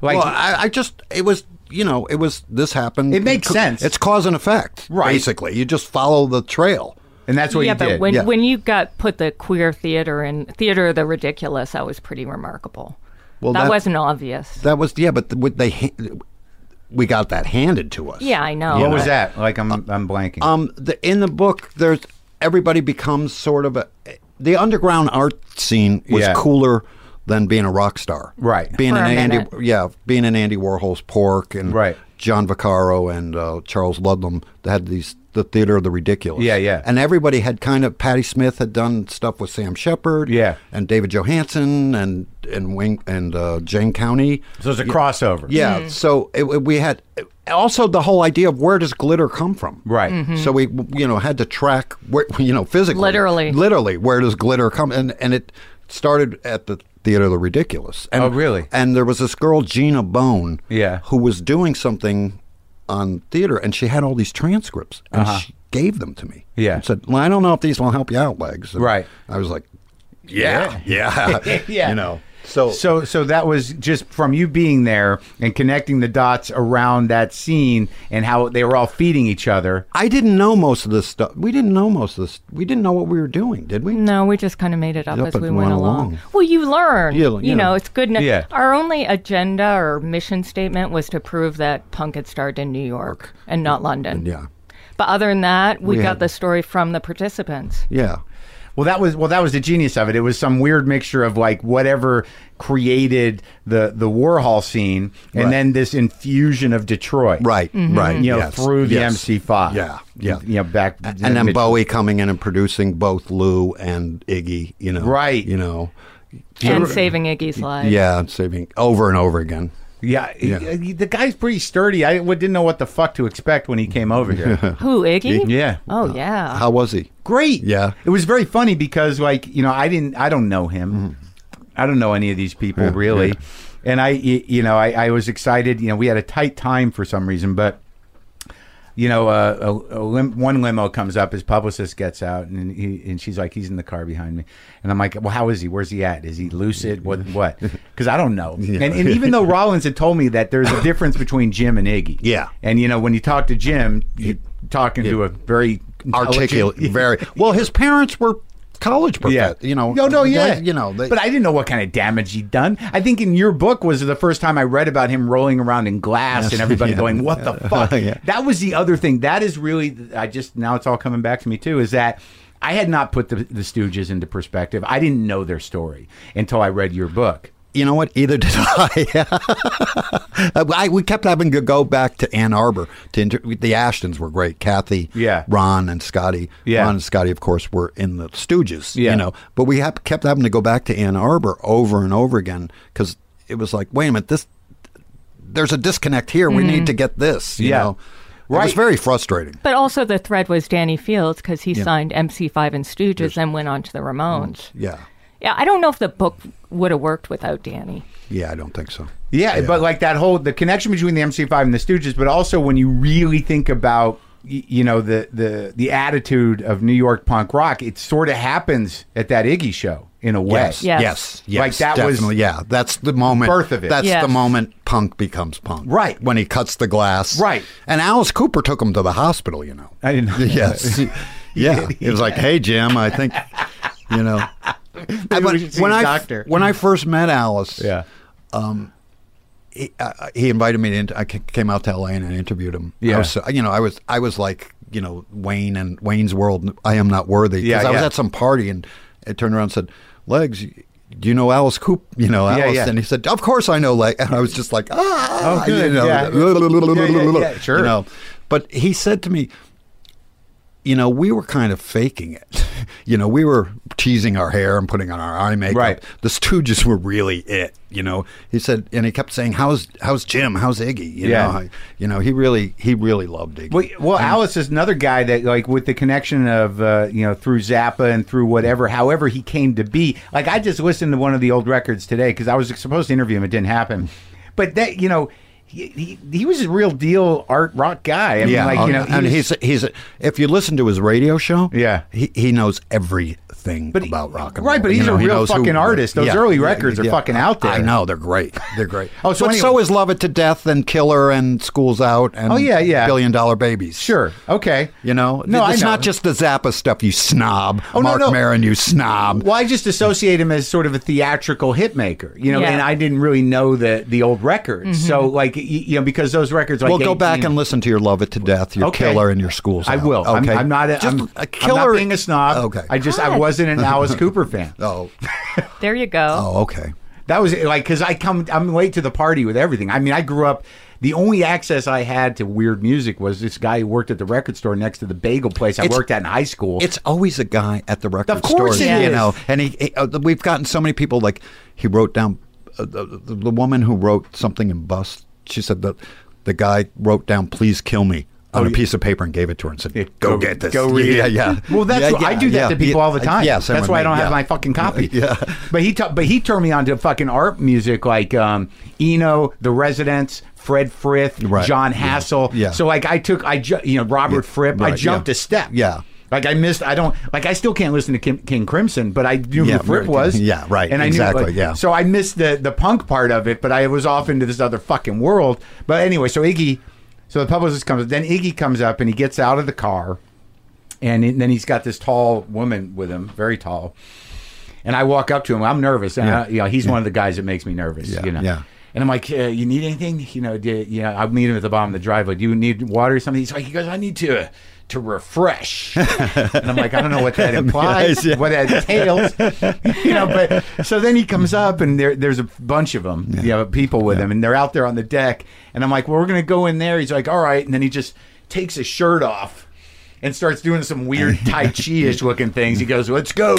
Speaker 1: like
Speaker 3: well, I, I just it was you know it was this happened.
Speaker 1: It makes
Speaker 3: co-
Speaker 1: sense.
Speaker 3: It's cause and effect,
Speaker 1: Right.
Speaker 3: Basically, you just follow the trail.
Speaker 1: and that's what
Speaker 4: yeah,
Speaker 1: you
Speaker 4: but
Speaker 1: did
Speaker 4: when
Speaker 3: yeah.
Speaker 4: when you got put the queer theater in theater of the ridiculous, that was pretty remarkable.
Speaker 3: Well,
Speaker 4: that,
Speaker 3: that-
Speaker 4: wasn't obvious.
Speaker 3: That was yeah, but the, what they ha- we got that handed to us.
Speaker 4: yeah, I know.
Speaker 1: what
Speaker 4: but-
Speaker 1: was that like i'm i'm blanking
Speaker 3: Um, the, in the book, there's everybody becomes sort of a the underground art scene was
Speaker 1: Yeah.
Speaker 3: cooler than being a rock star,
Speaker 1: Right.
Speaker 3: Being
Speaker 4: For
Speaker 3: an
Speaker 4: a
Speaker 3: Andy,
Speaker 4: minute.
Speaker 3: yeah, being an Andy Warhol's Pork and
Speaker 1: Right.
Speaker 3: John Vaccaro and uh, Charles Ludlam that had these the theater of the ridiculous,
Speaker 1: Yeah, yeah.
Speaker 3: and everybody had kind of Patti Smith had done stuff with Sam Shepard,
Speaker 1: Yeah.
Speaker 3: and David Johansen and and Wing and uh, Jane County,
Speaker 1: so it's a crossover
Speaker 3: yeah. So it, it- we had also the whole idea of where does glitter come from? Mm-hmm.
Speaker 1: Right. Mhm.
Speaker 3: So we you know had to track where you know physically,
Speaker 4: Literally.
Speaker 3: literally where does glitter come? And and it started at the theater of the ridiculous. And,
Speaker 1: Oh, really?
Speaker 3: And there was this girl Gina Bone,
Speaker 1: Yeah.
Speaker 3: who was doing something on theater, and she had all these transcripts, and she gave them to me.
Speaker 1: Uh-huh. Yeah.
Speaker 3: and said, "Well, I don't know if these will help you out, legs." And
Speaker 1: Right.
Speaker 3: I was like, "Yeah, yeah,
Speaker 1: Yeah.
Speaker 3: You know. So
Speaker 1: So, so that was just from you being there and connecting the dots around that scene and how they were all feeding each other.
Speaker 3: I didn't know most of this stuff. We didn't know most of this. We didn't know what we were doing, did
Speaker 1: Mm-hmm.
Speaker 3: we?
Speaker 4: No, we just kind of made it up
Speaker 3: Up
Speaker 4: as
Speaker 3: and
Speaker 4: we went
Speaker 3: went
Speaker 4: along.
Speaker 3: along.
Speaker 4: Well, you learn.
Speaker 3: Yeah,
Speaker 4: you
Speaker 3: yeah.
Speaker 4: know, it's good. kn-
Speaker 1: Yeah.
Speaker 4: Our only agenda or mission statement was to prove that punk had started in New York and not London.
Speaker 3: Yeah.
Speaker 4: But other than that, we,
Speaker 3: We
Speaker 4: got
Speaker 3: had-
Speaker 4: the story from the participants.
Speaker 3: Yeah.
Speaker 1: Well, that was well, that was the genius of it. It was some weird mixture of like whatever created the the Warhol scene, and
Speaker 3: Right.
Speaker 1: then this infusion of Detroit,
Speaker 3: Right. Right.
Speaker 1: You know,
Speaker 3: yes,
Speaker 1: through the
Speaker 3: yes.
Speaker 1: MC5,
Speaker 3: Yeah. Yeah.
Speaker 1: you know, back
Speaker 3: And then Bowie coming in and producing both Lou and Iggy. You know.
Speaker 1: Right.
Speaker 3: You know.
Speaker 4: And saving Iggy's life.
Speaker 3: Yeah, and saving over and over again.
Speaker 1: Yeah, he-
Speaker 3: Yeah.
Speaker 1: he- the guy's pretty sturdy. I w- didn't know what the fuck to expect when he came over here.
Speaker 4: Who, Iggy?
Speaker 1: yeah,
Speaker 4: Oh, yeah.
Speaker 3: How was he?
Speaker 1: great.
Speaker 3: Yeah.
Speaker 1: It was very funny because like, you know, I didn't I don't know him.
Speaker 3: Mm-hmm.
Speaker 1: I don't know any of these people really. And I y- you know, I, I was excited, you know, we had a tight time for some reason, but you know, uh, a, a lim- one limo comes up. His publicist gets out, and he, and she's like, "He's in the car behind me." And I'm like, "Well, how is he? Where's he at? Is he lucid? What? What?" Because I don't know. And, and even though Rollins had told me that there's a difference between Jim and Iggy.
Speaker 3: Yeah.
Speaker 1: And you know, when you talk to Jim, you're talking to a very
Speaker 3: Articulate.
Speaker 1: intelligent-
Speaker 3: Very well. His parents were college
Speaker 1: yeah,
Speaker 3: professors. You know.
Speaker 1: No, no,
Speaker 3: they-
Speaker 1: yeah.
Speaker 3: you know. They,
Speaker 1: but I didn't know what kind of damage he'd done. I think in your book was the first time I read about him rolling around in glass and everybody going, "What the fuck?"
Speaker 3: Yeah.
Speaker 1: That was the other thing. That is really. I just now it's all coming back to me too. Is that. I had not put the, the Stooges into perspective. I didn't know their story until I read your book.
Speaker 3: you know what? Either did I. I. We kept having to go back to Ann Arbor. To inter- the Ashtons were great. Kathy,
Speaker 1: Yeah.
Speaker 3: Ron, and Scotty.
Speaker 1: Yeah.
Speaker 3: Ron and Scotty, of course, were in the Stooges.
Speaker 1: Yeah.
Speaker 3: You know, but we hap kept having to go back to Ann Arbor over and over again because it was like, wait a minute, this. There's a disconnect here. We need to get this. You
Speaker 1: Yeah.
Speaker 3: know? It was
Speaker 1: Right.
Speaker 3: very frustrating.
Speaker 4: But also the thread was Danny Fields because he signed MC5 and Stooges and went on to the Ramones.
Speaker 3: Yeah.
Speaker 4: Yeah, I don't know if the book would have worked without Danny.
Speaker 3: Yeah, I don't think so.
Speaker 1: Yeah, but like that whole the connection between the MC5 and the Stooges, but also when you really think about y- you know the the the attitude of New York punk rock, it sort of happens at that Iggy show in a way.
Speaker 3: Yes.
Speaker 4: Yes.
Speaker 3: Yes.
Speaker 1: Like,
Speaker 3: yes,
Speaker 1: that was-
Speaker 3: definitely. yeah. That's the moment.
Speaker 1: birth of it.
Speaker 3: That's
Speaker 4: Yes.
Speaker 3: the moment punk becomes punk.
Speaker 1: Right.
Speaker 3: When he cuts the glass.
Speaker 1: Right.
Speaker 3: And Alice Cooper took him to the hospital. You know.
Speaker 1: I didn't know that.
Speaker 3: Yes. yeah. It was like, hey Jim, I think, you know.
Speaker 1: we
Speaker 3: But
Speaker 1: should see
Speaker 3: when
Speaker 1: a
Speaker 3: I
Speaker 1: doctor.
Speaker 3: when I first met Alice,
Speaker 1: Yeah.
Speaker 3: he, uh, he invited me to. Int- I ca- came out to LA and I interviewed him. I
Speaker 1: Yeah.
Speaker 3: was, so- you know, I was I was like you know Wayne and Wayne's World. I am not worthy. 'Cause
Speaker 1: Yeah,
Speaker 3: I was
Speaker 1: yeah.
Speaker 3: at some party and it turned around and said, "Legs, do you know Alice Coop? You know
Speaker 1: Yeah,
Speaker 3: Alice?"
Speaker 1: yeah.
Speaker 3: And he said, "Of course I know." Like, and I was just like, "Ah,
Speaker 1: Oh, good,
Speaker 3: you know,
Speaker 1: yeah. Yeah, yeah, yeah,
Speaker 3: you
Speaker 1: sure.
Speaker 3: know. But he said to me, you know, we were kind of faking it. You know, we were teasing our hair and putting on our eye makeup.
Speaker 1: Right.
Speaker 3: The Stooges were really it. You know, he said, and he kept saying, "How's how's Jim? How's Iggy?" You
Speaker 1: Yeah.
Speaker 3: know, I- you know, he really he really loved Iggy.
Speaker 1: Well, well, Alice is another guy that, like, with the connection of uh, you know through Zappa and through whatever, however he came to be. Like, I just listened to one of the old records today because I was supposed to interview him, it didn't happen. But that, you know, he he, he was a real deal art rock guy. I mean, like you know,
Speaker 3: Oh, and
Speaker 1: was-
Speaker 3: he's he's if you listen to his radio show,
Speaker 1: Yeah.
Speaker 3: he, he knows everything
Speaker 1: But he-
Speaker 3: about rock and roll.
Speaker 1: right, but
Speaker 3: You
Speaker 1: he's a
Speaker 3: know, he
Speaker 1: real
Speaker 3: knows who-
Speaker 1: fucking artist. Those early records are fucking out there.
Speaker 3: I know they're great. They're great.
Speaker 1: Oh, so
Speaker 3: but
Speaker 1: anyway-
Speaker 3: so is Love It to Death and Killer and Schools Out and
Speaker 1: Oh, yeah, yeah.
Speaker 3: Billion Dollar Babies.
Speaker 1: sure, okay,
Speaker 3: You know,
Speaker 1: No, I
Speaker 3: it's
Speaker 1: know.
Speaker 3: not just the Zappa stuff. You snob,
Speaker 1: Oh, no,
Speaker 3: Mark
Speaker 1: no.
Speaker 3: Maron. You snob.
Speaker 1: Well, I just associate him as sort of a theatrical hit maker, you know,
Speaker 4: Yeah.
Speaker 1: and I didn't really know the the old records. So, like, y- you know, because those records, like,
Speaker 3: Well, go back
Speaker 1: 18
Speaker 3: and listen to your Love It to Death, your
Speaker 1: Okay.
Speaker 3: Killer, and your Schools.
Speaker 1: I
Speaker 3: Out.
Speaker 1: will. I'm-
Speaker 3: Okay,
Speaker 1: I'm, not. A,
Speaker 3: Just
Speaker 1: I'm,
Speaker 3: a
Speaker 1: I'm
Speaker 3: killer.
Speaker 1: not being a snob.
Speaker 3: Okay.
Speaker 1: I just I
Speaker 4: God.
Speaker 1: wasn't an Alice Cooper fan.
Speaker 3: oh,
Speaker 4: There you go.
Speaker 3: oh, okay.
Speaker 1: That was like because I come I'm late to the party with everything. I mean, I grew up. The only access I had to weird music was this guy who worked at the record store next to the bagel place I
Speaker 3: It's-
Speaker 1: worked at in high school.
Speaker 3: It's always a guy at the record
Speaker 1: Of course
Speaker 3: store,
Speaker 4: it
Speaker 3: you
Speaker 4: is.
Speaker 3: know. And he, he- uh, we've gotten so many people like he wrote down uh, the, the, the woman who wrote something in Bust. She said that the guy wrote down "Please kill me" on a piece of paper and gave it to her and said, "Go, get this,
Speaker 1: Oh, Go read
Speaker 3: yeah,
Speaker 1: it.
Speaker 3: Yeah,
Speaker 1: Well, that's
Speaker 3: yeah,
Speaker 1: what, I
Speaker 3: yeah,
Speaker 1: do that
Speaker 3: yeah,
Speaker 1: to people
Speaker 3: yeah.
Speaker 1: all the
Speaker 3: Uh,
Speaker 1: time.
Speaker 3: yeah, same
Speaker 1: that's
Speaker 3: with
Speaker 1: why I
Speaker 3: me,
Speaker 1: don't have
Speaker 3: yeah.
Speaker 1: my fucking copy.
Speaker 3: Yeah.
Speaker 1: But he tu- but he turned me on to fucking art music like um, Eno, The Residents, Fred Frith,
Speaker 3: Right.
Speaker 1: John
Speaker 3: Yeah.
Speaker 1: Hassel.
Speaker 3: Yeah.
Speaker 1: So like I took I ju- you know Robert Fripp. I
Speaker 3: Right,
Speaker 1: jumped
Speaker 3: yeah.
Speaker 1: a step.
Speaker 3: Yeah.
Speaker 1: Like I missed, I don't like. I still can't listen to Kim, King Crimson, but I knew
Speaker 3: Yeah,
Speaker 1: who Fripp
Speaker 3: right.
Speaker 1: was.
Speaker 3: Yeah, right.
Speaker 1: And I
Speaker 3: Exactly,
Speaker 1: knew, like,
Speaker 3: yeah.
Speaker 1: So I missed the the punk part of it, but I was off into this other fucking world. But anyway, so Iggy, so the publicist comes, then Iggy comes up and he gets out of the car, and then he's got this tall woman with him, very tall. And I walk up to him. I'm nervous. And I, you know, he's one of the guys that makes me nervous.
Speaker 3: Yeah,
Speaker 1: You know?
Speaker 3: yeah.
Speaker 1: And I'm like, uh, you need anything? You know, do, you know, I'll meet him at the bottom of the driveway. Do you need water or something? He's like, he goes, I need to to refresh. and I'm like, I don't know what that implies,
Speaker 3: yeah.
Speaker 1: what that entails. you know, but so then he comes up and there, there's a bunch of them, you know, people with him, and they're out there on the deck. And I'm like, well, we're gonna go in there. He's like, all right. And then he just takes his shirt off and starts doing some weird Tai Chi ish looking things. He goes, "Let's go."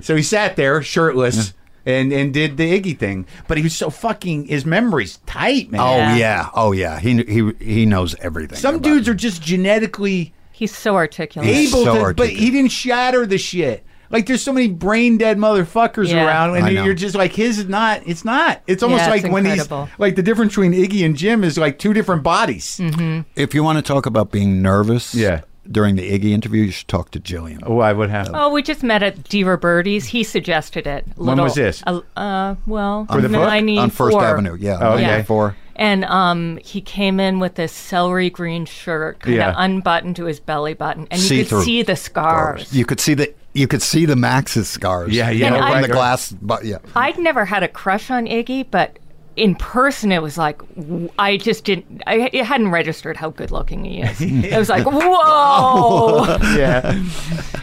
Speaker 1: So he sat there shirtless and and did the Iggy thing, but he was so fucking his memory's tight, man.
Speaker 3: Oh
Speaker 4: Yeah.
Speaker 3: yeah. oh yeah. He he he knows everything.
Speaker 1: Some
Speaker 3: about
Speaker 1: dudes are just genetically
Speaker 4: He's so articulate.
Speaker 3: He's
Speaker 1: able
Speaker 3: so
Speaker 1: to, but
Speaker 3: articulate.
Speaker 1: he didn't shatter the shit. Like there's so many brain dead motherfuckers
Speaker 4: Yeah.
Speaker 1: around, and
Speaker 3: I
Speaker 1: you're
Speaker 3: know.
Speaker 1: just like his is not. It's not. It's almost
Speaker 4: Yeah,
Speaker 1: like
Speaker 4: it's
Speaker 1: when
Speaker 4: incredible.
Speaker 1: he's like the difference between Iggy and Jim is like two different bodies.
Speaker 4: Mm.
Speaker 3: If you want to talk about being nervous,
Speaker 1: Yeah.
Speaker 3: during the Iggy interview, you should talk to Jillian.
Speaker 1: Why would happen?
Speaker 4: Oh, we just met at Deaver Birdie's. He suggested it.
Speaker 1: When was this?
Speaker 4: Uh, uh, well,
Speaker 1: the book?
Speaker 4: ninety
Speaker 3: on First Avenue. Yeah,
Speaker 1: Oh, okay.
Speaker 4: Yeah.
Speaker 3: 94.
Speaker 4: And um, he came in with this celery green shirt, kind of
Speaker 1: Yeah.
Speaker 4: unbuttoned to his belly button, and you
Speaker 3: See-through
Speaker 4: could see the scars.
Speaker 3: You could see the you could see the Max's scars.
Speaker 1: Yeah, yeah,
Speaker 3: You know,
Speaker 4: And
Speaker 3: from
Speaker 4: I-
Speaker 3: the glass, but yeah.
Speaker 4: I'd never had a crush on Iggy, but in person it was like w- I just didn't. I it hadn't registered how good looking he is. it was like whoa.
Speaker 1: Yeah,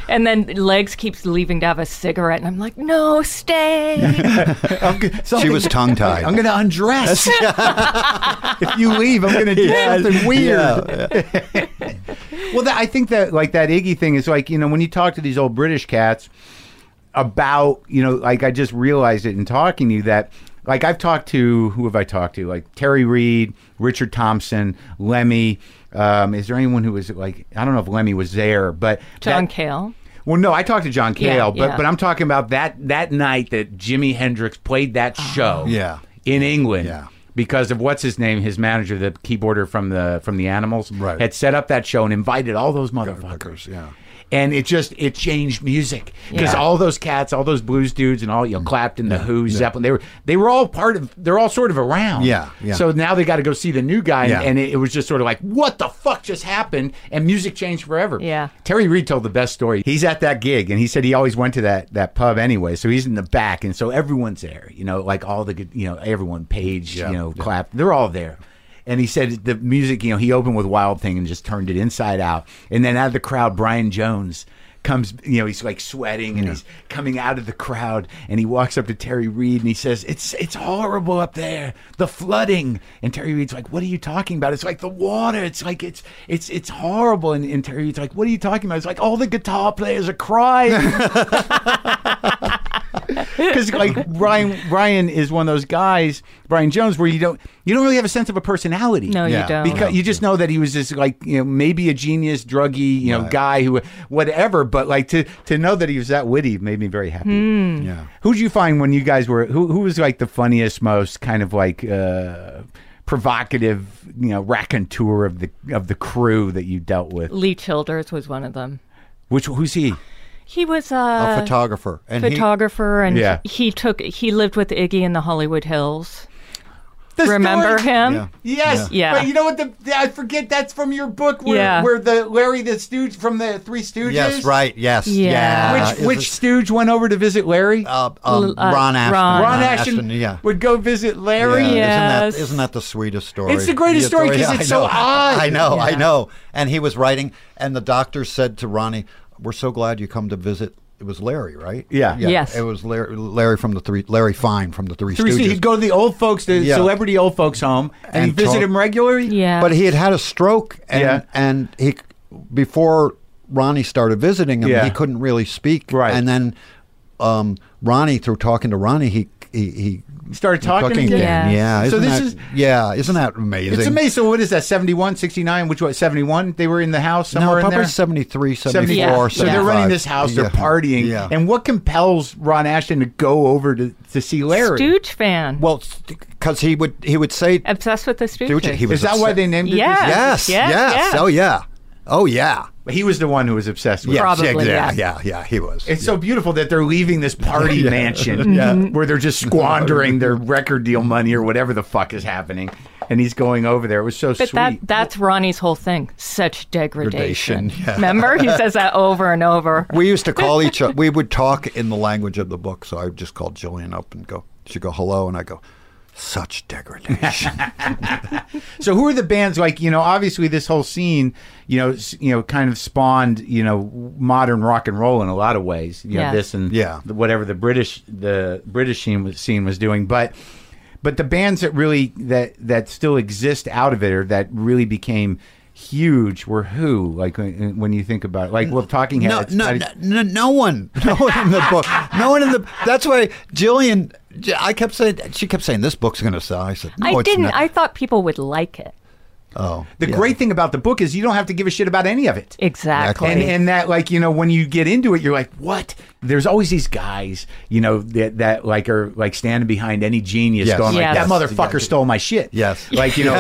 Speaker 4: and then legs keeps leaving to have a cigarette, and I'm like, no, stay.
Speaker 1: I'm g-
Speaker 3: She
Speaker 1: something-
Speaker 3: was tongue tied.
Speaker 1: I'm gonna undress. if you leave, I'm gonna do something weird. Well, that, I think that like that Iggy thing is like you know when you talk to these old British cats about you know like I just realized it in talking to you that like I've talked to who have I talked to like Terry Reed, Richard Thompson, Lemmy. Um, is there anyone who was like I don't know if Lemmy was there, but
Speaker 4: John
Speaker 1: that-
Speaker 4: Cale.
Speaker 1: well, no, I talked to John Cale,
Speaker 4: Yeah,
Speaker 1: but
Speaker 4: yeah.
Speaker 1: but I'm talking about that that night that Jimi Hendrix played that
Speaker 4: Oh.
Speaker 1: show,
Speaker 3: Yeah.
Speaker 1: in England,
Speaker 3: Yeah.
Speaker 1: because of what's his name, his manager, the keyboarder from the from the Animals,
Speaker 3: Right.
Speaker 1: had set up that show and invited all those motherfuckers,
Speaker 3: yeah.
Speaker 1: and it just it changed music because
Speaker 4: Yeah.
Speaker 1: all those cats, all those blues dudes, and all you know, Clapton, the Who, Zeppelin, they were they were all part of, they're all sort of around,
Speaker 3: Yeah, yeah.
Speaker 1: So now they got to go see the new guy,
Speaker 3: Yeah.
Speaker 1: and, and it, it was just sort of like, what the fuck just happened? And music changed forever.
Speaker 4: Yeah.
Speaker 1: Terry Reed told the best story. He's at that gig, and he said he always went to that that pub anyway. So he's in the back, and so everyone's there. You know, like all the good- you know everyone, Page, you know, Clap, they're all there. And he said the music, you know, he opened with Wild Thing and just turned it inside out. And then out of the crowd, Brian Jones comes, you know, he's like sweating and he's coming out of the crowd and he walks up to Terry Reed and he says, "It's it's horrible up there, the flooding." And Terry Reed's like, "What are you talking about? It's like the water. It's like it's it's it's horrible." And, and Terry Reed's like, "What are you talking about?" It's like all the guitar players are crying. because like Ryan Ryan is one of those guys, Brian Jones, where you don't you don't really have a sense of a personality.
Speaker 4: No, you
Speaker 3: Yeah,
Speaker 4: don't.
Speaker 1: Because you just know that he was just like you know maybe a genius druggy you know guy who whatever, but like to to know that he was that witty made me very happy.
Speaker 4: Hmm.
Speaker 3: Yeah.
Speaker 1: Who'd you find when you guys were who who was like the funniest, most kind of like uh provocative, you know, raconteur of the of the crew that you dealt with?
Speaker 4: Lee Childers was one of them.
Speaker 1: Which who's he?
Speaker 4: He was
Speaker 3: A
Speaker 4: uh,
Speaker 3: photographer. And he-
Speaker 4: photographer, and
Speaker 1: Yeah.
Speaker 4: he, he took he lived with Iggy in the Hollywood Hills.
Speaker 1: The
Speaker 4: Remember
Speaker 1: story-
Speaker 4: him?
Speaker 3: Yeah.
Speaker 1: Yes,
Speaker 4: Yeah.
Speaker 1: But you know what? The I forget that's from your book where,
Speaker 4: Yeah.
Speaker 1: where the Larry the Stooge from the Three Stooges.
Speaker 3: Yes, right. Uh, Yes.
Speaker 4: Yeah.
Speaker 3: Yeah.
Speaker 1: Which which Stooge went over to visit Larry?
Speaker 3: uh, um,
Speaker 4: L- uh,
Speaker 3: Ron Ashton.
Speaker 4: Ron.
Speaker 1: Ron Ashton,
Speaker 3: yeah.
Speaker 1: would go visit
Speaker 3: Yeah,
Speaker 1: Larry.
Speaker 4: Yes.
Speaker 3: Isn't, that, isn't that the sweetest story?
Speaker 1: It's the greatest story 'cause
Speaker 3: I
Speaker 1: it's so
Speaker 3: know.
Speaker 1: odd.
Speaker 3: I know, I
Speaker 4: Yeah.
Speaker 3: know. And he was writing, and the doctor said to Ronnie, "We're so glad you come to visit." It was Larry, right?
Speaker 1: Yeah.
Speaker 4: Yes.
Speaker 3: It was Larry, Larry from the three, Larry Fine from the Three,
Speaker 1: Three Stooges.
Speaker 3: Stooges.
Speaker 1: He'd go to the old folks, the
Speaker 3: Yeah.
Speaker 1: celebrity old folks home, and,
Speaker 3: And
Speaker 1: he'd visit
Speaker 3: talk-
Speaker 1: him regularly.
Speaker 4: Yeah.
Speaker 3: But he had had a stroke, and
Speaker 1: Yeah.
Speaker 3: and he before Ronnie started visiting him,
Speaker 1: Yeah.
Speaker 3: he couldn't really speak.
Speaker 1: Right.
Speaker 3: and then um, Ronnie, through talking to Ronnie, he he, he
Speaker 1: Started talking
Speaker 3: talking
Speaker 1: again.
Speaker 3: again.
Speaker 4: Yes.
Speaker 3: Yeah.
Speaker 1: So
Speaker 3: Isn't
Speaker 1: this
Speaker 3: that-
Speaker 1: is-
Speaker 3: yeah. Isn't that amazing?
Speaker 1: It's amazing. So what is that? 71, 69, which was 71? They were in the house somewhere
Speaker 3: no,
Speaker 1: in
Speaker 3: probably
Speaker 1: there?
Speaker 3: 73, 74,
Speaker 1: 74. So they're
Speaker 3: 75.
Speaker 1: running this house. They're
Speaker 3: Yeah.
Speaker 1: partying.
Speaker 3: Yeah.
Speaker 1: And what compels Ron Ashton to go over to, to see Larry?
Speaker 4: Stooge fan.
Speaker 3: well, because he would he would say,
Speaker 4: obsessed with the Stooges.
Speaker 3: Stooges, he was-
Speaker 1: Is that why they named it?
Speaker 4: Yeah.
Speaker 3: yes, yes,
Speaker 4: Yes, yes.
Speaker 3: oh yeah, oh yeah,
Speaker 1: this? He was the one who was obsessed with
Speaker 3: yes,
Speaker 1: it.
Speaker 4: Probably,
Speaker 3: yeah,
Speaker 4: yes.
Speaker 3: yeah, yeah, he was.
Speaker 1: It's so beautiful that they're leaving this party mansion where they're just squandering their record deal money or whatever the fuck is happening. And he's going over there. It was so
Speaker 4: But
Speaker 1: sweet.
Speaker 4: that that's Ronnie's whole thing. Such degradation.
Speaker 3: Degradation, yeah.
Speaker 4: Remember? He says that over and over.
Speaker 3: we used to call each other. We would talk in the language of the book. So I would just call Jillian up and go. She'd go hello, and I go, such degradation.
Speaker 1: so who are the bands like, you know, obviously this whole scene, you know, s- you know, kind of spawned, you know, modern rock and roll in a lot of ways. You know,
Speaker 4: Yeah.
Speaker 1: this and
Speaker 3: Yeah.
Speaker 1: the- whatever the British the British scene was, scene was doing, but but the bands that really that that still exist out of it or that really became huge were who like when, when you think about it like well talking
Speaker 3: no,
Speaker 1: heads
Speaker 3: no,
Speaker 1: I-
Speaker 3: no, no, no one, no one in the book, no one in the. That's why Jillian. I kept saying she kept saying this book's going to sell. I said, no,
Speaker 4: I
Speaker 3: it's
Speaker 4: didn't.
Speaker 3: Not.
Speaker 4: I thought people would like it.
Speaker 3: oh,
Speaker 1: The
Speaker 3: yeah.
Speaker 1: great thing about the book is you don't have to give a shit about any of it.
Speaker 4: Exactly.
Speaker 1: And and that like you know when you get into it you're like what there's always these guys you know that that like are like standing behind any genius
Speaker 3: Yes.
Speaker 1: going like
Speaker 4: Yes.
Speaker 1: that motherfucker
Speaker 3: Exactly.
Speaker 1: stole my shit
Speaker 3: Yes.
Speaker 1: like you know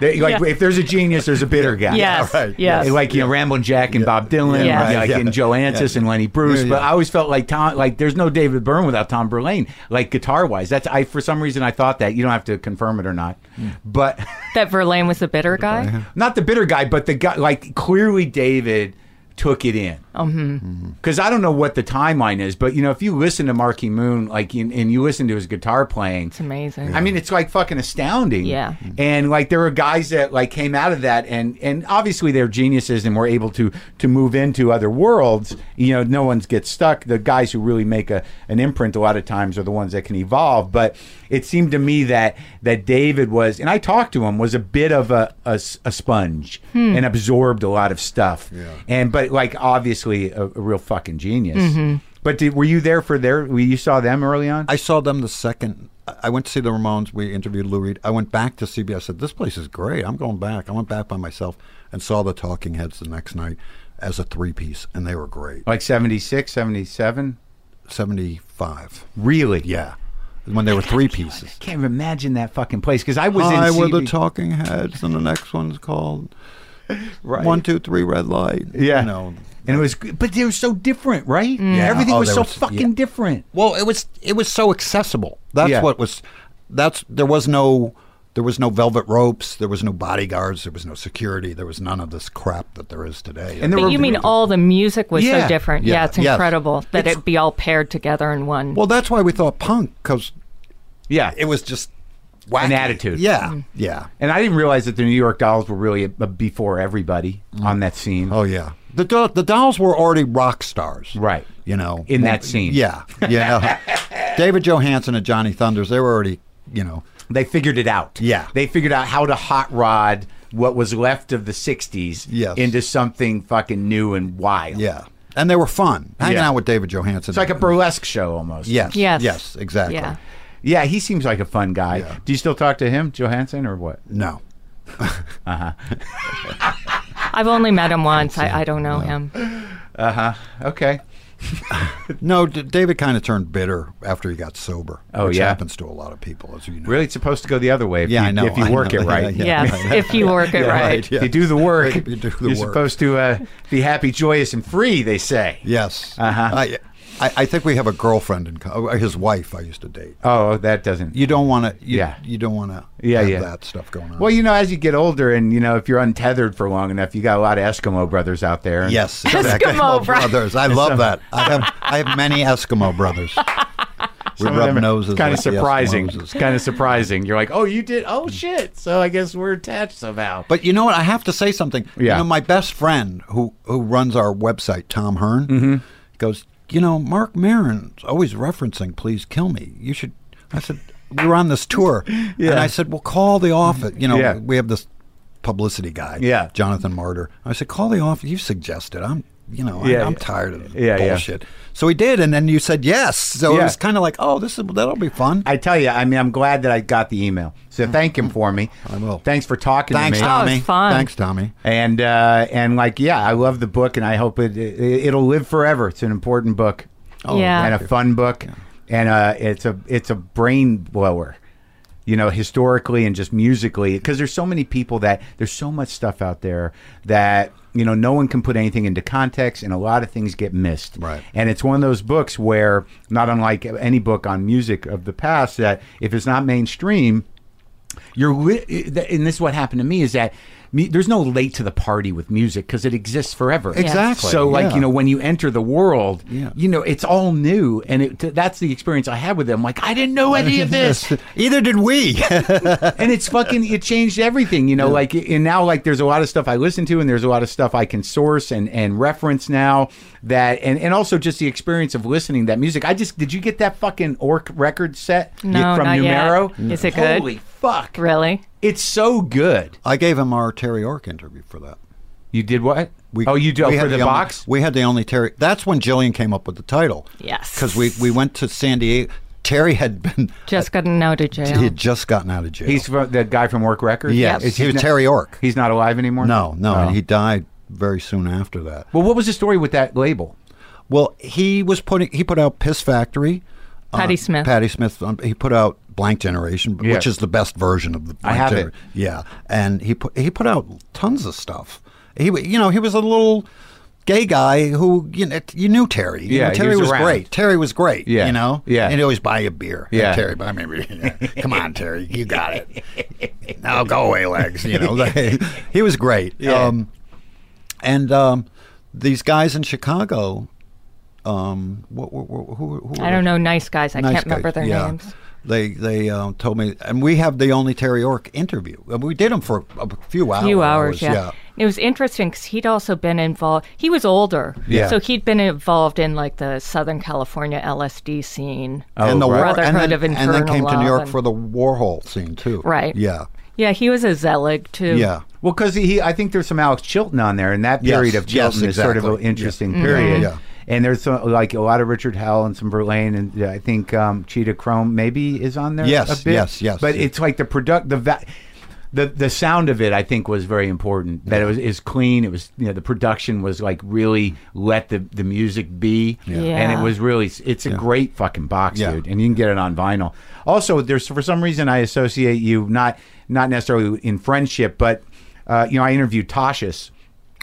Speaker 1: they- like if there's a genius there's a bitter guy
Speaker 4: yes.
Speaker 3: Yeah, right.
Speaker 4: Yes.
Speaker 1: like you know Ramblin' Jack and Bob Dylan
Speaker 4: Yeah. Right,
Speaker 1: like
Speaker 3: yeah.
Speaker 1: and Joe Antis and Lenny Bruce
Speaker 3: Yeah,
Speaker 1: but
Speaker 3: yeah.
Speaker 1: I always felt like Tom like there's no David Byrne without Tom Verlaine like guitar wise that's I for some reason I thought that you don't have to confirm it or not
Speaker 3: Hmm.
Speaker 1: but.
Speaker 4: that Verlaine was the bitter guy.
Speaker 1: not the bitter guy, but the guy like clearly David took it in. Because I don't know what the timeline is, but you know, if you listen to Marky Moon, like and, and you listen to his guitar playing,
Speaker 4: It's amazing.
Speaker 1: I mean, it's like fucking astounding.
Speaker 4: Yeah.
Speaker 1: And like there were guys that like came out of that and and obviously they're geniuses and were able to to move into other worlds. You know, no one's gets stuck. The guys who really make a an imprint a lot of times are the ones that can evolve. But it seemed to me that that David was and I talked to him was a bit of a a, s- a sponge and absorbed a lot of stuff. Yeah. And but like obviously a, a real fucking genius. But did, were you there for their? were You saw them early on.
Speaker 3: I saw them the second. I I went to see the Ramones. We interviewed Lou Reed. I went back to CBS. I said, "This place is great. I'm going back." I went back by myself and saw the Talking Heads the next night as a three piece, and they were great.
Speaker 1: like 76, 77?
Speaker 3: Seventy five.
Speaker 1: Really?
Speaker 3: Yeah, when they were three pieces.
Speaker 1: Can't even imagine that fucking place because I was
Speaker 3: I
Speaker 1: in.
Speaker 3: were the
Speaker 1: CB
Speaker 3: Talking Heads, and the next one's called One Two Three Red Light.
Speaker 1: Yeah.
Speaker 3: You know.
Speaker 1: and it was, but they were so different, right? Everything
Speaker 3: Oh,
Speaker 1: was
Speaker 3: they
Speaker 1: so
Speaker 3: were-
Speaker 1: fucking
Speaker 3: yeah.
Speaker 1: different.
Speaker 3: Well, it was it was so accessible. That's
Speaker 1: Yeah.
Speaker 3: what was. That's there was no there was no velvet ropes. There was no bodyguards. There was no security. There was none of this crap that there is today.
Speaker 1: And there
Speaker 4: But
Speaker 1: were-
Speaker 4: you mean all the music was
Speaker 1: Yeah.
Speaker 4: so different? Yeah,
Speaker 3: Yeah.
Speaker 4: it's
Speaker 3: Yes.
Speaker 4: incredible that
Speaker 3: It's-
Speaker 4: it be all paired together in one.
Speaker 3: well, that's why we thought punk because
Speaker 1: Yeah,
Speaker 3: it was just Mm.
Speaker 1: an
Speaker 3: wacky.
Speaker 1: attitude.
Speaker 3: Yeah, yeah.
Speaker 1: And I didn't realize that the New York Dolls were really uh, before everybody on that scene.
Speaker 3: Oh yeah. The do- the dolls were already rock stars,
Speaker 1: Right.
Speaker 3: You know,
Speaker 1: In that scene.
Speaker 3: Yeah, yeah. David Johansen and Johnny Thunders, they were already, you know,
Speaker 1: They figured it out.
Speaker 3: Yeah.
Speaker 1: They figured out how to hot rod what was left of the 60s
Speaker 3: Yes.
Speaker 1: into something fucking new and wild.
Speaker 3: yeah, and they were fun hanging
Speaker 1: Yeah.
Speaker 3: out with David Johansen.
Speaker 1: It's like a burlesque show almost.
Speaker 3: yes,
Speaker 4: Yes.
Speaker 3: yes, exactly.
Speaker 4: Yeah.
Speaker 1: Yeah, he seems like a fun guy.
Speaker 3: Yeah.
Speaker 1: Do you still talk to him, Johansson, or what?
Speaker 3: No,
Speaker 4: I've only met him once. I, I don't know him.
Speaker 1: Okay.
Speaker 3: no. D- David kind of turned bitter after he got sober.
Speaker 1: Oh,
Speaker 3: which
Speaker 1: yeah?
Speaker 3: happens to a lot of people, as you know.
Speaker 1: Really, it's supposed to go the other way if
Speaker 3: Yeah,
Speaker 1: you,
Speaker 3: I know,
Speaker 1: if you
Speaker 3: I
Speaker 1: work
Speaker 3: know.
Speaker 1: it right.
Speaker 3: Yeah,
Speaker 4: Yes, if you work it right.
Speaker 3: right, yeah.
Speaker 1: If you do the work,
Speaker 3: If you do the
Speaker 1: are
Speaker 3: work.
Speaker 1: supposed to uh, be happy, joyous, and free, they say.
Speaker 3: Yes.
Speaker 1: Uh-huh.
Speaker 3: I, I I think we have a girlfriend in co- uh, his wife. I used to date.
Speaker 1: Oh, that doesn't.
Speaker 3: You don't want to.
Speaker 1: Yeah.
Speaker 3: Yeah. You don't want to.
Speaker 1: Yeah,
Speaker 3: have
Speaker 1: yeah.
Speaker 3: That stuff going on.
Speaker 1: Well, you know, as you get older, and you know, if you're untethered for long enough, you got a lot of Eskimo brothers out there. And
Speaker 3: Yes,
Speaker 4: Eskimo bro-
Speaker 3: brothers. I love
Speaker 1: uh,
Speaker 3: that. I have I have many Eskimo brothers. We
Speaker 1: some of
Speaker 3: rub
Speaker 1: them are
Speaker 3: noses.
Speaker 1: Kind
Speaker 3: like
Speaker 1: of
Speaker 3: the
Speaker 1: surprising.
Speaker 3: Eskimos.
Speaker 1: It's kind of surprising. You're like, oh, you did. Oh shit. So I guess we're attached somehow.
Speaker 3: But you know what? I have to say something.
Speaker 1: Yeah.
Speaker 3: You know, my best friend who who runs our website, Tom Hearn,
Speaker 1: Mm-hmm.
Speaker 3: goes. You know, Mark Maron's always referencing "Please Kill Me." You should. I said we were on this tour, and I said, "Well, call the office." You know,
Speaker 1: Yeah.
Speaker 3: we have this publicity guy,
Speaker 1: Yeah.
Speaker 3: Jonathan Martyr. I said, "Call the office." You suggested. I'm. You know,
Speaker 1: Yeah,
Speaker 3: I, I'm
Speaker 1: yeah.
Speaker 3: tired of
Speaker 1: Yeah, yeah.
Speaker 3: bullshit. So he did, and then you said yes. So
Speaker 1: Yeah.
Speaker 3: it was kind of like, oh, this is that'll be fun.
Speaker 1: I tell you, I mean, I'm glad that I got the email. So thank him for me.
Speaker 3: Hmm. I will.
Speaker 1: Thanks for talking
Speaker 3: Thanks,
Speaker 1: to me.
Speaker 4: Tom.
Speaker 3: Tommy.
Speaker 4: fun.
Speaker 3: Thanks, Tommy.
Speaker 1: And uh, and like, yeah, I love the book, and I hope it, it it'll live forever. It's an important book.
Speaker 4: yeah.
Speaker 1: and a fun book, and uh, it's a it's a brain blower, you know, historically and just musically, because there's so many people that there's so much stuff out there that you know no one can put anything into context, and a lot of things get missed.
Speaker 3: Right.
Speaker 1: And it's one of those books where, not unlike any book on music of the past, that if it's not mainstream, you're li- and this is what happened to me is that. Me, there's no late to the party with music because it exists forever.
Speaker 3: Exactly,
Speaker 1: So, like
Speaker 3: yeah.
Speaker 1: you know, when you enter the world,
Speaker 3: Yeah.
Speaker 1: you know, it's all new, and it, th- that's the experience I had with them. Like, I didn't know any of this,
Speaker 3: Either did we.
Speaker 1: and it's fucking, it changed everything, you know. Like, and now, like, there's a lot of stuff I listen to, and there's a lot of stuff I can source and and reference now. That and and also just the experience of listening to that music. I just did you get that fucking Orc record set
Speaker 4: No,
Speaker 1: from
Speaker 4: not yet.
Speaker 1: Numero?
Speaker 4: Is it good?
Speaker 1: Holy fuck!
Speaker 4: really?
Speaker 1: It's so good.
Speaker 3: I gave him our Terry Ork interview for that.
Speaker 1: You did what? oh, you did
Speaker 3: we
Speaker 1: oh,
Speaker 3: had
Speaker 1: for the,
Speaker 3: only-
Speaker 1: box.
Speaker 3: we had the only Terry. That's when Jillian came up with the title.
Speaker 4: Yes.
Speaker 3: Because we, we went to San Diego. Terry had been,
Speaker 4: Just gotten out of
Speaker 3: he
Speaker 4: jail.
Speaker 3: had just gotten out of jail.
Speaker 1: He's from, the guy from Orc Records.
Speaker 3: yes.
Speaker 1: Is
Speaker 3: He was
Speaker 1: not-
Speaker 3: Terry Ork.
Speaker 1: He's not alive anymore.
Speaker 3: no, no.
Speaker 1: Oh.
Speaker 3: And he died very soon after that.
Speaker 1: Well, what was the story with that label?
Speaker 3: Well, he was putting, he put out Piss Factory. uh,
Speaker 4: Patti Smith.
Speaker 3: Patti Smith. Um, he put out Blank Generation,
Speaker 1: Yeah.
Speaker 3: which is the best version of the Blank
Speaker 1: have
Speaker 3: Gener-
Speaker 1: it.
Speaker 3: Yeah, and he put he put out tons of stuff. He wa- you know he was a little gay guy who you know, you knew Terry. You
Speaker 1: Yeah,
Speaker 3: know,
Speaker 1: he
Speaker 3: Terry
Speaker 1: was
Speaker 3: was,
Speaker 1: around.
Speaker 3: great. Terry was great.
Speaker 1: Yeah,
Speaker 3: you know.
Speaker 1: yeah.
Speaker 3: and he'd always buy you beer. Hey,
Speaker 1: Yeah.
Speaker 3: Terry, buy me a beer. Yeah. Come on, Terry, you got it. now go away, legs. You know, like, he was great. Um, and um, these guys in Chicago. Um, what, what, what, who, who
Speaker 4: I
Speaker 3: were-
Speaker 4: don't know. Nice guys. I
Speaker 3: Nice
Speaker 4: can't remember
Speaker 3: guys,
Speaker 4: their
Speaker 3: yeah.
Speaker 4: names.
Speaker 3: They they um, told me, and we have the only Terry Ork interview. And we did him for a few hours.
Speaker 4: few hours, yeah. It was interesting because he'd also been involved. He was older,
Speaker 1: Yeah.
Speaker 4: so he'd been involved in like the Southern California LSD scene.
Speaker 3: and the
Speaker 1: Oh, right.
Speaker 3: war, and
Speaker 4: Brotherhood
Speaker 3: then,
Speaker 4: of
Speaker 3: and then
Speaker 4: Infernal
Speaker 3: came to New
Speaker 4: Love
Speaker 3: York
Speaker 4: and-
Speaker 3: for the Warhol scene too.
Speaker 4: Right.
Speaker 3: Yeah.
Speaker 4: yeah, he was a zealot too.
Speaker 3: Yeah.
Speaker 1: Well, because he, I think there's some Alex Chilton on there, and that
Speaker 3: Yes,
Speaker 1: period of
Speaker 3: yes,
Speaker 1: Chilton is sort of an
Speaker 3: exactly. Yeah.
Speaker 1: interesting period.
Speaker 3: Yeah.
Speaker 1: And there's some, like a lot of Richard Hell and some Verlaine, and uh, I think um, Cheetah Chrome maybe is on there.
Speaker 3: Yes,
Speaker 1: a bit.
Speaker 3: yes, yes.
Speaker 1: But it's like the product, the va- the the sound of it. I think was very important. That it was is clean. It was you know the production was like really let the the music be,
Speaker 4: Yeah.
Speaker 1: and it was really it's a great fucking box,
Speaker 3: Yeah.
Speaker 1: dude, and you can get it on vinyl. Also, there's for some reason I associate you not not necessarily in friendship, but uh, you know I interviewed Toshis.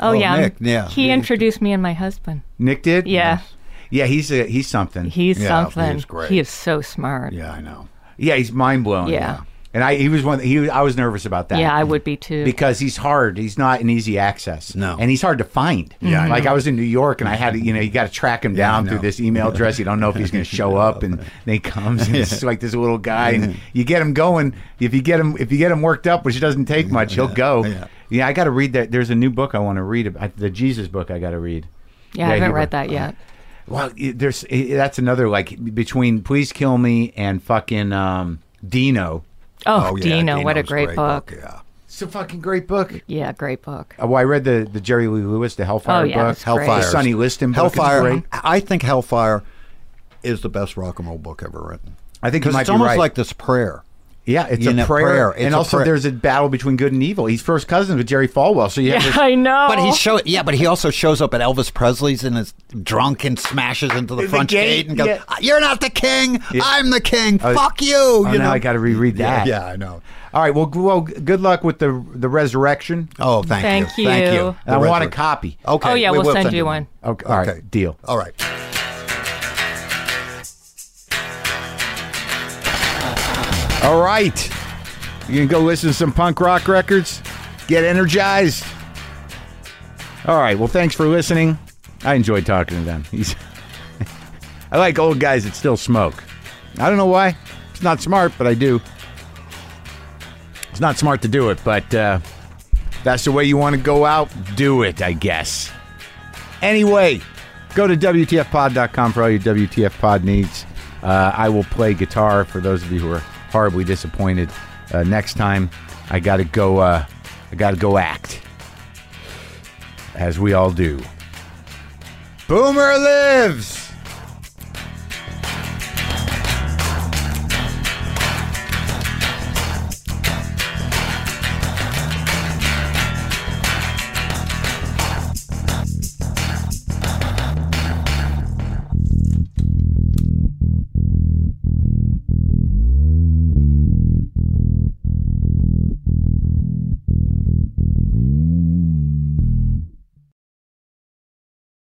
Speaker 4: Oh,
Speaker 3: Oh,
Speaker 4: yeah.
Speaker 3: Nick, yeah.
Speaker 4: He introduced me and my husband.
Speaker 1: Nick did.
Speaker 4: Yeah.
Speaker 1: yeah, he's a, he's something.
Speaker 4: He's
Speaker 3: Yeah,
Speaker 4: something.
Speaker 3: he's great.
Speaker 4: He is so smart.
Speaker 3: Yeah, I know.
Speaker 1: yeah, he's mind blowing.
Speaker 4: Yeah.
Speaker 1: And I he was one he I was nervous about that.
Speaker 4: Yeah, I would be too.
Speaker 1: because he's hard. He's not an easy access.
Speaker 3: No.
Speaker 1: and he's hard to find. Yeah, like I was in New York and I had to, you know, you got to track him down
Speaker 3: I
Speaker 1: through
Speaker 3: know.
Speaker 1: this email address. You don't know if he's going to show up, and then he comes and it's just like this little guy, and you get him going. If you get him, if you get him worked up, which doesn't take much, he'll go.
Speaker 3: yeah.
Speaker 1: Yeah, I got to read that. There's a new book I want to read about the Jesus book. I got to read.
Speaker 4: yeah, I haven't
Speaker 1: you were-
Speaker 4: read that
Speaker 3: Uh-huh.
Speaker 4: yet.
Speaker 1: Well, it- there's it, that's another like between Please Kill Me and fucking um, Dino.
Speaker 4: Oh, Dino, what a
Speaker 3: Dino's
Speaker 4: great, book.
Speaker 3: Yeah.
Speaker 1: It's a fucking great book.
Speaker 4: Yeah, great book.
Speaker 3: Oh,
Speaker 1: Uh, Well, I read the, the Jerry Lee Lewis, the Hellfire Mm-hmm.
Speaker 4: Oh, yeah,
Speaker 1: book,
Speaker 4: it's great.
Speaker 1: the Sonny Liston book. is
Speaker 3: Hellfire.
Speaker 1: great.
Speaker 3: I think Hellfire is the best rock and roll book ever written.
Speaker 1: I think you
Speaker 3: 'Cause
Speaker 1: might
Speaker 3: it's
Speaker 1: be
Speaker 3: almost
Speaker 1: right.
Speaker 3: like this prayer.
Speaker 1: Yeah, it's
Speaker 3: in
Speaker 1: a
Speaker 3: a
Speaker 1: prayer,
Speaker 3: prayer, it's
Speaker 1: and
Speaker 3: a
Speaker 1: also
Speaker 3: prayer.
Speaker 1: there's a battle between good and evil. He's first cousins with Jerry Falwell, so you have this,
Speaker 4: I know.
Speaker 3: But he show yeah, but he also shows up at Elvis Presley's and is drunk and smashes into the,
Speaker 1: The
Speaker 3: front
Speaker 1: gate,
Speaker 3: gate, and goes, "Uh,
Speaker 1: yeah.
Speaker 3: "You're not the king. I'm the king.
Speaker 1: Oh,
Speaker 3: Fuck you."
Speaker 1: Oh,
Speaker 3: you
Speaker 1: now
Speaker 3: know?
Speaker 1: I got to reread that.
Speaker 3: Yeah, I know.
Speaker 1: All right. Well, g- well, g- good luck with the the resurrection.
Speaker 3: Oh, thank,
Speaker 4: Thank
Speaker 3: you. Thank
Speaker 4: you.
Speaker 3: you.
Speaker 1: I
Speaker 3: The
Speaker 1: want a
Speaker 3: resurrect-
Speaker 1: copy.
Speaker 3: Okay.
Speaker 4: oh yeah,
Speaker 3: we
Speaker 4: we'll
Speaker 3: will
Speaker 4: send, you one.
Speaker 1: Okay. All right.
Speaker 3: Okay.
Speaker 1: Deal.
Speaker 3: All right.
Speaker 1: All right. You can go listen to some punk rock records, get energized. All right. Well, thanks for listening. I enjoyed talking to them. He's- I like old guys that still smoke. I don't know why. It's not smart, but I do. It's not smart to do it, but uh, that's the way you want to go out. Do it, I guess. Anyway, go to WTFpod.com for all your WTF pod needs. Uh, I will play guitar for those of you who are horribly disappointed. Uh, next time, I gotta go. Uh, I gotta go act, as we all do. Boomer lives.